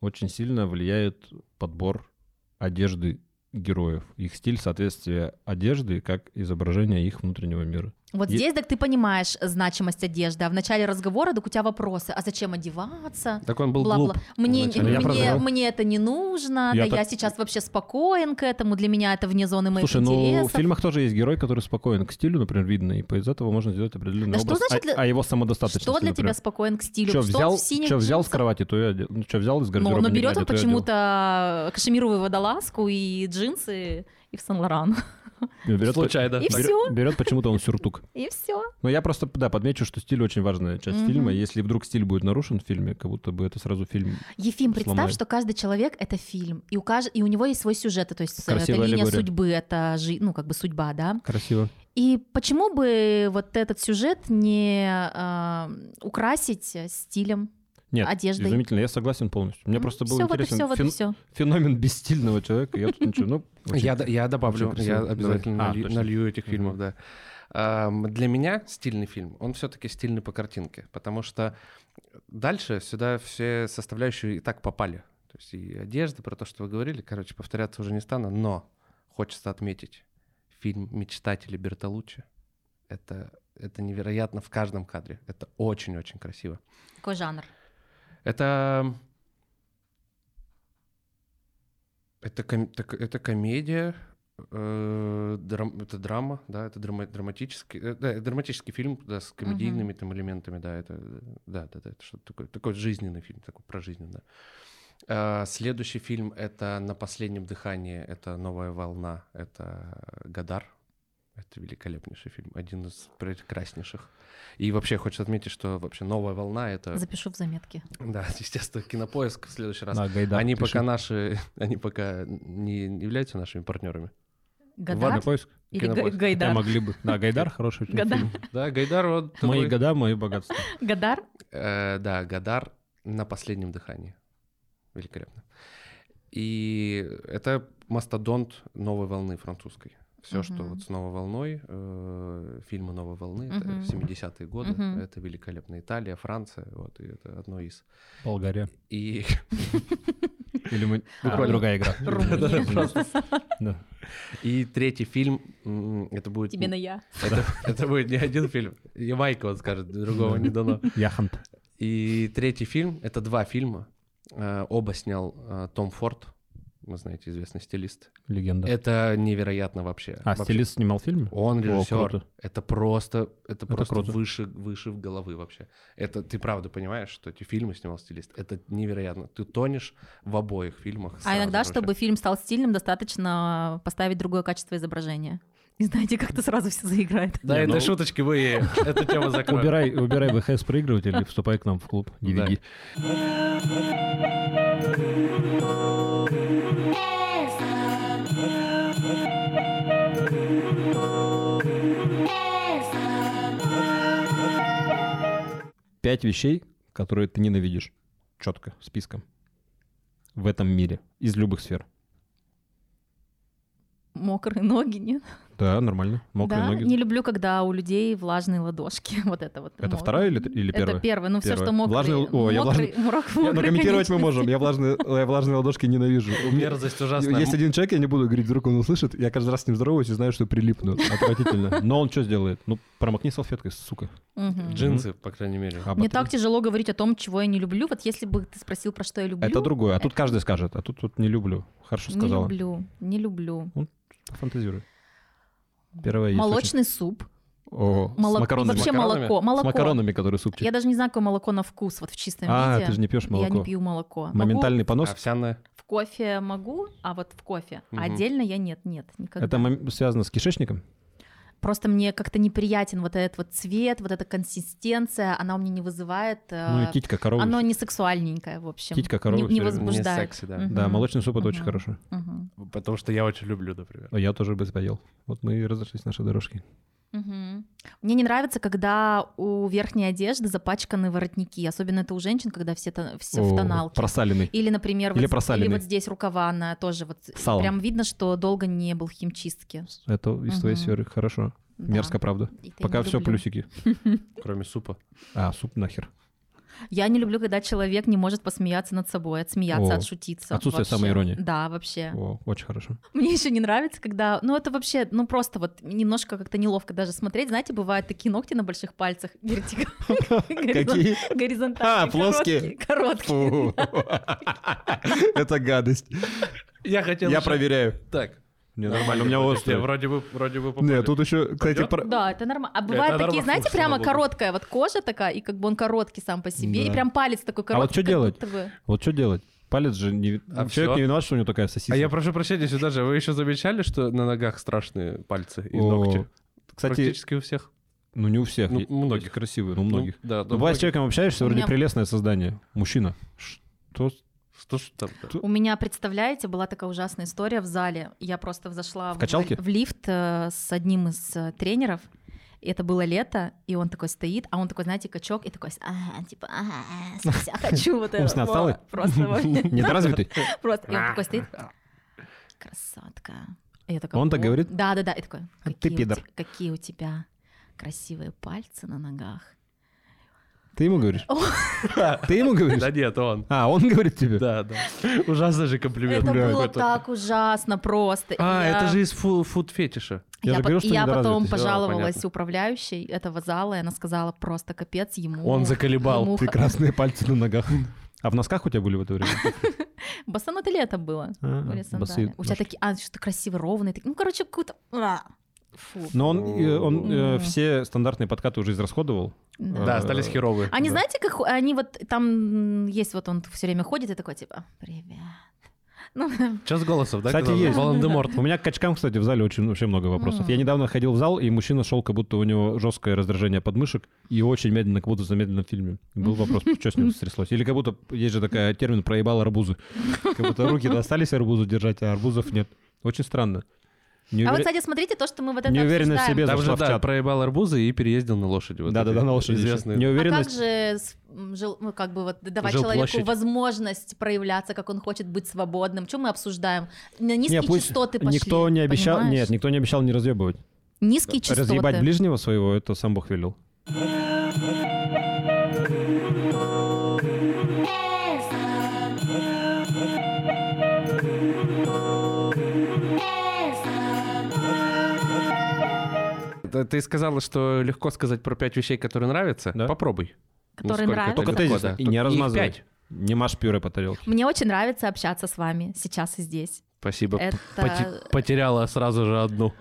Speaker 1: очень сильно влияет подбор одежды героев. Их стиль, соответствие одежды, как изображение их внутреннего мира.
Speaker 2: Вот
Speaker 1: Е-
Speaker 2: здесь так ты понимаешь значимость одежды, а в начале разговора так у тебя вопросы, а зачем одеваться?
Speaker 3: Так он был
Speaker 2: Бла-бла.
Speaker 3: глуп.
Speaker 2: Мне,
Speaker 3: вначале. Я
Speaker 2: мне,
Speaker 3: прозрел.
Speaker 2: мне это не нужно,
Speaker 1: Я
Speaker 2: да я
Speaker 1: так-
Speaker 2: сейчас вообще спокоен к этому, для меня это вне зоны моих
Speaker 1: Слушай, ну в
Speaker 2: интересов.
Speaker 1: фильмах тоже есть герой, который спокоен к стилю, например, видно, и по- из этого можно сделать определенный
Speaker 2: Да что
Speaker 1: образ.
Speaker 2: значит
Speaker 1: а,
Speaker 2: для-
Speaker 1: а его самодостаточность,
Speaker 2: Что для тебя
Speaker 1: например.
Speaker 2: спокоен к стилю?
Speaker 1: Чё
Speaker 2: Что
Speaker 1: взял,
Speaker 2: в синих
Speaker 1: чё взял с
Speaker 2: джинсах?
Speaker 1: кровати, то и одел. Ну, чё взял из
Speaker 2: Ну,
Speaker 1: гардероба,
Speaker 2: но
Speaker 1: не
Speaker 2: берет
Speaker 1: глядя,
Speaker 2: он
Speaker 1: а то и
Speaker 2: почему-то кашемировую водолазку и джинсы, и в Сан-Лоран.
Speaker 1: одел. Берет-
Speaker 3: Случайно.
Speaker 2: И
Speaker 1: берет-
Speaker 2: всё.
Speaker 1: Берет почему-то он сюртук.
Speaker 2: И все.
Speaker 1: Но я просто, да, подмечу, что стиль очень важная часть
Speaker 2: Мгм.
Speaker 1: фильма. Если вдруг стиль будет нарушен в фильме, как будто бы это сразу фильм
Speaker 2: Ефим, представь,
Speaker 1: Сломает.
Speaker 2: что каждый человек это фильм, и у, кажд... и у него есть свой сюжет, то есть э,
Speaker 1: Красивая
Speaker 2: это линия
Speaker 1: аллегория.
Speaker 2: судьбы, это жи... ну, как бы судьба, да.
Speaker 1: красиво.
Speaker 2: И почему бы вот этот сюжет не а, украсить стилем,
Speaker 1: Нет,
Speaker 2: Одеждой.
Speaker 1: изумительно, я согласен полностью. Мне просто был
Speaker 2: все,
Speaker 1: интересен
Speaker 2: вот и все,
Speaker 1: фен-
Speaker 2: вот и все.
Speaker 1: феномен бестильного человека. Я тут ничего, ну, очень-
Speaker 3: Я, д- я добавлю,
Speaker 1: очень
Speaker 3: я
Speaker 1: красиво.
Speaker 3: обязательно
Speaker 1: Давай. А,
Speaker 3: налью,
Speaker 1: точно.
Speaker 3: налью этих
Speaker 1: Мгм.
Speaker 3: фильмов, да. Ам, Для меня стильный фильм, он все-таки стильный по картинке, потому что дальше сюда все составляющие и так попали. То есть и одежда, про то, что вы говорили, короче, повторяться уже не стану, но хочется отметить фильм «Мечтатели Бертолуччи». Это, это невероятно в каждом кадре. Это очень-очень красиво.
Speaker 2: Какой жанр?
Speaker 3: Это... Это, ком- так- это комедия, э, драм- это драма, да, это драма- драматический, э, да, это драматический фильм, да, с комедийными там элементами, да, это, э, да, да, да, это что-то такое, такой жизненный фильм, такой про жизнь, да. А, следующий фильм — это «На последнем дыхании», это «Новая волна», это «Гадар», это великолепнейший фильм, один из прекраснейших. И вообще хочется отметить, что вообще «Новая волна» — это...
Speaker 2: Запишу в заметке.
Speaker 3: Да, естественно, кинопоиск в следующий раз.
Speaker 1: Да, Гайдар,
Speaker 3: они
Speaker 1: пиши.
Speaker 3: пока наши, они пока не не являются нашими партнерами.
Speaker 2: Гадар
Speaker 1: Ладно, поиск.
Speaker 2: или Га-
Speaker 3: кинопоиск.
Speaker 1: Хотя
Speaker 2: Гайдар?
Speaker 1: могли бы. Да, Гайдар хороший очень
Speaker 2: Гадар.
Speaker 1: фильм.
Speaker 3: Да, Гайдар вот
Speaker 1: Мои
Speaker 3: такой-
Speaker 1: года, мои богатства.
Speaker 2: Гадар?
Speaker 3: Э, да, Гадар на последнем дыхании. Великолепно. И это мастодонт новой волны французской. Все, что
Speaker 2: Мгм.
Speaker 3: вот с новой волной, э, фильмы новой волны, это
Speaker 2: Мгм.
Speaker 3: 70-е годы,
Speaker 2: Мгм.
Speaker 3: это великолепная Италия, Франция, вот, и это одно из.
Speaker 1: Болгария.
Speaker 3: И
Speaker 1: Или мы...
Speaker 3: Буквально.
Speaker 1: А, другая игра.
Speaker 2: Румыния.
Speaker 1: Да, да, да, просто. Да.
Speaker 3: и третий фильм, м, это будет...
Speaker 2: Тебе на я.
Speaker 3: Это, это будет не один фильм. Ямайка, он скажет, другого не дано.
Speaker 1: Яхант.
Speaker 3: И третий фильм, это два фильма. Э, Оба снял э, Том Форд, вы знаете, известный стилист.
Speaker 1: Легенда.
Speaker 3: Это невероятно вообще.
Speaker 1: А,
Speaker 3: Вообще.
Speaker 1: стилист снимал фильм?
Speaker 3: Он режиссер.
Speaker 1: круто.
Speaker 3: это просто, это просто
Speaker 1: круто.
Speaker 3: выше, выше в головы вообще. Это ты правда понимаешь, что эти фильмы снимал стилист. Это невероятно. Ты тонешь в обоих фильмах.
Speaker 2: А
Speaker 3: сразу
Speaker 2: иногда,
Speaker 3: вообще.
Speaker 2: чтобы фильм стал стильным, достаточно поставить другое качество изображения. И знаете, как-то сразу все заиграет.
Speaker 3: Да,
Speaker 1: Не,
Speaker 3: это
Speaker 1: ну-
Speaker 3: шуточки вы эту тему закроем.
Speaker 1: Убирай, убирай ВХС-проигрыватель и вступай к нам в клуб DVD. Пять вещей, которые ты ненавидишь. Четко, списком. В этом мире. Из любых сфер.
Speaker 2: Мокрые ноги, нет?
Speaker 1: Да, нормально. Мокрые
Speaker 2: да,
Speaker 1: ноги.
Speaker 2: не люблю, когда у людей влажные ладошки. Вот это вот.
Speaker 1: Это
Speaker 2: мокрые.
Speaker 1: вторая или, или первая?
Speaker 2: Это первое, ну все,
Speaker 1: Первое.
Speaker 2: что мокрые.
Speaker 1: Влажные- о, я
Speaker 2: мокрые- мрак-
Speaker 1: Не,
Speaker 2: мокрые
Speaker 1: ну, комментировать мы
Speaker 2: конечности.
Speaker 1: можем. Я влажные, я влажные ладошки ненавижу. У меня
Speaker 3: Мерзость ужасная.
Speaker 1: Есть один человек, я не буду говорить, вдруг он услышит. Я каждый раз с ним здороваюсь и знаю, что прилипну. Отвратительно. Но он что сделает? Ну, промокни салфеткой, сука.
Speaker 2: Мгм.
Speaker 3: Джинсы, по крайней мере.
Speaker 1: А
Speaker 2: Мне
Speaker 1: потом-
Speaker 2: так тяжело говорить о том, чего я не люблю. Вот если бы ты спросил, про что я люблю.
Speaker 1: Это другое. А тут каждый скажет. А тут тут не люблю. Хорошо
Speaker 2: Не
Speaker 1: сказала.
Speaker 2: люблю, не люблю.
Speaker 1: Фантазируй. Первое есть
Speaker 2: Молочный суп.
Speaker 1: очень- О,
Speaker 2: молоко-
Speaker 1: с макаронами.
Speaker 2: Вообще
Speaker 1: С
Speaker 3: Макаронами?
Speaker 2: молоко. молоко.
Speaker 1: макаронами, которые супчик.
Speaker 2: Я даже не знаю, какое молоко на вкус, вот в чистом
Speaker 1: А,
Speaker 2: виде.
Speaker 1: ты же не пьешь
Speaker 2: Я не
Speaker 1: молоко.
Speaker 2: пью молоко. Могу
Speaker 1: Моментальный понос.
Speaker 3: Овсяная.
Speaker 2: в кофе могу, а вот в кофе. А
Speaker 3: Мгм.
Speaker 2: отдельно я нет, нет, никогда.
Speaker 1: Это мом- связано с кишечником?
Speaker 2: Просто мне как-то неприятен вот этот вот цвет, вот эта консистенция, она у меня не вызывает...
Speaker 1: Ну и
Speaker 2: э,
Speaker 1: титька коровы.
Speaker 2: оно не сексуальненькое, в общем.
Speaker 1: Титька коровы
Speaker 2: Не, не
Speaker 1: всё время.
Speaker 3: Не
Speaker 2: возбуждает.
Speaker 3: секси, да.
Speaker 2: Мгм.
Speaker 1: Да, молочный суп это очень
Speaker 2: Мгм.
Speaker 1: хорошо.
Speaker 2: Мгм.
Speaker 3: Потому что я очень люблю, например.
Speaker 1: А Я тоже бы поел. Вот мы и разошлись наши дорожки.
Speaker 2: Мгм. Мне не нравится, когда у верхней одежды запачканы воротники, особенно это у женщин, когда все, тон- все в
Speaker 1: О,
Speaker 2: тоналке.
Speaker 1: Просаленный.
Speaker 2: Или, например,
Speaker 1: Или
Speaker 2: вот, или
Speaker 1: просаленный.
Speaker 2: вот здесь рукава, она тоже вот
Speaker 1: Салом.
Speaker 2: прям видно, что долго не был в химчистке.
Speaker 1: Это из твоей
Speaker 2: Мгм.
Speaker 1: сферы. Хорошо.
Speaker 2: Да.
Speaker 1: Мерзко, правда.
Speaker 2: И это я
Speaker 1: Пока
Speaker 2: не
Speaker 1: все
Speaker 2: люблю.
Speaker 1: плюсики.
Speaker 3: Кроме супа.
Speaker 1: А, суп нахер.
Speaker 2: Я не люблю, когда человек не может посмеяться над собой, отсмеяться,
Speaker 1: О,
Speaker 2: отшутиться.
Speaker 1: отсутствие
Speaker 2: вообще.
Speaker 1: самоиронии.
Speaker 2: Да, вообще.
Speaker 1: О, очень хорошо.
Speaker 2: Мне еще не нравится, когда, ну это вообще, ну просто вот немножко как-то неловко даже смотреть, знаете, бывают такие ногти на больших пальцах вертикально,
Speaker 1: Какие?
Speaker 2: горизонтальные,
Speaker 1: А, плоские?
Speaker 2: короткие, короткие.
Speaker 1: Фу. Это гадость.
Speaker 3: Я хотел...
Speaker 1: Я
Speaker 3: еще-
Speaker 1: проверяю.
Speaker 3: Так.
Speaker 1: Не, нормально, у меня
Speaker 3: Я
Speaker 1: острый.
Speaker 3: вроде бы, вроде бы попали.
Speaker 1: Не, тут еще, кстати,
Speaker 3: Пойдет?
Speaker 1: про-
Speaker 2: Да, это нормально. А
Speaker 3: Это
Speaker 2: бывают
Speaker 3: нормально,
Speaker 2: такие, знаете,
Speaker 3: слушай,
Speaker 2: прямо
Speaker 3: надо было.
Speaker 2: короткая вот кожа такая, и как бы он короткий сам по себе, и
Speaker 1: Да.
Speaker 2: прям палец такой
Speaker 1: А
Speaker 2: короткий.
Speaker 1: вот что
Speaker 2: как
Speaker 1: делать?
Speaker 2: будто бы.
Speaker 1: вот что делать? Палец же не...
Speaker 3: А
Speaker 1: Человек
Speaker 3: всё?
Speaker 1: не виноват, что у него такая сосиска.
Speaker 3: А я прошу прощения сюда же. Вы еще замечали, что на ногах страшные пальцы и
Speaker 1: О,
Speaker 3: ногти?
Speaker 1: Кстати,
Speaker 3: Практически у всех.
Speaker 1: ну не у всех.
Speaker 3: Ну,
Speaker 1: Есть
Speaker 3: многих.
Speaker 1: Красивые, но у многих.
Speaker 3: Ну, да, да,
Speaker 1: Ну, бывает, с
Speaker 3: многих.
Speaker 1: человеком общаешься,
Speaker 2: У
Speaker 1: вроде
Speaker 2: меня-
Speaker 1: прелестное создание. Мужчина. Что? с-
Speaker 3: Что ж там? да?
Speaker 2: У меня, представляете, была такая ужасная история в зале. Я просто взошла
Speaker 1: В качалке?
Speaker 2: в лифт э, с одним из э, тренеров. И это было лето, и он такой стоит, а он такой, знаете, качок, и такой, ага, типа, ага, спать я хочу вот это.
Speaker 1: Умственно
Speaker 2: Во,
Speaker 1: отсталый?
Speaker 2: Просто, вообще,
Speaker 1: Недоразвитый?
Speaker 2: просто. И он такой стоит, красотка. И я такая,
Speaker 1: Он так
Speaker 2: «О».
Speaker 1: говорит?
Speaker 2: Да, да, да. И такой,
Speaker 1: А ты
Speaker 2: «Какие у
Speaker 1: пидор».
Speaker 2: те- Какие у тебя красивые пальцы на ногах.
Speaker 1: Ты ему говоришь? Ты ему
Speaker 3: Да
Speaker 1: говоришь?
Speaker 3: нет, он.
Speaker 1: А, он говорит тебе?
Speaker 3: Да, да. Ужасный же комплимент.
Speaker 2: Это было
Speaker 3: какой-то.
Speaker 2: так ужасно просто. И
Speaker 3: А,
Speaker 2: я-
Speaker 3: это же из фу- фуд-фетиша.
Speaker 1: Я же
Speaker 2: Я, по-
Speaker 1: говорил, что
Speaker 2: я потом
Speaker 1: недоразвитый.
Speaker 2: пожаловалась
Speaker 3: понятно.
Speaker 2: управляющей этого зала, и она сказала просто капец ему.
Speaker 3: Он заколебал,
Speaker 2: ему х-
Speaker 1: Прекрасные пальцы на ногах. А в носках у тебя были в это время?
Speaker 2: Босоно ну, это лето было.
Speaker 1: А,
Speaker 2: Были
Speaker 1: босые
Speaker 2: сандалии. У тебя
Speaker 1: ножки.
Speaker 2: такие, а, что-то красиво ровные. такие. Ну, короче, какую-то... а, Фу.
Speaker 1: Но он, э, он э,
Speaker 2: М.
Speaker 1: все стандартные подкаты уже израсходовал.
Speaker 2: Да.
Speaker 1: А,
Speaker 3: Да, остались херовые.
Speaker 2: Они
Speaker 1: да.
Speaker 2: знаете, как ху- они вот там м, есть, вот он все время ходит и такой типа, привет. Ну,
Speaker 3: Час голосов, да?
Speaker 1: Кстати,
Speaker 3: казалось?
Speaker 1: есть.
Speaker 3: Волан-де-Морт.
Speaker 1: У меня к качкам, кстати, в зале очень вообще много вопросов.
Speaker 2: М.
Speaker 1: Я недавно ходил в зал, и мужчина шел, как будто у него жесткое раздражение подмышек, и очень медленно, как будто в замедленном фильме. Был вопрос, что с ним стряслось. Или как будто, есть же такая термин, проебал арбузы. Как будто руки достались арбузу держать, а арбузов нет. Очень странно. Не
Speaker 2: а вот,
Speaker 1: уверен-
Speaker 2: кстати, смотрите то, что мы вот это
Speaker 1: Не уверена в
Speaker 2: обсуждаем.
Speaker 1: себе,
Speaker 3: Там
Speaker 1: зашла
Speaker 3: же,
Speaker 1: в
Speaker 3: да,
Speaker 1: чат.
Speaker 3: проебал арбузы и переездил на лошади. Вот
Speaker 1: Да-да-да,
Speaker 3: эти
Speaker 1: на лошади.
Speaker 3: Известные.
Speaker 2: А
Speaker 1: Неуверенность.
Speaker 2: как же с- м, жил- ну, как бы вот давать
Speaker 3: Жилплощадь.
Speaker 2: человеку возможность проявляться, как он хочет быть свободным? Чем мы обсуждаем? На низкие
Speaker 1: Не, пусть
Speaker 2: частоты пошли.
Speaker 1: никто не обещал,
Speaker 2: понимаешь?
Speaker 1: нет, никто не обещал не разъебывать.
Speaker 2: Низкие частоты.
Speaker 1: Разъебать ближнего своего, это сам Бог велел.
Speaker 3: Да, Ты сказала, что легко сказать про пять вещей, которые нравятся.
Speaker 1: Да.
Speaker 3: Попробуй.
Speaker 2: Которые
Speaker 3: Насколько
Speaker 2: нравятся.
Speaker 3: это
Speaker 1: ну Только
Speaker 3: легко,
Speaker 1: тезисно,
Speaker 3: да.
Speaker 1: и
Speaker 3: Только-
Speaker 1: не
Speaker 3: их
Speaker 1: размазывай.
Speaker 3: пять.
Speaker 1: Не маш пюре по тарелке.
Speaker 2: Мне очень нравится общаться с вами сейчас и здесь.
Speaker 3: Спасибо.
Speaker 2: Это-
Speaker 3: Поте- Потеряла сразу же одну.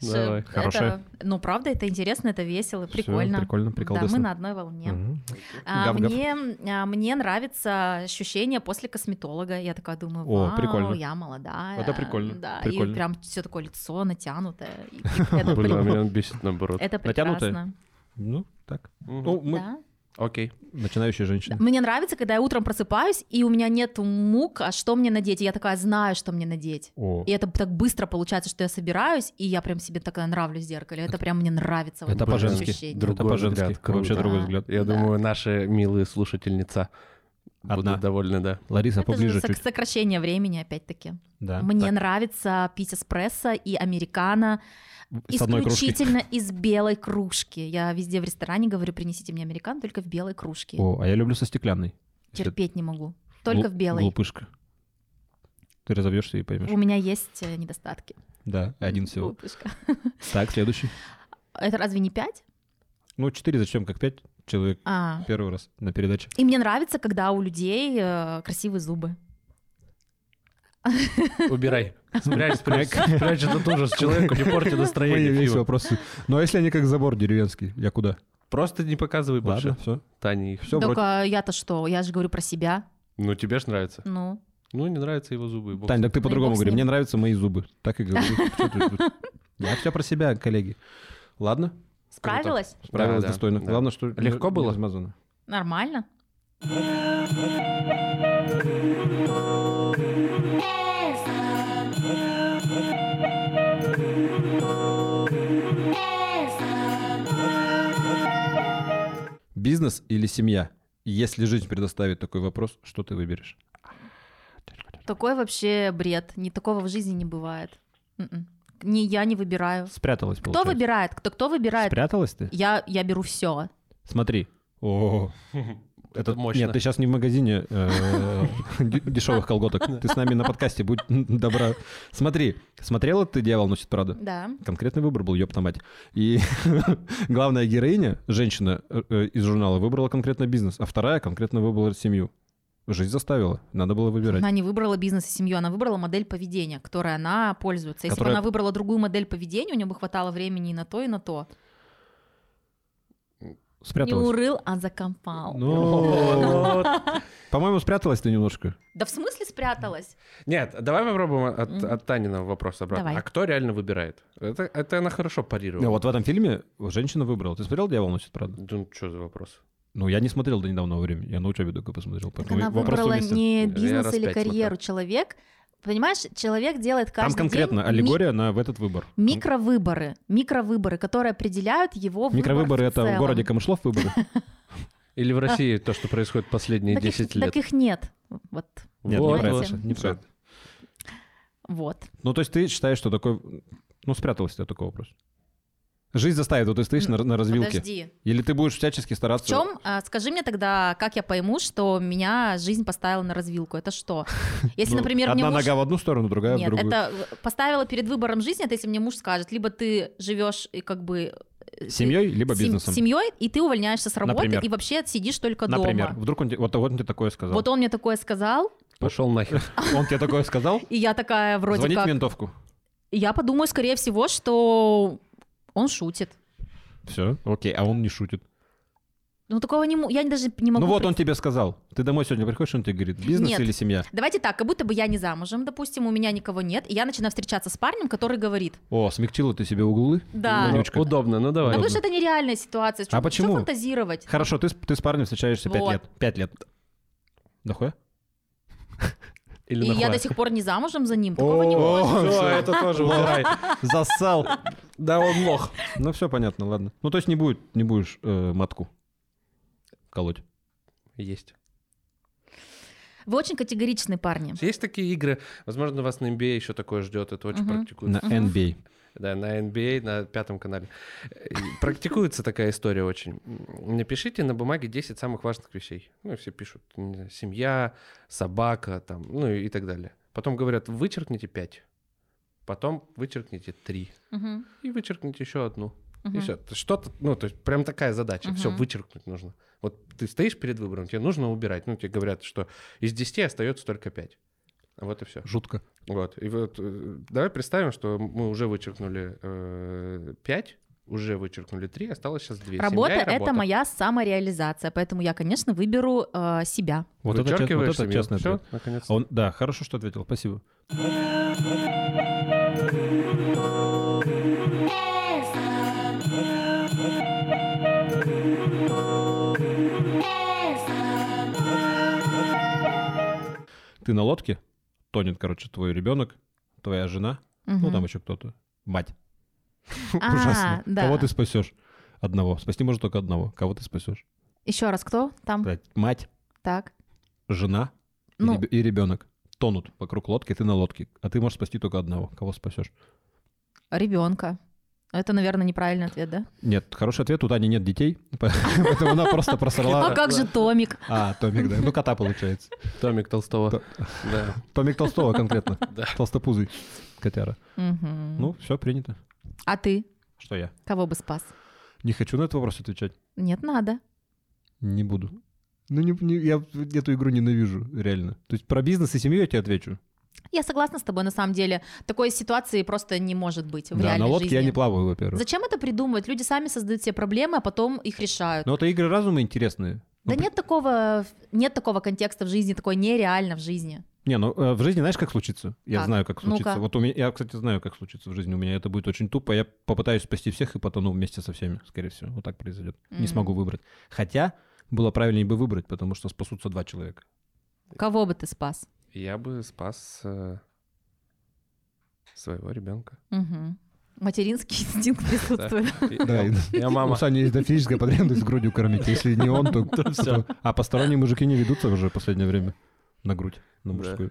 Speaker 2: Ш-
Speaker 3: Давай.
Speaker 2: это-
Speaker 1: Хорошая.
Speaker 2: ну, правда, это интересно, это весело,
Speaker 1: Всё,
Speaker 2: прикольно.
Speaker 1: прикольно,
Speaker 2: Да, мы
Speaker 1: приколдесно.
Speaker 2: на одной волне.
Speaker 1: Мгм.
Speaker 2: А,
Speaker 1: Гав-гав.
Speaker 2: мне, а, мне нравится ощущение после косметолога. Я такая думаю,
Speaker 1: О,
Speaker 2: вау,
Speaker 1: прикольно.
Speaker 2: я молодая.
Speaker 1: Это прикольно,
Speaker 2: Да,
Speaker 1: прикольно.
Speaker 2: и прям все такое лицо натянутое. И Это
Speaker 3: Блин, а
Speaker 2: прик-
Speaker 3: меня он бесит наоборот.
Speaker 2: это
Speaker 1: Натянутое?
Speaker 2: прекрасно.
Speaker 1: Ну, так.
Speaker 3: Мгм.
Speaker 1: Ну, мы
Speaker 2: Да.
Speaker 3: Окей.
Speaker 1: начинающие женщины.
Speaker 2: Мне нравится, когда я утром просыпаюсь, и у меня нет мук, а что мне надеть. И Я такая знаю, что мне надеть.
Speaker 1: О,
Speaker 2: И это так быстро получается, что я собираюсь, и я прям себе такая нравлюсь в зеркале. Это прям мне нравится. вот
Speaker 1: это
Speaker 2: это
Speaker 1: по-женски.
Speaker 2: ощущение.
Speaker 3: Друг-
Speaker 1: это
Speaker 3: Другой
Speaker 1: по-женски.
Speaker 3: взгляд, круто.
Speaker 1: Вообще другой
Speaker 2: Да.
Speaker 1: взгляд.
Speaker 3: Я
Speaker 2: Да.
Speaker 3: думаю, наши милые слушательница
Speaker 1: Одна.
Speaker 3: будут довольны, да.
Speaker 1: Лариса,
Speaker 2: Это
Speaker 1: поближе
Speaker 2: же сок-
Speaker 1: чуть.
Speaker 2: сокращение времени, опрессо
Speaker 1: Да.
Speaker 2: Мне
Speaker 1: так,
Speaker 2: нравится пить эспрессо и американо
Speaker 1: с одной кружки.
Speaker 2: исключительно из белой кружки. Я везде в ресторане говорю, принесите мне американо только в белой кружке.
Speaker 1: О, а я люблю со стеклянной. Если
Speaker 2: Терпеть не могу. Только
Speaker 1: глу-
Speaker 2: в белой.
Speaker 1: Глупышка. Ты разобьешься и поймешь.
Speaker 2: У меня есть э, недостатки.
Speaker 1: Да, один всего.
Speaker 2: Глупышка.
Speaker 1: Так, следующий.
Speaker 2: Это разве не пять?
Speaker 1: Ну, четыре зачем, как пять человек
Speaker 2: А.
Speaker 1: первый раз на передаче.
Speaker 2: И мне нравится, когда у людей э, красивые зубы.
Speaker 3: Убирай. Спрячь, спрячь, спрячь этот ужас человеку, не порти настроение.
Speaker 1: Появились
Speaker 3: Фива.
Speaker 1: вопросы. Ну, а если они как забор деревенский? Я куда?
Speaker 3: Просто не показывай
Speaker 1: Ладно,
Speaker 3: больше
Speaker 1: все.
Speaker 3: Тане их.
Speaker 1: Все,
Speaker 2: Только я-то что? Я же говорю про себя.
Speaker 3: Ну, тебе ж нравится.
Speaker 2: Ну,
Speaker 3: Ну, не нравятся его зубы. и бог с
Speaker 1: Тань,
Speaker 3: ним.
Speaker 1: так ты
Speaker 2: Ну и
Speaker 1: по-другому
Speaker 2: бог с
Speaker 1: говори.
Speaker 2: ним.
Speaker 1: Мне нравятся мои зубы. Так и говори. Чё ты тут? Я все про себя, коллеги. Ладно,
Speaker 2: справилась?
Speaker 1: справилась
Speaker 3: Да, да,
Speaker 1: достойно.
Speaker 3: да.
Speaker 1: Главное, что
Speaker 3: Легко
Speaker 1: не
Speaker 3: было?
Speaker 1: размазано.
Speaker 2: Нормально.
Speaker 1: Бизнес или семья? Если жизнь предоставит такой вопрос, что ты выберешь?
Speaker 2: Такой вообще бред. Ни такого в жизни не бывает. Мгм. Не, я не выбираю.
Speaker 1: Спряталась,
Speaker 2: Кто выбирает? Кто кто выбирает?
Speaker 1: Спряталась ты?
Speaker 2: Я, я беру все.
Speaker 1: Смотри. О,
Speaker 3: Это, мощно.
Speaker 1: Нет, ты сейчас не в магазине э, д- дешевых колготок. Ты с нами на подкасте, будь добра. Смотри, смотрела ты «Дьявол носит Прада»?
Speaker 2: Да.
Speaker 1: Конкретный выбор был, ёпта мать. И главная героиня, женщина э, э, из журнала, выбрала конкретно бизнес, а вторая конкретно выбрала семью. Жизнь заставила, надо было выбирать.
Speaker 2: Она не выбрала бизнес и семью, она выбрала модель поведения, которой она пользуется. Если
Speaker 1: Которая-
Speaker 2: бы она выбрала другую модель поведения, у нее бы хватало времени и на то, и на то. Не
Speaker 1: Спряталась.
Speaker 2: урыл, а закопал.
Speaker 1: Ну, По-моему, спряталась ты немножко.
Speaker 2: Да в смысле спряталась?
Speaker 3: Нет, давай попробуем от,
Speaker 2: Мгм.
Speaker 3: от Танина вопрос обратно.
Speaker 2: Давай.
Speaker 3: А кто реально выбирает? Это, это она хорошо
Speaker 1: Ну,
Speaker 3: парировала.
Speaker 1: Вот в этом фильме женщина выбрала. Ты смотрел «Дьявол носит Прада»?
Speaker 3: Да Ну, что за вопрос?
Speaker 1: Ну, я не смотрел до недавнего времени. Я на учебе только посмотрел.
Speaker 2: Так
Speaker 1: поэтому
Speaker 2: она
Speaker 1: вопрос
Speaker 2: выбрала
Speaker 1: уместен.
Speaker 2: не
Speaker 3: Я
Speaker 2: бизнес
Speaker 3: раз
Speaker 2: или
Speaker 3: пять
Speaker 2: карьеру. Человек, понимаешь, человек делает
Speaker 1: Там
Speaker 2: каждый
Speaker 1: конкретно
Speaker 2: день ми-
Speaker 1: аллегория на в этот выбор.
Speaker 2: микровыборы. Микровыборы, которые определяют его выбор
Speaker 1: Микровыборы
Speaker 2: в
Speaker 1: это в
Speaker 2: целом.
Speaker 1: городе Камышлов выборы.
Speaker 3: Или в России то, что происходит последние
Speaker 2: А. так их,
Speaker 3: 10
Speaker 2: так
Speaker 3: лет?
Speaker 2: их нет. Вот.
Speaker 1: Нет,
Speaker 3: Вот,
Speaker 2: неправильно,
Speaker 3: вот.
Speaker 1: Саша, неправильно.
Speaker 2: Вот.
Speaker 1: Ну, то есть ты считаешь, что такой... Ну, спряталась ты от такого вопроса. Жизнь заставит, вот ты стоишь на, на развилке.
Speaker 2: Подожди.
Speaker 1: Или ты будешь всячески стараться...
Speaker 2: В чем? а, Скажи мне тогда, как я пойму, что меня жизнь поставила на развилку? Это что? Если,
Speaker 1: Ну,
Speaker 2: например, мне
Speaker 1: Одна
Speaker 2: муж...
Speaker 1: нога в одну сторону, другая в
Speaker 2: Нет,
Speaker 1: другую.
Speaker 2: это в- поставила перед выбором жизни, это если мне муж скажет, либо ты живешь и как бы э,
Speaker 1: Семьей, либо
Speaker 2: с-
Speaker 1: бизнесом.
Speaker 2: с семьей, и ты увольняешься с работы
Speaker 1: Например.
Speaker 2: и вообще сидишь только
Speaker 1: Например.
Speaker 2: дома.
Speaker 1: Вдруг он тебе... Вот, вот он тебе такое сказал.
Speaker 2: Вот он мне такое сказал,
Speaker 3: Пошел нахер.
Speaker 1: Он тебе такое сказал?
Speaker 2: и я такая вроде
Speaker 1: Звонить в
Speaker 2: как...
Speaker 1: ментовку.
Speaker 2: Я подумаю, скорее всего, что он шутит.
Speaker 1: Все, окей, а он не шутит.
Speaker 2: Ну такого не... му- Я даже не могу...
Speaker 1: ну вот
Speaker 2: пред-
Speaker 1: он тебе сказал. Ты домой сегодня приходишь, он тебе говорит, бизнес
Speaker 2: Нет.
Speaker 1: или семья?
Speaker 2: Давайте так, как будто бы я не замужем, допустим, у меня никого нет, и я начинаю встречаться с парнем, который говорит,
Speaker 1: О, смягчила ты себе углы?
Speaker 2: да,
Speaker 1: Ну,
Speaker 2: да
Speaker 1: Вонючка.
Speaker 3: Удобно, ну давай.
Speaker 2: потому что это нереальная ситуация, чё-
Speaker 1: А
Speaker 2: чё
Speaker 1: почему?
Speaker 2: фантазировать?
Speaker 1: Хорошо, ты, с- ты с парнем встречаешься пять
Speaker 2: Вот.
Speaker 1: лет. Пять лет. Нахуя?
Speaker 3: Или
Speaker 2: И
Speaker 3: нахуй?
Speaker 2: я до сих пор не замужем за ним, такого не
Speaker 1: О,
Speaker 2: может.
Speaker 1: всё,
Speaker 3: Всё,
Speaker 1: это тоже убирай. Засал.
Speaker 3: Да он лох.
Speaker 1: Ну все понятно, ладно. Ну то есть не будет, не будешь э, матку колоть.
Speaker 3: Есть.
Speaker 2: Вы очень категоричные парни.
Speaker 3: Есть такие игры. Возможно, вас на NBA еще такое ждет. Это очень
Speaker 2: Мгм.
Speaker 1: На
Speaker 3: практикуется.
Speaker 1: NBA.
Speaker 3: Да, на NBA, на пятом канале. Э, И Практикуется такая история очень. М, Напишите на бумаге 10 самых важных вещей. Ну, и все пишут. не знаю, Семья, собака, там, ну и и так далее. Потом говорят, вычеркните 5. Потом вычеркните 3.
Speaker 2: Мгм,
Speaker 3: И вычеркните еще одну. И
Speaker 2: мгм.
Speaker 3: все. Что-то, ну, то есть прям такая задача. Все,
Speaker 2: Мгм.
Speaker 3: вычеркнуть нужно. Вот ты стоишь перед выбором, тебе нужно убирать. Ну, тебе говорят, что из 10 остается только 5. Вот и все.
Speaker 1: Жутко.
Speaker 3: Вот. И вот э, давай представим, что мы уже вычеркнули э, 5, уже вычеркнули 3, осталось сейчас 2.
Speaker 2: Работа — это моя самореализация, поэтому я, конечно, выберу э, себя.
Speaker 1: Вот это, честно, вот это честный
Speaker 3: Все,
Speaker 1: ответ.
Speaker 3: наконец.
Speaker 1: А Он, да, хорошо, что ответил, спасибо. Ты на лодке, тонет, короче, твой ребенок, твоя жена, ну
Speaker 2: Мгм.
Speaker 1: там еще кто-то, мать.
Speaker 2: А,
Speaker 1: Ужасно.
Speaker 2: да.
Speaker 1: Кого ты спасешь? Одного. Спасти можно только одного. Кого ты спасешь?
Speaker 2: Еще раз, кто там?
Speaker 1: Блядь, Мать,
Speaker 2: Так.
Speaker 1: жена и
Speaker 2: Ну.
Speaker 1: ребё- и ребенок тонут вокруг лодки, ты на лодке, а ты можешь спасти только одного. Кого спасешь?
Speaker 2: Ребенка. Это, наверное, неправильный ответ, да?
Speaker 1: Нет, хороший ответ, у Тани нет детей, поэтому она просто
Speaker 2: А
Speaker 1: просрала.
Speaker 2: как же Томик?
Speaker 1: А, Томик, да. Ну, кота получается.
Speaker 3: Томик Толстого.
Speaker 1: То-
Speaker 3: Да.
Speaker 1: Томик Толстого конкретно.
Speaker 3: Да.
Speaker 1: Толстопузый котяра.
Speaker 2: Мгм.
Speaker 1: Ну, все, принято.
Speaker 2: А ты?
Speaker 1: Что я?
Speaker 2: Кого бы спас?
Speaker 1: Не хочу на этот вопрос отвечать.
Speaker 2: Нет, надо.
Speaker 1: Не буду. Ну, не, не- я эту игру ненавижу, реально. То есть про бизнес и семью я тебе отвечу.
Speaker 2: Я согласна с тобой, на самом деле. Такой ситуации просто не может быть в
Speaker 1: да,
Speaker 2: реальной
Speaker 1: на лодке
Speaker 2: жизни.
Speaker 1: я не плаваю, во-первых.
Speaker 2: Зачем это придумывать? Люди сами создают себе проблемы, а потом их решают.
Speaker 1: Но это игры разума интересные.
Speaker 2: да
Speaker 1: Ну, при-
Speaker 2: нет такого, нет такого контекста в жизни, такое нереально в жизни.
Speaker 1: Не, ну э, в жизни знаешь, как случится? Я
Speaker 2: Как?
Speaker 1: знаю, как случится.
Speaker 2: Ну-ка.
Speaker 1: Вот у меня, я, кстати, знаю, как случится в жизни. У меня это будет очень тупо. Я попытаюсь спасти всех и потону вместе со всеми, скорее всего. Вот так произойдет. Не
Speaker 2: Мгм.
Speaker 1: смогу выбрать. Хотя было правильнее бы выбрать, потому что спасутся два человека.
Speaker 2: Кого бы ты спас?
Speaker 3: Я бы спас э, своего ребенка.
Speaker 2: Мгм. Материнский инстинкт присутствует.
Speaker 1: Да, и-
Speaker 3: Я мама.
Speaker 1: Сани есть дофигическая потребность грудью кормить. Если не он, то кто? А посторонние мужики не ведутся уже в последнее время на грудь, на
Speaker 3: Да.
Speaker 1: мужскую.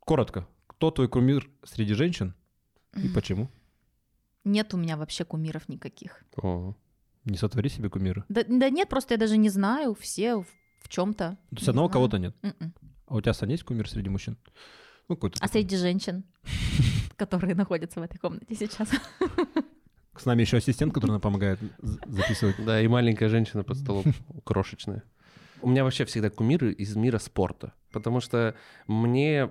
Speaker 1: коротко. Кто твой кумир среди женщин и
Speaker 2: Мгм.
Speaker 1: почему?
Speaker 2: Нет у меня вообще кумиров никаких.
Speaker 3: О.
Speaker 1: Не сотвори себе кумира.
Speaker 2: Да, да нет, просто я даже не знаю, все в, чем-то.
Speaker 1: То есть одного кого-то нет.
Speaker 2: Мгм.
Speaker 1: А у тебя, Сань, есть кумир среди мужчин? Ну, какой-то.
Speaker 2: А
Speaker 1: такой.
Speaker 2: среди женщин, которые находятся в этой комнате сейчас.
Speaker 1: С нами еще ассистент, который нам помогает з- записывать.
Speaker 3: Да, и маленькая женщина под столом, крошечная. У меня вообще всегда кумиры из мира спорта, потому что мне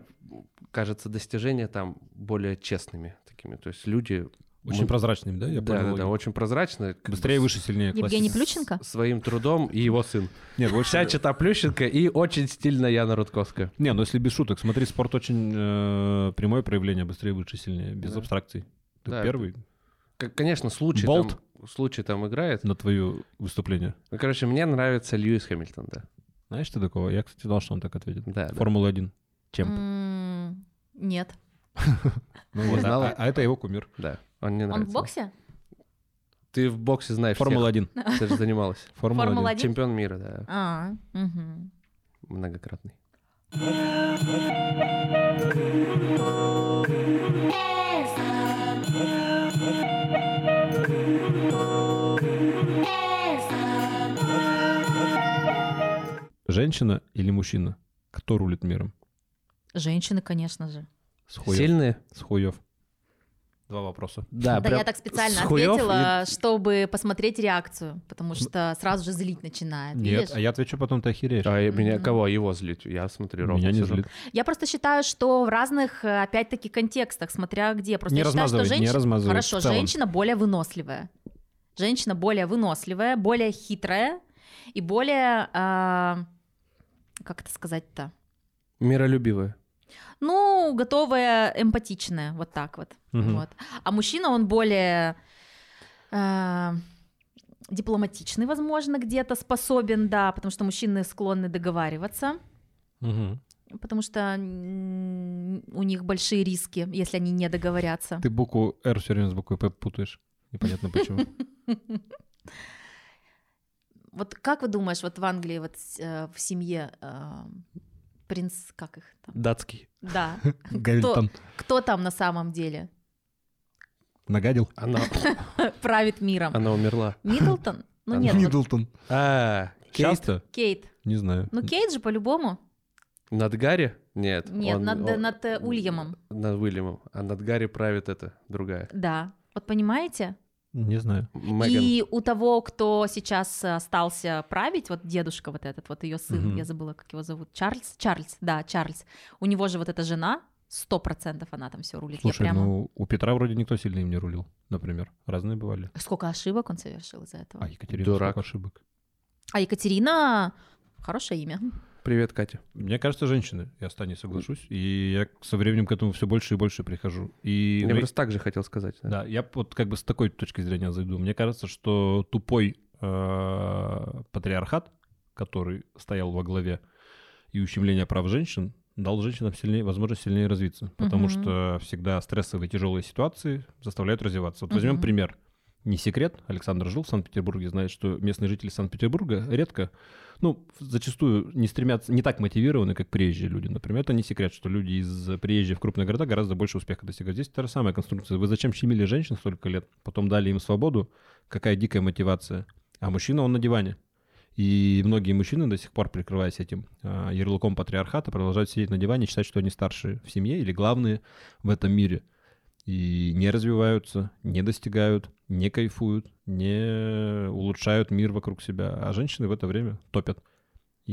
Speaker 3: кажется достижения там более честными такими. То есть люди...
Speaker 1: Очень
Speaker 3: Мы-
Speaker 1: прозрачными, да? Я
Speaker 3: да,
Speaker 1: понял
Speaker 3: да, да,
Speaker 1: логику.
Speaker 3: очень прозрачно. как бы
Speaker 1: Быстрее,
Speaker 3: с-
Speaker 1: выше, сильнее.
Speaker 2: Евгений
Speaker 1: классика.
Speaker 2: Плющенко?
Speaker 3: Своим трудом и его сын.
Speaker 1: Нет, больше
Speaker 3: Вся чита Плющенко и очень стильно Яна Рудковская.
Speaker 1: Не, ну если без шуток, смотри, спорт очень э, прямое проявление, быстрее, лучше, сильнее, без
Speaker 3: Да.
Speaker 1: абстракций. Ты
Speaker 3: Да,
Speaker 1: первый
Speaker 3: К- Конечно, случай
Speaker 1: Болт?
Speaker 3: там, случай там играет.
Speaker 1: на твое выступление.
Speaker 3: Ну, короче, мне нравится Льюис Хэмилтон, да.
Speaker 1: Знаешь ты такого? Я, кстати, знал, что он так ответит.
Speaker 3: Да, да.
Speaker 1: Формула-1. Чем?
Speaker 2: М, Нет.
Speaker 1: Ну
Speaker 3: Не
Speaker 1: вот,
Speaker 3: знала?
Speaker 1: а, а это его кумир.
Speaker 3: Да, он мне
Speaker 2: Он
Speaker 3: нравится.
Speaker 2: в боксе?
Speaker 3: Ты в боксе знаешь
Speaker 1: Формула-1.
Speaker 3: всех, ты же занималась.
Speaker 1: Формула-1.
Speaker 2: Формула-1. Один?
Speaker 3: Чемпион мира, да,
Speaker 2: А, мгм.
Speaker 3: многократный.
Speaker 1: Женщина или мужчина? Кто рулит миром?
Speaker 2: Женщины, конечно же.
Speaker 1: С хуев.
Speaker 3: Сильные?
Speaker 1: С хуев. Два вопроса.
Speaker 2: Да, я так специально
Speaker 3: с хуёв
Speaker 2: ответила, чтобы посмотрели реакцию, потому что сразу же злить начинает.
Speaker 1: Нет,
Speaker 2: видишь?
Speaker 1: а я отвечу потом, ты охереешь.
Speaker 3: А я- меня
Speaker 2: Мгм.
Speaker 3: кого? Его злить? Я смотрю ровно.
Speaker 1: Меня не
Speaker 3: сижу.
Speaker 1: злит.
Speaker 2: Я просто считаю, что в разных, э, опять-таки, контекстах, смотря где. Просто
Speaker 1: Не
Speaker 2: я считаю, что
Speaker 1: размазывай, не
Speaker 2: женщина...
Speaker 1: размазывай.
Speaker 2: Хорошо,
Speaker 1: В целом.
Speaker 2: женщина более выносливая. Женщина более выносливая, более хитрая и более... а, как это сказать-то?
Speaker 3: Миролюбивые.
Speaker 2: Ну, готовая, эмпатичная, вот так вот.
Speaker 1: Мгм.
Speaker 2: Вот. А мужчина, он более э, дипломатичный, возможно, где-то способен, да, потому что мужчины склонны договариваться,
Speaker 1: Мгм.
Speaker 2: потому что м, у них большие риски, если они не договорятся.
Speaker 1: Ты букву R все время с буквой П путаешь. Непонятно почему.
Speaker 2: Вот как вы думаешь, вот в Англии, вот с- э, в семье э, принц, как их там?
Speaker 3: Датский.
Speaker 2: Да.
Speaker 1: Гавильтон.
Speaker 2: Кто там на самом деле
Speaker 1: Нагадил?
Speaker 3: Она,
Speaker 2: правит миром?
Speaker 3: она умерла.
Speaker 2: Миддлтон? Ну нет, вот
Speaker 1: Миддлтон.
Speaker 3: А, Кейт?
Speaker 1: Часто?
Speaker 2: Кейт.
Speaker 1: Не знаю.
Speaker 2: Ну Кейт же по-любому.
Speaker 3: Над Гарри? Нет.
Speaker 2: Нет,
Speaker 3: он-
Speaker 2: над-
Speaker 3: он-
Speaker 2: над, э, Уильямом.
Speaker 3: Над Уильямом. А над Гарри правит это, другая.
Speaker 2: Да. Вот понимаете?
Speaker 1: Не знаю.
Speaker 3: Меган.
Speaker 2: И у того, кто сейчас э, остался править, вот дедушка вот этот, вот ее сын,
Speaker 1: Мгм.
Speaker 2: я забыла, как его зовут, Чарльз, Чарльз, да, Чарльз. У него же вот эта жена, сто процентов она там все рулит. Я
Speaker 1: Слушай,
Speaker 2: прямо-
Speaker 1: ну у Петра вроде никто сильно им не рулил, например. Разные бывали.
Speaker 2: Сколько ошибок он совершил из-за этого.
Speaker 1: А Екатерина
Speaker 3: Дурак.
Speaker 1: сколько ошибок.
Speaker 2: А Екатерина хорошее имя.
Speaker 3: Привет, Катя.
Speaker 1: Мне кажется, женщины, я с Таней соглашусь, и я к- со временем к этому все больше и больше прихожу. И
Speaker 3: Я
Speaker 1: ну,
Speaker 3: просто так же хотел сказать. да.
Speaker 1: да, я б вот как бы с такой точки зрения зайду. Мне кажется, что тупой э, патриархат, который стоял во главе, и ущемление прав женщин дал женщинам сильнее, возможность сильнее развиться, потому
Speaker 2: Мгм.
Speaker 1: что э, всегда стрессовые тяжелые ситуации заставляют развиваться. Вот возьмем
Speaker 2: Мгм.
Speaker 1: пример. Не секрет, Александр жил в Санкт-Петербурге, знает, что местные жители Санкт-Петербурга редко, ну, зачастую не стремятся, не так мотивированы, как приезжие люди, например. Это не секрет, что люди из приезжих в крупные города гораздо больше успеха достигают. Здесь та же самая конструкция. Вы зачем щемили женщин столько лет, потом дали им свободу? Какая дикая мотивация. А мужчина, он на диване. И многие мужчины, до сих пор прикрываясь этим а, ярлыком патриархата, продолжают сидеть на диване и считать, что они старшие в семье или главные в этом мире. И не развиваются, не достигают, не кайфуют, не улучшают мир вокруг себя. А женщины в это время топят.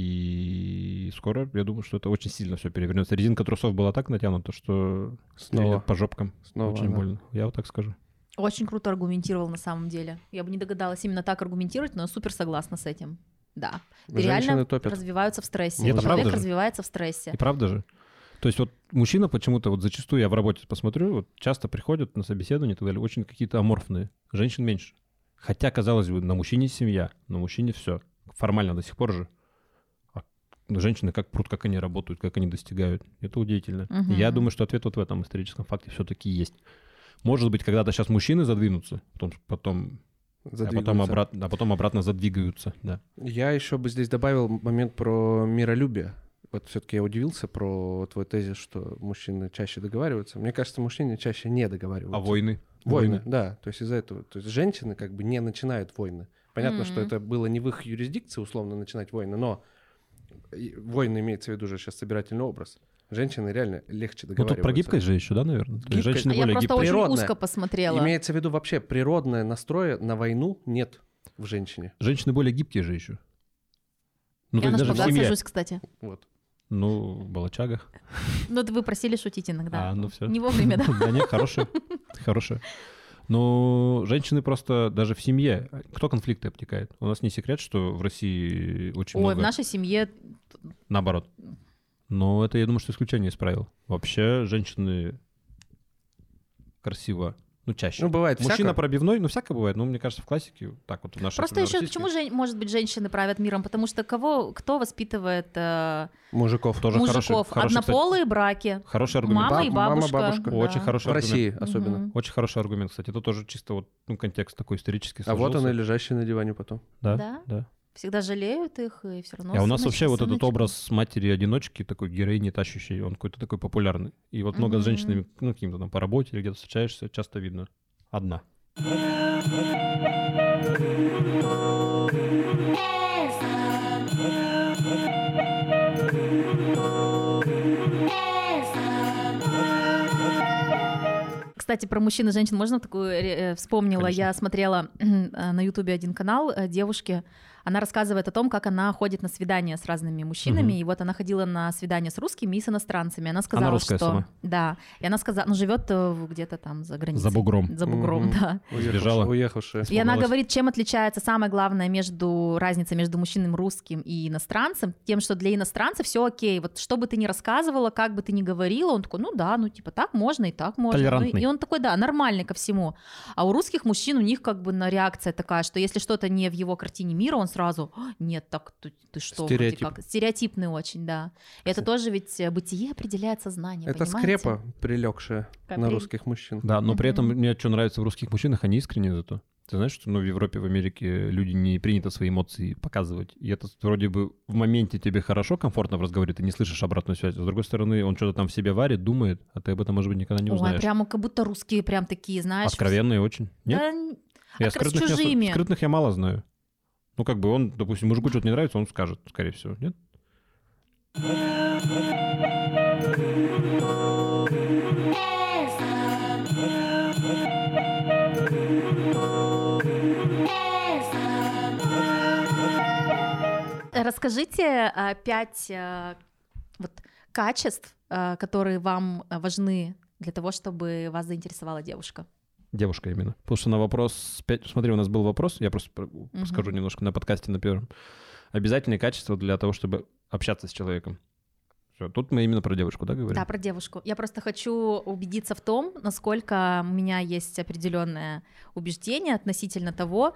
Speaker 1: И скоро, я думаю, что это очень сильно все перевернется. Резинка трусов была так натянута, что
Speaker 3: Снова.
Speaker 1: стрелят по жопкам.
Speaker 3: Снова
Speaker 1: очень
Speaker 3: она.
Speaker 1: больно. Я вот так скажу.
Speaker 2: Очень круто аргументировал на самом деле. Я бы не догадалась именно так аргументировать, но я супер согласна с этим. Да. Ты
Speaker 3: Женщины
Speaker 2: реально
Speaker 3: топят.
Speaker 2: развиваются в стрессе.
Speaker 1: И это
Speaker 2: Человек
Speaker 1: правда же.
Speaker 2: развивается в стрессе.
Speaker 1: И правда же? То есть вот мужчина почему-то, вот зачастую я в работе посмотрю, вот часто приходят на собеседование и так далее, очень какие-то аморфные. Женщин меньше. Хотя, казалось бы, на мужчине семья, на мужчине все. Формально до сих пор же. А женщины как прут, как они работают, как они достигают. Это удивительно.
Speaker 2: Мгм.
Speaker 1: Я думаю, что ответ вот в этом историческом факте все-таки есть. Может быть, когда-то сейчас мужчины задвинутся, потом, потом, а потом,
Speaker 3: Задвигаются.
Speaker 1: обратно, а потом обратно задвигаются. Да.
Speaker 3: Я еще бы здесь добавил момент про миролюбие. Вот все-таки я удивился про твой тезис, что мужчины чаще договариваются. Мне кажется, мужчины чаще не договариваются.
Speaker 1: А войны? Ну,
Speaker 3: Войны, да. То есть из-за этого. То есть женщины как бы не начинают войны. Понятно, что
Speaker 2: Мгм.
Speaker 3: это было не в их юрисдикции условно начинать войны, но и- войны имеется в виду уже сейчас собирательный образ. Женщины реально легче
Speaker 1: Ну,
Speaker 3: договариваются.
Speaker 1: тут про гибкость же еще, да, наверное? То есть
Speaker 3: Гибкость.
Speaker 1: женщины
Speaker 2: А я
Speaker 1: Ну, более
Speaker 2: просто
Speaker 1: гибкие.
Speaker 2: очень
Speaker 3: Природная.
Speaker 2: узко посмотрела.
Speaker 3: Имеется в виду вообще природное настроя на войну нет в женщине.
Speaker 1: Женщины более гибкие же еще. Ну, то
Speaker 2: я
Speaker 1: есть
Speaker 2: на
Speaker 1: даже в
Speaker 2: шпагат
Speaker 1: семье.
Speaker 2: сажусь, кстати.
Speaker 3: Вот.
Speaker 1: Ну, в балачагах.
Speaker 2: Ну, это вы просили шутить иногда.
Speaker 1: А, ну все.
Speaker 2: Не вовремя, да?
Speaker 1: Да нет, хорошая. Хорошая. Но Ну, женщины просто даже в семье. Кто конфликты обтекает? У нас не секрет, что в России очень
Speaker 2: Ой, в
Speaker 1: много
Speaker 2: нашей семье
Speaker 1: наоборот. Но это, я думаю, что исключение из правил. Вообще женщины красиво, ну, чаще.
Speaker 3: Ну, бывает
Speaker 1: Мужчина
Speaker 3: всяко.
Speaker 1: пробивной, ну, всякое бывает. Но мне кажется, в классике так вот в нашей
Speaker 2: Просто
Speaker 1: например,
Speaker 2: еще
Speaker 1: российской,
Speaker 2: почему же, может быть, женщины правят миром? Потому что кого, кто воспитывает э,
Speaker 3: Мужиков.
Speaker 1: Тоже хороший-
Speaker 2: мужиков?
Speaker 1: хороший, кстати,
Speaker 2: Однополые браки.
Speaker 1: Хороший аргумент.
Speaker 2: Мама и
Speaker 3: Баб- мама,
Speaker 2: бабушка.
Speaker 3: бабушка.
Speaker 2: да.
Speaker 1: Очень
Speaker 3: В
Speaker 1: хороший аргумент.
Speaker 3: России особенно.
Speaker 2: Мгм.
Speaker 1: Очень хороший аргумент, кстати. Это тоже чисто вот, ну, контекст такой исторический
Speaker 3: А вот
Speaker 1: сложился.
Speaker 3: она, лежащая на диване потом.
Speaker 1: Да,
Speaker 2: Да?
Speaker 1: да.
Speaker 2: Всегда жалеют их и все
Speaker 1: а
Speaker 2: равно.
Speaker 1: у нас
Speaker 2: сыночек,
Speaker 1: вообще вот этот
Speaker 2: сыночек.
Speaker 1: образ матери-одиночки, такой героини тащущей, он какой-то такой популярный. И вот много с
Speaker 2: Мгм.
Speaker 1: женщинами, ну, каким-то там по работе или где-то встречаешься, часто видно. Одна.
Speaker 2: Кстати, про мужчин и женщин можно такую э, вспомнила.
Speaker 1: Конечно.
Speaker 2: Я смотрела э, на Ютубе один канал э, девушки. Она рассказывает о том, как она ходит на свидания с разными мужчинами.
Speaker 1: Мгм.
Speaker 2: И вот она ходила на свидания с русскими и с иностранцами. Она сказала,
Speaker 1: русская
Speaker 2: что
Speaker 1: сама?
Speaker 2: да. И она сказала, ну живет э, в- где-то там за границей.
Speaker 1: За бугром.
Speaker 2: За бугром,
Speaker 3: Мгм.
Speaker 2: да.
Speaker 1: Сбежала.
Speaker 3: Уехавшая.
Speaker 2: И она
Speaker 1: Испугалась.
Speaker 2: говорит, чем отличается самое главное между разница между мужчиной русским и иностранцем, тем, что для иностранца все окей. Вот что бы ты ни рассказывала, как бы ты ни говорила, он такой, ну да, ну типа так можно и так можно. Ну,
Speaker 1: Толерантный.
Speaker 2: и он такой, да, нормальный ко всему. А у русских мужчин у них как бы на реакция такая, что если что-то не в его картине мира, он сразу, «А, нет, так ты, ты что, вроде
Speaker 3: Стереотип.
Speaker 2: как». Стереотипный очень, да. И это тоже ведь э, бытие определяет сознание.
Speaker 3: Это
Speaker 2: понимаете?
Speaker 3: скрепа, прилегшая на
Speaker 2: Капель.
Speaker 3: русских мужчин.
Speaker 1: Да, но при этом
Speaker 2: Мгм.
Speaker 1: мне что нравится в русских мужчинах, они искренне зато. Ты знаешь, что ну, в Европе, в Америке люди не принято свои эмоции показывать. И это вроде бы в моменте тебе хорошо, комфортно в разговоре, ты не слышишь обратную связь. А с другой стороны, он что-то там в себе варит, думает, а ты об этом, может быть, никогда не
Speaker 2: Ой,
Speaker 1: узнаешь.
Speaker 2: прямо как будто русские прям такие, знаешь.
Speaker 1: Откровенные очень. Нет?
Speaker 2: Да н-
Speaker 1: я
Speaker 2: а как раз
Speaker 1: скрытных, не осо-
Speaker 2: чужими.
Speaker 1: скрытных я мало знаю. Ну, как бы он, допустим, мужику что-то не нравится, он скажет, скорее всего, нет?
Speaker 2: Расскажите а, пять а, вот, качеств, а, которые вам а, важны для того, чтобы вас заинтересовала девушка.
Speaker 1: Девушка именно. Потому что на вопрос... пять- Смотри, у нас был вопрос, я просто про- скажу немножко на подкасте на первом. Обязательные качества для того, чтобы общаться с человеком. Всё, тут мы именно про девушку, да, говорим?
Speaker 2: Да, про девушку. Я просто хочу убедиться в том, насколько у меня есть определенное убеждение относительно того,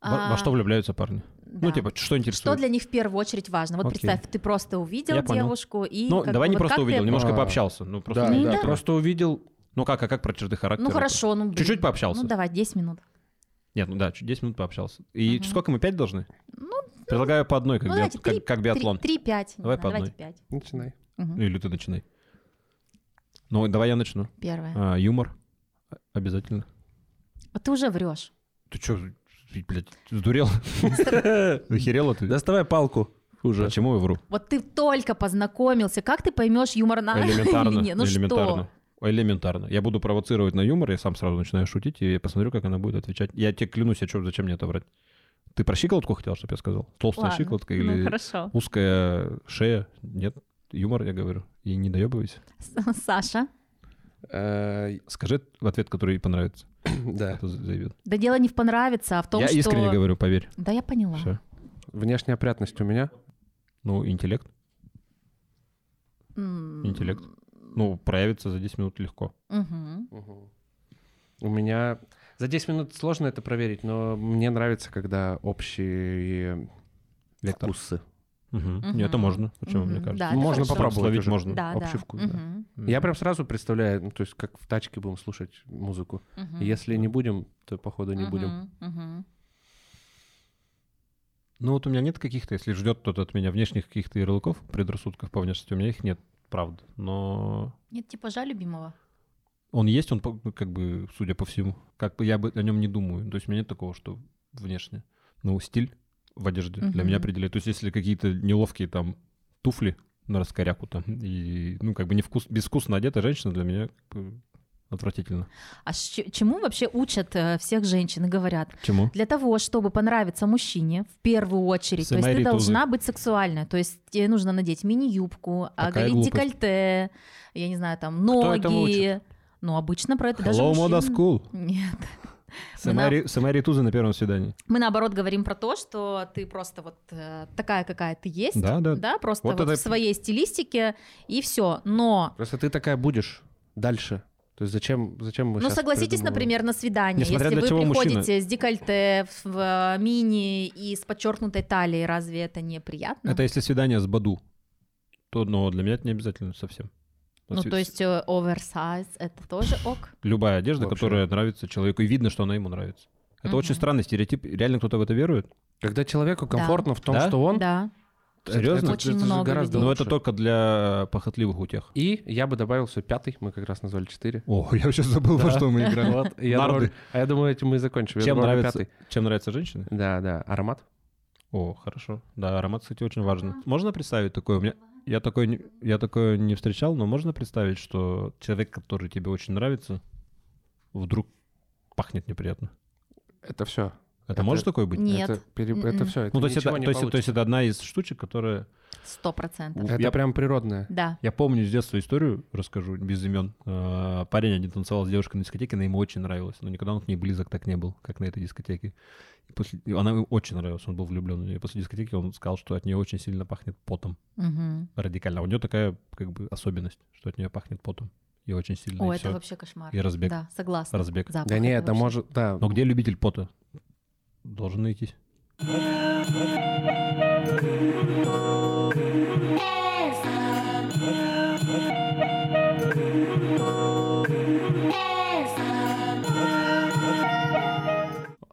Speaker 1: Во, во
Speaker 2: а,
Speaker 1: что влюбляются парни?
Speaker 2: да.
Speaker 1: Ну, типа, что
Speaker 2: что
Speaker 1: интересует?
Speaker 2: для них в первую очередь важно. Вот
Speaker 1: Окей.
Speaker 2: представь, ты просто увидел
Speaker 1: Я понял.
Speaker 2: девушку и
Speaker 1: Ну,
Speaker 2: как
Speaker 1: давай
Speaker 2: бы
Speaker 1: не
Speaker 2: вот
Speaker 1: просто
Speaker 2: как ты-
Speaker 1: увидел, немножко
Speaker 3: А.
Speaker 1: пообщался. Ну, просто...
Speaker 3: Да,
Speaker 2: Ну
Speaker 1: не
Speaker 3: да,
Speaker 1: так.
Speaker 3: Просто увидел
Speaker 1: Ну, как, а как про черты характера?
Speaker 2: Ну хорошо, ну блин.
Speaker 1: Чуть-чуть пообщался.
Speaker 2: Ну давай, 10 минут.
Speaker 1: Нет, ну да, чуть 10 минут пообщался. И
Speaker 2: Мгм.
Speaker 1: сколько мы, 5 должны?
Speaker 2: Ну,
Speaker 1: Предлагаю по одной, как,
Speaker 2: ну,
Speaker 1: биат-
Speaker 2: давайте,
Speaker 1: как-
Speaker 2: три- ну,
Speaker 1: как биатлон.
Speaker 2: 3-5.
Speaker 1: Давай по одной.
Speaker 2: Давайте 5.
Speaker 3: Начинай.
Speaker 1: Или ты начинай. Ну, давай я начну.
Speaker 2: Первое.
Speaker 1: А, юмор. Обязательно.
Speaker 2: А Ты уже врешь.
Speaker 1: Ты что, блядь, сдурел? Захерела ты?
Speaker 3: Доставай палку уже.
Speaker 1: Почему я вру?
Speaker 2: Вот ты только познакомился. Как ты поймешь юмор на
Speaker 1: Элементарно.
Speaker 2: А, не? Ну
Speaker 1: элементарно.
Speaker 2: что?
Speaker 1: Элементарно. Я буду провоцировать на юмор, я сам сразу начинаю шутить, и я посмотрю, как она будет отвечать. Я тебе клянусь, я чё, зачем мне это врать? Ты про щиколотку хотел, чтобы я сказал? Толстая
Speaker 2: Ладно.
Speaker 1: щиколотка
Speaker 2: Ну
Speaker 1: или
Speaker 2: хорошо.
Speaker 1: узкая шея? Нет, юмор, я говорю. И не доебывайся.
Speaker 2: С- Саша.
Speaker 3: Э,
Speaker 1: Скажи в ответ, который ей понравится.
Speaker 3: Да.
Speaker 1: Кто заявит.
Speaker 2: Да дело не в понравится, а в том,
Speaker 1: я
Speaker 2: что...
Speaker 1: искренне говорю, поверь.
Speaker 2: Да, я поняла.
Speaker 1: Все.
Speaker 3: Внешняя опрятность у меня.
Speaker 1: Ну, интеллект.
Speaker 2: М,
Speaker 1: Интеллект. Ну, проявится за 10 минут легко.
Speaker 2: мгм.
Speaker 3: У меня... За 10 минут сложно это проверить, но мне нравится, когда общие
Speaker 1: Вектор.
Speaker 3: вкусы.
Speaker 1: Мгм.
Speaker 2: Мгм.
Speaker 1: Не, Это можно, почему,
Speaker 2: Мгм.
Speaker 1: мне кажется.
Speaker 2: Да, это
Speaker 3: Можно
Speaker 2: хорошо.
Speaker 3: попробовать
Speaker 1: Словить
Speaker 3: уже.
Speaker 1: можно.
Speaker 2: Да,
Speaker 3: Общий
Speaker 2: да.
Speaker 3: вкус, да.
Speaker 2: Мгм,
Speaker 3: Я прям сразу представляю, ну, то есть как в тачке будем слушать музыку.
Speaker 2: мгм.
Speaker 3: Если не будем, то, походу, не будем.
Speaker 2: Мгм, мгм.
Speaker 1: Ну вот у меня нет каких-то, если ждет кто-то от меня внешних каких-то ярлыков, предрассудков по внешности, у меня их нет, правда. Но
Speaker 2: Нет типажа любимого.
Speaker 1: он есть, он по- ну, как бы, судя по всему, как бы я бы о нем не думаю. То есть у меня нет такого, что внешне. Ну, стиль в одежде для
Speaker 2: Мгм.
Speaker 1: меня определяет. То есть если какие-то неловкие там туфли на раскоряку там, и, ну, как бы невкус, безвкусно одета женщина для меня как бы, отвратительно.
Speaker 2: А щ- чему вообще учат э, всех женщин и говорят?
Speaker 1: Чему?
Speaker 2: Для того, чтобы понравиться мужчине, в первую очередь, то есть
Speaker 1: Сэмэри тузы.
Speaker 2: ты должна быть сексуальной. То есть тебе нужно надеть мини-юбку,
Speaker 1: Такая
Speaker 2: оголить
Speaker 1: глупость.
Speaker 2: декольте, я не знаю, там,
Speaker 1: Кто это
Speaker 2: ноги. Ну, обычно про это даже
Speaker 1: Hello,
Speaker 2: мужчин-
Speaker 1: Moda School.
Speaker 2: Нет.
Speaker 1: Самари, Самари Тузы на первом свидании.
Speaker 2: Мы, наоборот, говорим про то, что ты просто вот э, такая, какая ты есть.
Speaker 1: Да, да.
Speaker 2: Да, просто
Speaker 1: Вот
Speaker 2: вот
Speaker 1: это-
Speaker 2: в своей стилистике, и все. Но,
Speaker 3: Просто ты такая будешь дальше. То есть зачем, зачем мы
Speaker 2: ну,
Speaker 3: щас
Speaker 2: согласитесь,
Speaker 3: придумываем?
Speaker 2: например, на свидание,
Speaker 1: Несмотря
Speaker 2: если
Speaker 1: для
Speaker 2: вы
Speaker 1: чего мужчина-
Speaker 2: приходите с декольте, в, в, э, мини и с подчеркнутой талией, разве это не приятно?
Speaker 1: Это если свидание с Баду, то но для меня это не обязательно совсем. Вот
Speaker 2: Ну,
Speaker 1: сви-
Speaker 2: то есть э, оверсайз — это тоже ок?
Speaker 1: Любая одежда,
Speaker 3: Вообще.
Speaker 1: которая нравится человеку, и видно, что она ему нравится. Это
Speaker 2: Мгм.
Speaker 1: очень странный стереотип. Реально кто-то в это верует?
Speaker 3: Когда человеку комфортно в том,
Speaker 1: Да?
Speaker 3: что он...
Speaker 2: Да.
Speaker 3: это-
Speaker 1: Серьезно?
Speaker 3: это-
Speaker 2: Очень
Speaker 3: это же
Speaker 2: много
Speaker 3: гораздо
Speaker 1: Но
Speaker 2: людей.
Speaker 1: Ну, это
Speaker 3: лучше.
Speaker 1: только для похотливых утех.
Speaker 3: И я бы добавил все пятый, мы как раз назвали четыре.
Speaker 1: О, я вообще забыл, во что мы играли.
Speaker 3: Вот, я
Speaker 1: Нарды.
Speaker 3: добавлю- а я думаю, этим мы и закончим. Я
Speaker 1: Чем
Speaker 3: добавлю
Speaker 1: нравится,
Speaker 3: пятый.
Speaker 1: чем нравятся женщины?
Speaker 3: Да, да, аромат.
Speaker 1: О, хорошо. Да, аромат, кстати, очень важен. Можно представить такое? У меня... Я такое, не- я такое не встречал, но можно представить, что человек, который тебе очень нравится, вдруг пахнет неприятно.
Speaker 3: Это все.
Speaker 1: Это,
Speaker 3: Это-
Speaker 1: может такое быть?
Speaker 2: Нет, М-м.
Speaker 3: Это, пере-
Speaker 2: Мгм.
Speaker 3: это все. Это
Speaker 1: Ну, то есть, это,
Speaker 3: ничего не
Speaker 1: то, есть, то есть
Speaker 3: получится.
Speaker 1: это одна из штучек, которая...
Speaker 2: сто процентов.
Speaker 1: это-
Speaker 3: Это
Speaker 1: Я-
Speaker 3: прям природное.
Speaker 2: Да.
Speaker 1: Я помню с детства историю, расскажу, без имен. А, Парень один танцевал с девушкой на дискотеке, она ему очень нравилась, но никогда он к ней близок так не был, как на этой дискотеке. И после... и Она ему очень нравилась, он был влюблен в нее. И после дискотеки он сказал, что от нее очень сильно пахнет потом,
Speaker 2: Мгм.
Speaker 1: радикально. А У нее такая как бы особенность, что от нее пахнет потом. И очень сильно,
Speaker 2: О,
Speaker 1: Ну и
Speaker 2: это
Speaker 1: всё.
Speaker 2: вообще кошмар.
Speaker 1: И разбег.
Speaker 2: Да, согласна.
Speaker 1: Разбег.
Speaker 2: Запах
Speaker 3: Да не, это
Speaker 2: вообще-
Speaker 3: может... Да.
Speaker 1: Но где любитель пота? Должен найтись.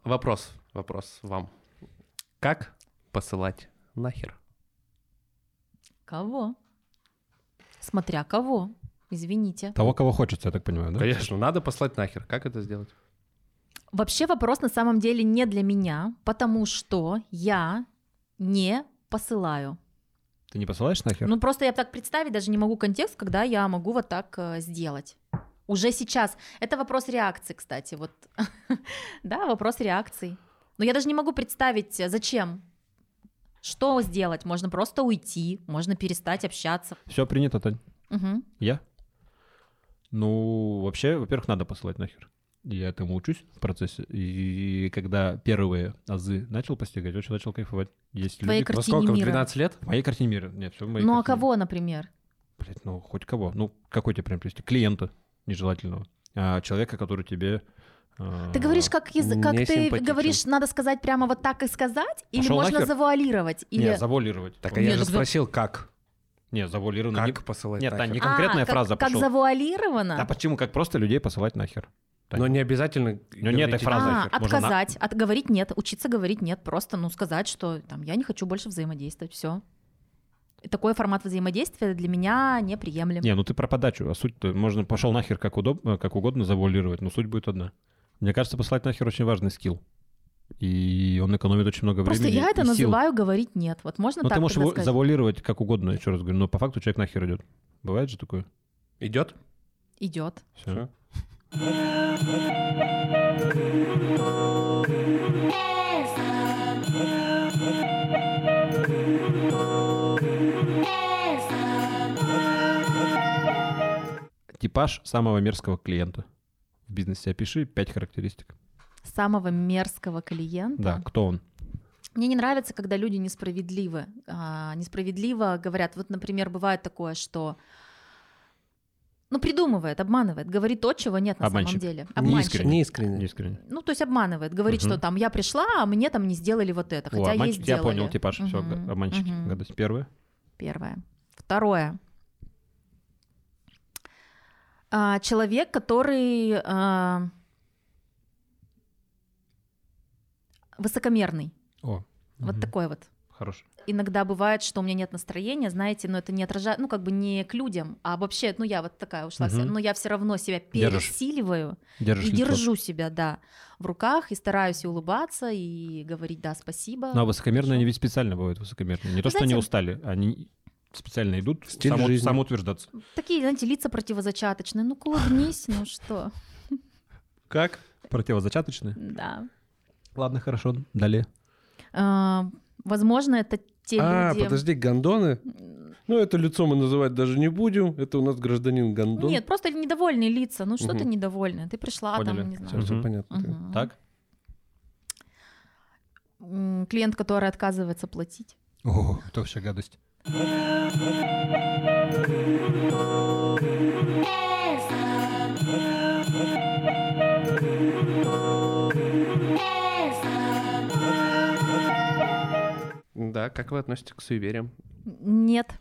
Speaker 3: Вопрос. Вопрос вам. Как посылать нахер?
Speaker 2: Кого? Смотря кого. Извините.
Speaker 1: Того, кого хочется, я так понимаю, да?
Speaker 3: Конечно, надо послать нахер. Как это сделать?
Speaker 2: Вообще вопрос на самом деле не для меня, потому что я не посылаю.
Speaker 1: Ты не посылаешь нахер?
Speaker 2: Ну просто я так представить даже не могу контекст, когда я могу вот так э, сделать. Уже сейчас. Это вопрос реакции, кстати. Вот. да, вопрос реакции. Но я даже не могу представить, э, зачем. Что сделать? Можно просто уйти, можно перестать общаться.
Speaker 1: Все принято, Тань.
Speaker 2: Мгм.
Speaker 1: Я? Ну, вообще, во-первых, надо посылать нахер. Я этому учусь в процессе. И когда первые азы начал постигать, очень начал кайфовать. Есть
Speaker 2: Твоей
Speaker 1: люди...
Speaker 2: кар-
Speaker 1: которые-
Speaker 2: Картине
Speaker 3: Во сколько? В
Speaker 2: мира.
Speaker 3: 12 лет?
Speaker 1: В моей картине мира. Нет, все в моей
Speaker 2: Ну а
Speaker 1: картине.
Speaker 2: кого, например?
Speaker 1: Блядь, ну хоть кого. Ну, какой тебе прям привести? Клиента нежелательного. А, человека, который тебе... а,
Speaker 2: Ты говоришь, как, из- как
Speaker 3: не
Speaker 2: ты
Speaker 3: симпатичен.
Speaker 2: говоришь, надо сказать прямо вот так и сказать? Или
Speaker 1: Пошёл
Speaker 2: можно
Speaker 1: нахер.
Speaker 2: завуалировать? Или...
Speaker 1: Не, завуалировать.
Speaker 3: Так а
Speaker 1: Нет,
Speaker 3: я
Speaker 2: Нет,
Speaker 3: же
Speaker 2: так-
Speaker 3: спросил, как?
Speaker 1: Ну, Не, завуалированно.
Speaker 3: Как посылать
Speaker 1: Нет, Тань,
Speaker 3: нахер?
Speaker 1: не конкретная
Speaker 2: А, как-
Speaker 1: фраза.
Speaker 2: Как,
Speaker 1: пошёл.
Speaker 2: завуалировано?
Speaker 1: А почему? Как просто людей посылать нахер. Тань.
Speaker 3: Но не обязательно...
Speaker 1: Ну, нет
Speaker 3: говорить
Speaker 1: этой фразы.
Speaker 2: А,
Speaker 1: нахер. Можно на-
Speaker 2: отказать, от, говорить нет, учиться говорить нет, просто, ну, сказать, что там я не хочу больше взаимодействовать, все. Такой формат взаимодействия для меня неприемлем.
Speaker 1: Не, ну ты про подачу, а суть-то можно пошел нахер как, удобно, как угодно завуалировать, но суть будет одна. Мне кажется, послать нахер очень важный скилл. И он экономит очень много
Speaker 2: Просто
Speaker 1: времени.
Speaker 2: я это
Speaker 1: и сил.
Speaker 2: называю говорить нет. Вот можно
Speaker 1: Но
Speaker 2: так
Speaker 1: ты можешь
Speaker 2: тогда
Speaker 1: его
Speaker 2: сказать?
Speaker 1: завуалировать как угодно, еще раз говорю, но по факту человек нахер идет. Бывает же такое?
Speaker 3: Идет?
Speaker 2: Идет.
Speaker 1: Всё.
Speaker 3: Всё.
Speaker 1: Типаж самого мерзкого клиента. В бизнесе опиши пять характеристик.
Speaker 2: Самого мерзкого клиента.
Speaker 1: Да, кто он?
Speaker 2: Мне не нравится, когда люди несправедливы. а, несправедливо говорят. Вот, например, бывает такое, что ну, придумывает, обманывает, говорит то, чего нет на
Speaker 1: Обманщик.
Speaker 2: самом деле.
Speaker 1: Неискренне.
Speaker 3: Неискренне.
Speaker 1: Искренне.
Speaker 2: Ну, то есть обманывает, говорит,
Speaker 1: Мгм.
Speaker 2: что там я пришла, а мне там не сделали вот это,
Speaker 1: О,
Speaker 2: хотя ей
Speaker 1: обманщик.
Speaker 2: сделали.
Speaker 1: Я понял, типаж. Все,
Speaker 2: Мгм,
Speaker 1: обманщики.
Speaker 2: мгм.
Speaker 1: Гадость. Первое.
Speaker 2: Первое. Второе. А, человек, который а, высокомерный.
Speaker 1: О,
Speaker 2: Вот
Speaker 1: Мгм.
Speaker 2: такой вот.
Speaker 1: Хорош.
Speaker 2: Иногда бывает, что у меня нет настроения, знаете, но это не отражает, ну, как бы не к людям, а вообще, ну, я вот такая ушла, вся,
Speaker 1: Мгм.
Speaker 2: но я все равно себя
Speaker 1: Держишь.
Speaker 2: пересиливаю
Speaker 1: Держишь
Speaker 2: и
Speaker 1: лицо.
Speaker 2: держу себя, да, в руках, и стараюсь и улыбаться, и говорить, да, спасибо.
Speaker 1: Ну, а высокомерные, они ведь специально бывают высокомерные. Не то, что они
Speaker 2: Знаете-
Speaker 1: устали, они специально идут
Speaker 4: Стиль
Speaker 1: само-
Speaker 4: жизни.
Speaker 1: самоутверждаться.
Speaker 2: Такие, знаете, лица противозачаточные, ну, улыбнись, ну, что,
Speaker 1: Как? Противозачаточные.
Speaker 2: да.
Speaker 1: Ладно, хорошо, далее.
Speaker 2: А, Возможно, это те
Speaker 3: А,
Speaker 2: люди...
Speaker 3: подожди, гондоны? Ну, это лицо мы называть даже не будем. Это у нас гражданин гондон.
Speaker 2: Нет, просто недовольные лица. Ну что ты
Speaker 3: Мгм.
Speaker 2: недовольная? Ты пришла а
Speaker 1: Поняли.
Speaker 2: там, не
Speaker 3: Все,
Speaker 2: знаю.
Speaker 1: Всё. Мгм.
Speaker 3: понятно.
Speaker 2: Мгм.
Speaker 1: Так?
Speaker 2: М, Клиент, который отказывается платить.
Speaker 1: О, это вообще гадость.
Speaker 3: Да, как вы относитесь к суевериям?
Speaker 2: Н- Нет.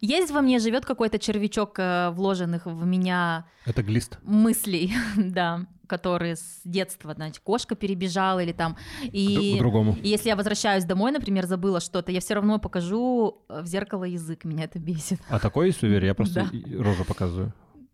Speaker 2: Есть во мне живет какой-то червячок э, вложенных в меня
Speaker 1: Это глист.
Speaker 2: мыслей, да, которые с детства, значит, кошка перебежала или там. И
Speaker 1: К другому.
Speaker 2: и если я возвращаюсь домой, например, забыла что-то, я все равно покажу э, в зеркало язык, меня это бесит.
Speaker 1: А такой есть суверь, я просто
Speaker 2: Да. А.
Speaker 1: и- рожу показываю.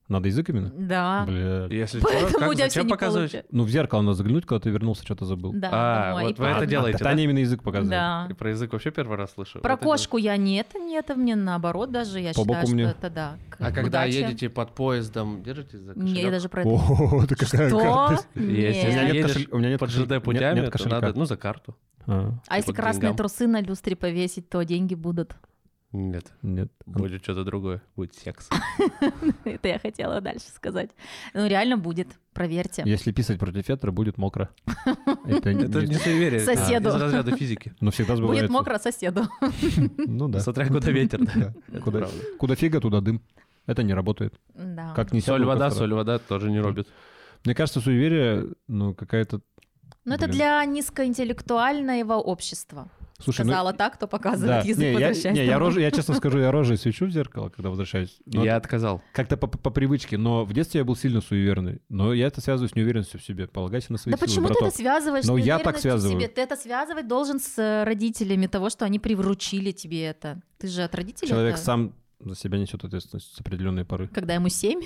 Speaker 1: Надо язык именно?
Speaker 2: Да.
Speaker 1: Бля.
Speaker 3: Если чё,
Speaker 2: Поэтому
Speaker 3: А как,
Speaker 2: у тебя все
Speaker 3: зачем
Speaker 2: не
Speaker 3: показывать?
Speaker 2: получится.
Speaker 1: Ну, в зеркало надо заглянуть, когда ты вернулся, что-то забыл.
Speaker 2: Да,
Speaker 3: А,
Speaker 2: домой.
Speaker 3: вот
Speaker 2: И
Speaker 3: вы это
Speaker 2: потом-
Speaker 3: делаете,
Speaker 1: А Таня именно язык показывает.
Speaker 2: Да.
Speaker 3: И про язык вообще первый раз слышу.
Speaker 2: Про
Speaker 3: Вот это вот.
Speaker 2: кошку я не это, не это, мне наоборот даже, я
Speaker 1: По
Speaker 2: считаю,
Speaker 1: боку
Speaker 2: что
Speaker 1: мне.
Speaker 2: это да. к-
Speaker 3: А когда
Speaker 2: удаче.
Speaker 3: едете под поездом, держитесь за
Speaker 2: Не, я
Speaker 3: кошелек?
Speaker 2: даже про это...
Speaker 1: О, это какая
Speaker 2: То?
Speaker 1: гадость.
Speaker 3: Есть.
Speaker 1: У меня
Speaker 2: Нет.
Speaker 1: нет
Speaker 3: Едешь
Speaker 1: кошель- у меня нет
Speaker 3: Под
Speaker 1: кошель-
Speaker 3: ЖД
Speaker 1: нет-
Speaker 3: путями,
Speaker 1: нет
Speaker 3: то
Speaker 1: кошелька.
Speaker 3: надо, ну, за карту.
Speaker 1: А,
Speaker 2: А если
Speaker 3: Под
Speaker 2: красные
Speaker 3: деньгам.
Speaker 2: трусы на люстре повесить, то деньги будут.
Speaker 3: Нет,
Speaker 1: Нет.
Speaker 3: будет что-то другое, будет секс.
Speaker 2: Это я хотела дальше сказать. Ну, реально будет, проверьте.
Speaker 1: Если писать против ветра, будет мокро. Это
Speaker 3: Это не
Speaker 1: не...
Speaker 3: суеверие, это
Speaker 2: Соседу.
Speaker 3: из разряда физики.
Speaker 1: Но всегда сбывается.
Speaker 2: Будет мокро соседу.
Speaker 1: Ну да.
Speaker 3: Смотря куда ветер. да.
Speaker 1: Да.
Speaker 3: Это
Speaker 1: Куда-
Speaker 3: правда.
Speaker 1: Куда фига, туда дым. Это не работает.
Speaker 2: Да.
Speaker 1: Как не
Speaker 3: Соль, вода, соль, вода тоже не робит.
Speaker 1: Мне кажется, суеверие, ну, какая-то...
Speaker 2: Но Ну, это
Speaker 1: Блин.
Speaker 2: для низкоинтеллектуального общества.
Speaker 1: Слушай, ну,
Speaker 2: Сказала так, кто
Speaker 1: да.
Speaker 2: показывает
Speaker 1: Не,
Speaker 2: язык,
Speaker 1: я,
Speaker 2: возвращаясь
Speaker 1: не, я,
Speaker 2: домой.
Speaker 1: рожей- я честно скажу, я рожей свечу в зеркало, когда возвращаюсь. Но
Speaker 3: Я отказал.
Speaker 1: Как-то по, по привычке, но в детстве я был сильно суеверный. Но я это связываю с неуверенностью в себе. Полагайся на свои
Speaker 2: Да
Speaker 1: силы,
Speaker 2: почему ты
Speaker 1: браток.
Speaker 2: это связываешь? с
Speaker 1: Ну, я так
Speaker 2: неуверенностью в
Speaker 1: связываю.
Speaker 2: себе? Ты это связывать должен с э, родителями того, что они привручили тебе это. Ты же от родителей
Speaker 1: Человек
Speaker 2: это-
Speaker 1: сам за себя несет ответственность с определенной поры.
Speaker 2: Когда ему 7,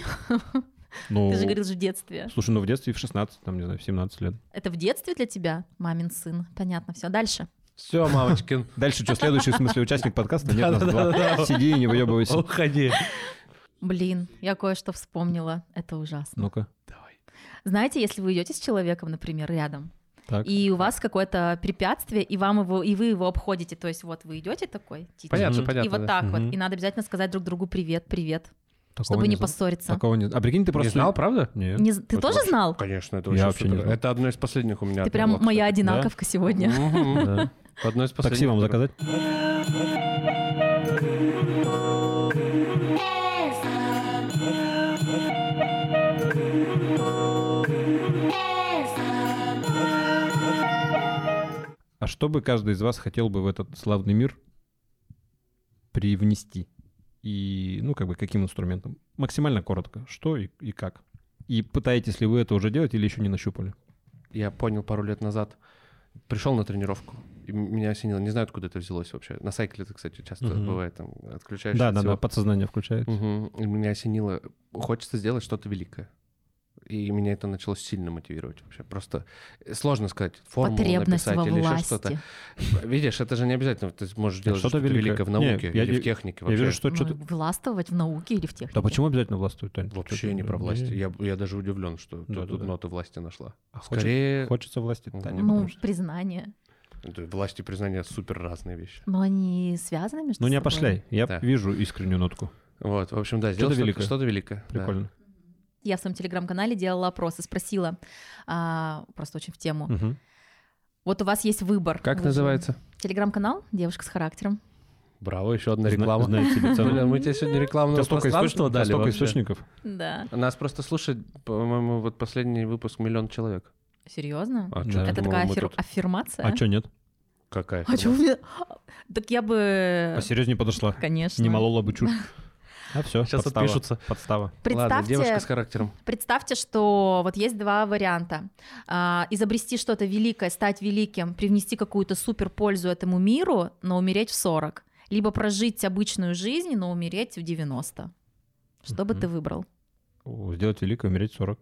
Speaker 1: Ну,
Speaker 2: ты же говорил же в детстве.
Speaker 1: слушай, ну в детстве и в 16, там, не знаю, в 17 лет.
Speaker 2: Это в детстве для тебя, мамин сын. Понятно, все. Дальше.
Speaker 3: Все, мамочкин,
Speaker 1: Дальше что, следующий, в смысле, участник подкаста? Нет, нас
Speaker 3: Да-да-да-да.
Speaker 1: два. Сиди и не выебывайся.
Speaker 3: уходи.
Speaker 2: Блин, я кое-что вспомнила. Это ужасно.
Speaker 1: Ну-ка,
Speaker 2: Знаете, если вы идете с человеком, например, рядом,
Speaker 1: так.
Speaker 2: и у вас какое-то препятствие, и вам его, и вы его обходите, то есть вот вы идете такой, титик,
Speaker 3: Понятно,
Speaker 1: Мгм.
Speaker 3: понятно.
Speaker 2: и вот
Speaker 3: да.
Speaker 2: так
Speaker 1: Мгм.
Speaker 2: вот, и надо обязательно сказать друг другу привет, привет,
Speaker 1: Такого
Speaker 2: чтобы не
Speaker 1: знал.
Speaker 2: поссориться.
Speaker 1: Такого нет. А прикинь, ты
Speaker 3: Не
Speaker 1: просто...
Speaker 3: знал, правда?
Speaker 1: Нет.
Speaker 2: Не з- ты
Speaker 3: Вот
Speaker 2: тоже
Speaker 3: вообще-
Speaker 2: знал?
Speaker 3: Конечно, это
Speaker 1: Я
Speaker 3: вообще
Speaker 1: вообще не
Speaker 3: супер.
Speaker 1: знал.
Speaker 3: Это одно из последних у меня.
Speaker 2: Ты прям
Speaker 3: было,
Speaker 2: моя
Speaker 3: кстати.
Speaker 2: одинаковка сегодня.
Speaker 3: Мгм.
Speaker 1: Да.
Speaker 3: Одно из последних.
Speaker 1: Такси вам
Speaker 3: которое-
Speaker 1: заказать? А что бы каждый из вас хотел бы в этот славный мир привнести? И, ну, как бы, каким инструментом? Максимально коротко. Что и, и как? И пытаетесь ли вы это уже делать или еще не нащупали?
Speaker 3: Я понял пару лет назад. Пришел на тренировку. И м- меня осенило. Не знаю, откуда это взялось вообще. На сайкле это, кстати, часто
Speaker 1: Мгм.
Speaker 3: бывает. Там, отключаешься
Speaker 1: Да,
Speaker 3: от
Speaker 1: да,
Speaker 3: всего.
Speaker 1: да, подсознание включает.
Speaker 3: Мгм. И меня осенило. Хочется сделать что-то великое. И меня это начало сильно мотивировать вообще. Просто э, сложно сказать, формулу
Speaker 2: Потребность
Speaker 3: написать
Speaker 2: во
Speaker 3: или еще
Speaker 2: власти.
Speaker 3: что-то. Видишь, это же не обязательно. Ты можешь делать
Speaker 1: что-то
Speaker 3: что-то великое.
Speaker 1: великое.
Speaker 3: в науке
Speaker 1: Не, я-
Speaker 3: или
Speaker 1: я-
Speaker 3: в технике
Speaker 1: Я
Speaker 3: вообще.
Speaker 1: вижу, что
Speaker 2: Ну,
Speaker 1: что-то...
Speaker 2: Властвовать в науке или в технике.
Speaker 1: Да почему обязательно властвует, Тань?
Speaker 3: Вообще
Speaker 1: Что-то-
Speaker 3: не про власть.
Speaker 1: Не.
Speaker 3: Я, я даже удивлен, что тут-
Speaker 1: Да-да-да.
Speaker 3: тут ноты власти нашла.
Speaker 1: А хочет-
Speaker 3: Скорее,
Speaker 1: Хочется власти,
Speaker 3: Мгм.
Speaker 1: Таня,
Speaker 2: Ну,
Speaker 1: потому что-
Speaker 2: признание.
Speaker 3: да, власть и признание супер разные вещи.
Speaker 2: Но они связаны между
Speaker 1: Ну не
Speaker 2: собой?
Speaker 1: опошляй, я
Speaker 3: Да.
Speaker 1: вижу искреннюю нотку.
Speaker 3: Вот, в общем,
Speaker 1: Что-то
Speaker 3: да, сделать что-то
Speaker 1: великое.
Speaker 3: что-то великое. да.
Speaker 1: Прикольно.
Speaker 2: Я в своем телеграм-канале делала опрос и спросила, а, просто очень в тему.
Speaker 1: Мгм.
Speaker 2: Вот у вас есть выбор.
Speaker 3: Как
Speaker 2: Вы же-
Speaker 3: называется?
Speaker 2: Телеграм-канал «Девушка с характером».
Speaker 3: Браво, еще одна
Speaker 1: Зна-
Speaker 3: реклама.
Speaker 1: знаю себе цену.
Speaker 3: Блин, мы тебе сегодня рекламного
Speaker 1: Тебя столько
Speaker 3: пространства
Speaker 1: источников, тебя
Speaker 3: ну, дали
Speaker 1: столько
Speaker 3: вообще.
Speaker 1: источников.
Speaker 2: Да.
Speaker 3: Нас просто слушает, по-моему, вот последний выпуск миллион человек.
Speaker 2: Серьезно?
Speaker 3: А
Speaker 1: Да.
Speaker 3: чё ты
Speaker 2: Это
Speaker 3: думала,
Speaker 2: такая
Speaker 3: мы
Speaker 2: аффир-
Speaker 3: тут-
Speaker 2: аффирмация?
Speaker 1: А что нет?
Speaker 3: Какая?
Speaker 2: А чё вы мне- Так я бы...
Speaker 1: Посерьезнее подошла.
Speaker 2: Конечно.
Speaker 1: Не молола бы чушь. А все,
Speaker 3: Сейчас
Speaker 1: подстава,
Speaker 3: отпишутся.
Speaker 1: Подстава.
Speaker 3: Ладно,
Speaker 2: Представьте,
Speaker 3: девушка с характером.
Speaker 2: Представьте, что вот есть два варианта. А, изобрести что-то великое, стать великим, привнести какую-то супер пользу этому миру, но умереть в 40. Либо прожить обычную жизнь, но умереть в 90. Что бы
Speaker 1: Мгм.
Speaker 2: ты выбрал?
Speaker 1: О, Сделать великое, умереть в 40.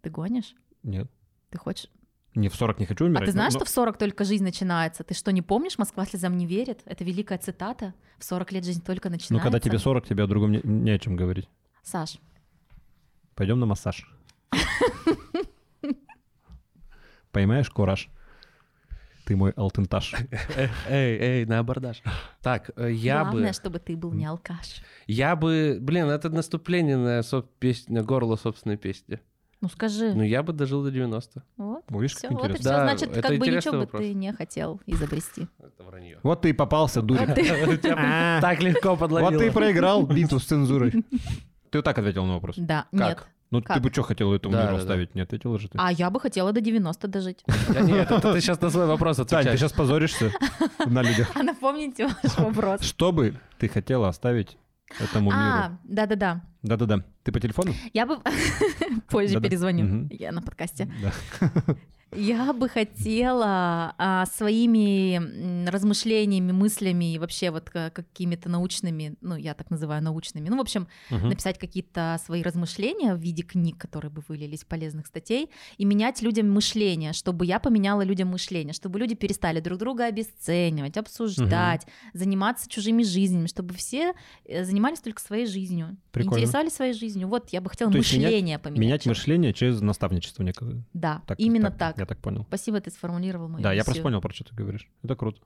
Speaker 2: Ты гонишь?
Speaker 1: Нет.
Speaker 2: Ты хочешь?
Speaker 1: Не, в 40 не хочу умирать.
Speaker 2: а ты знаешь,
Speaker 1: но-
Speaker 2: что в 40 только жизнь начинается? Ты что, не помнишь? Москва слезам не верит. Это великая цитата. В 40 лет жизнь только начинается.
Speaker 1: но- Но Ну, когда тебе 40, тебе о другом не, не о чем говорить.
Speaker 2: Саш,
Speaker 1: Пойдем на массаж. Поймаешь кураж? Ты мой алтентаж.
Speaker 3: Э, Эй, эй, на абордаж. Так, э, я
Speaker 2: главное,
Speaker 3: бы...
Speaker 2: чтобы ты был не алкаш.
Speaker 3: Я бы... Блин, это наступление на, соб- пес- на горло собственной песни.
Speaker 2: Ну скажи.
Speaker 3: Но я бы дожил до 90.
Speaker 2: Вот.
Speaker 1: Ну, видишь,
Speaker 2: Все,
Speaker 1: как
Speaker 2: вот и
Speaker 1: интересно.
Speaker 2: все.
Speaker 3: Да,
Speaker 2: Значит,
Speaker 3: это
Speaker 2: как бы
Speaker 3: интересный
Speaker 2: ничего бы
Speaker 3: вопрос.
Speaker 2: ты не хотел изобрести.
Speaker 3: Это вранье.
Speaker 1: Вот ты и попался, дурик. А,
Speaker 3: Так легко
Speaker 1: Вот ты и
Speaker 3: подловил.
Speaker 1: проиграл битву с цензурой. Ты вот так ответил на вопрос.
Speaker 2: Да, нет.
Speaker 1: Как? Ну ты
Speaker 2: Как?
Speaker 1: бы что хотел этому
Speaker 3: Да,
Speaker 1: миру
Speaker 3: да, да.
Speaker 1: оставить? Не ответила же ты.
Speaker 2: А я бы хотела до 90 дожить.
Speaker 3: Нет, это ты сейчас на свой вопрос
Speaker 1: Тань, ты
Speaker 3: отвечаешь.
Speaker 1: сейчас позоришься на людях.
Speaker 2: А напомните ваш вопрос.
Speaker 1: Что бы ты хотела оставить этому миру?
Speaker 2: А, да-да-да.
Speaker 1: Да-да-да. Ты по телефону?
Speaker 2: Я бы... Позже
Speaker 1: Да-да.
Speaker 2: перезвоню.
Speaker 1: Мгм.
Speaker 2: Я на подкасте.
Speaker 1: Да.
Speaker 2: Я бы хотела а, своими м, размышлениями, мыслями и вообще вот к- какими-то научными, ну, я так называю научными, ну, в общем,
Speaker 1: Мгм.
Speaker 2: написать какие-то свои размышления в виде книг, которые бы вылились в полезных статей, и менять людям мышление, чтобы я поменяла людям мышление, чтобы люди перестали друг друга обесценивать, обсуждать, заниматься чужими жизнями, чтобы все э, занимались только своей жизнью,
Speaker 1: Прикольно.
Speaker 2: интересовались своей жизнью. Вот я бы хотела
Speaker 1: То есть менять-
Speaker 2: мышление поменять.
Speaker 1: Менять мышление через наставничество некое.
Speaker 2: Да,
Speaker 1: Так,
Speaker 2: именно так.
Speaker 1: Я так понял.
Speaker 2: Спасибо, ты сформулировал мою
Speaker 1: Да, я
Speaker 2: миссию.
Speaker 1: просто понял, про что ты говоришь. Это круто.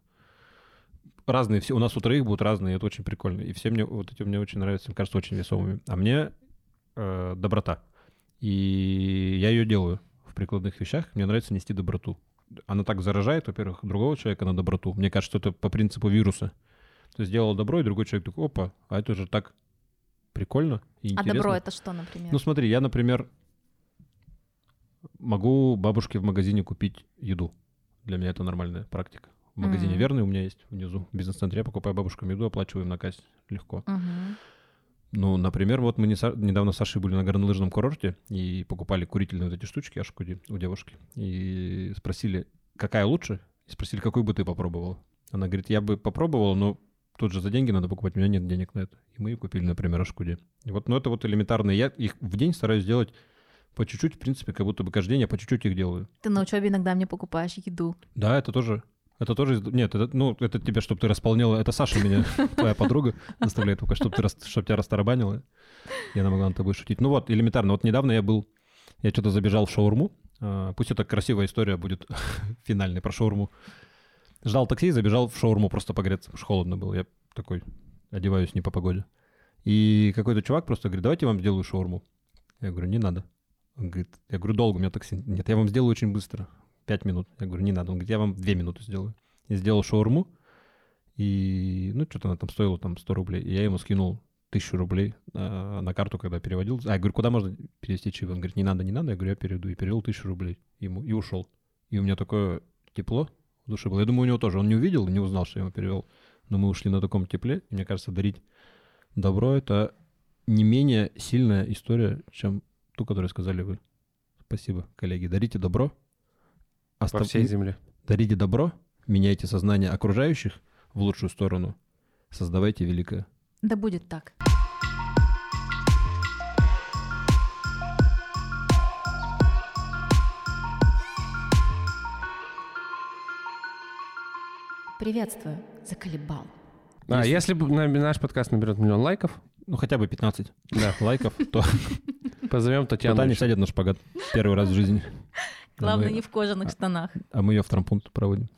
Speaker 1: Разные все. У нас у троих будут разные, и это очень прикольно. И все мне вот эти мне очень нравятся, мне кажется, очень весомыми. А мне э, доброта. И я ее делаю в прикладных вещах. Мне нравится нести доброту. Она так заражает, во-первых, другого человека на доброту. Мне кажется, это по принципу вируса. Ты сделал добро, и другой человек такой, опа, а это же так прикольно и
Speaker 2: А
Speaker 1: интересно.
Speaker 2: добро это что, например?
Speaker 1: Ну смотри, я, например, могу бабушке в магазине купить еду. Для меня это нормальная практика. В магазине
Speaker 2: Мгм.
Speaker 1: верный у меня есть внизу, в бизнес-центре. Я покупаю бабушкам еду, оплачиваю им на кассе легко.
Speaker 2: Мгм.
Speaker 1: Ну, например, вот мы не са- недавно с Сашей были на горнолыжном курорте и покупали курительные вот эти штучки, аж у девушки. И спросили, какая лучше? И спросили, какую бы ты попробовала? Она говорит, я бы попробовала, но тут же за деньги надо покупать, у меня нет денег на это. И мы ее купили, например, ашкуди. И вот, ну это вот элементарно. Я их в день стараюсь делать по чуть-чуть, в принципе, как будто бы каждый день я по чуть-чуть их делаю.
Speaker 2: Ты на учебе иногда мне покупаешь еду.
Speaker 1: Да, это тоже... Это тоже... из- Нет, это, ну, это тебе, чтобы ты располнела... Это Саша меня, твоя подруга, заставляет только, чтобы ты рас- чтоб тебя растарабанила. Я она могла над тобой шутить. Ну вот, элементарно. Вот недавно я был... Я что-то забежал в шаурму. А, Пусть это красивая история будет финальной про шаурму. Ждал такси и забежал в шаурму просто погреться, потому что холодно было. Я такой одеваюсь не по погоде. И какой-то чувак просто говорит, давайте я вам сделаю шаурму. Я говорю, не надо. Он говорит, я говорю, долго, у меня такси. Нет, я вам сделаю очень быстро. Пять минут. Я говорю, не надо. Он говорит, я вам две минуты сделаю. Я сделал шаурму, и, ну, что-то она там стоила, там, 100 рублей. И я ему скинул тысячу рублей а, на карту, когда переводил. А я говорю, куда можно перевести чаевые? Он говорит, не надо, не надо. Я говорю, я переведу. И перевел тысячу рублей ему, и ушел. И у меня такое тепло в душе было. Я думаю, у него тоже. Он не увидел, и не узнал, что я ему перевел. Но мы ушли на таком тепле. И мне кажется, дарить добро — это не менее сильная история, чем ту, которую сказали вы. Спасибо, коллеги. Дарите добро.
Speaker 3: По
Speaker 1: Остав-
Speaker 3: всей земле.
Speaker 1: Дарите добро, меняйте сознание окружающих в лучшую сторону, создавайте великое.
Speaker 2: Да будет так. Приветствую, заколебал.
Speaker 3: А, если бы на- наш подкаст наберет миллион лайков,
Speaker 1: Ну, хотя бы 15 лайков, то
Speaker 3: позовем Татьяну.
Speaker 1: Таня
Speaker 3: еще.
Speaker 1: сядет на шпагат первый раз в жизни. А
Speaker 2: Главное,
Speaker 1: мы-
Speaker 2: не в кожаных штанах.
Speaker 1: А мы ее в трампунт проводим.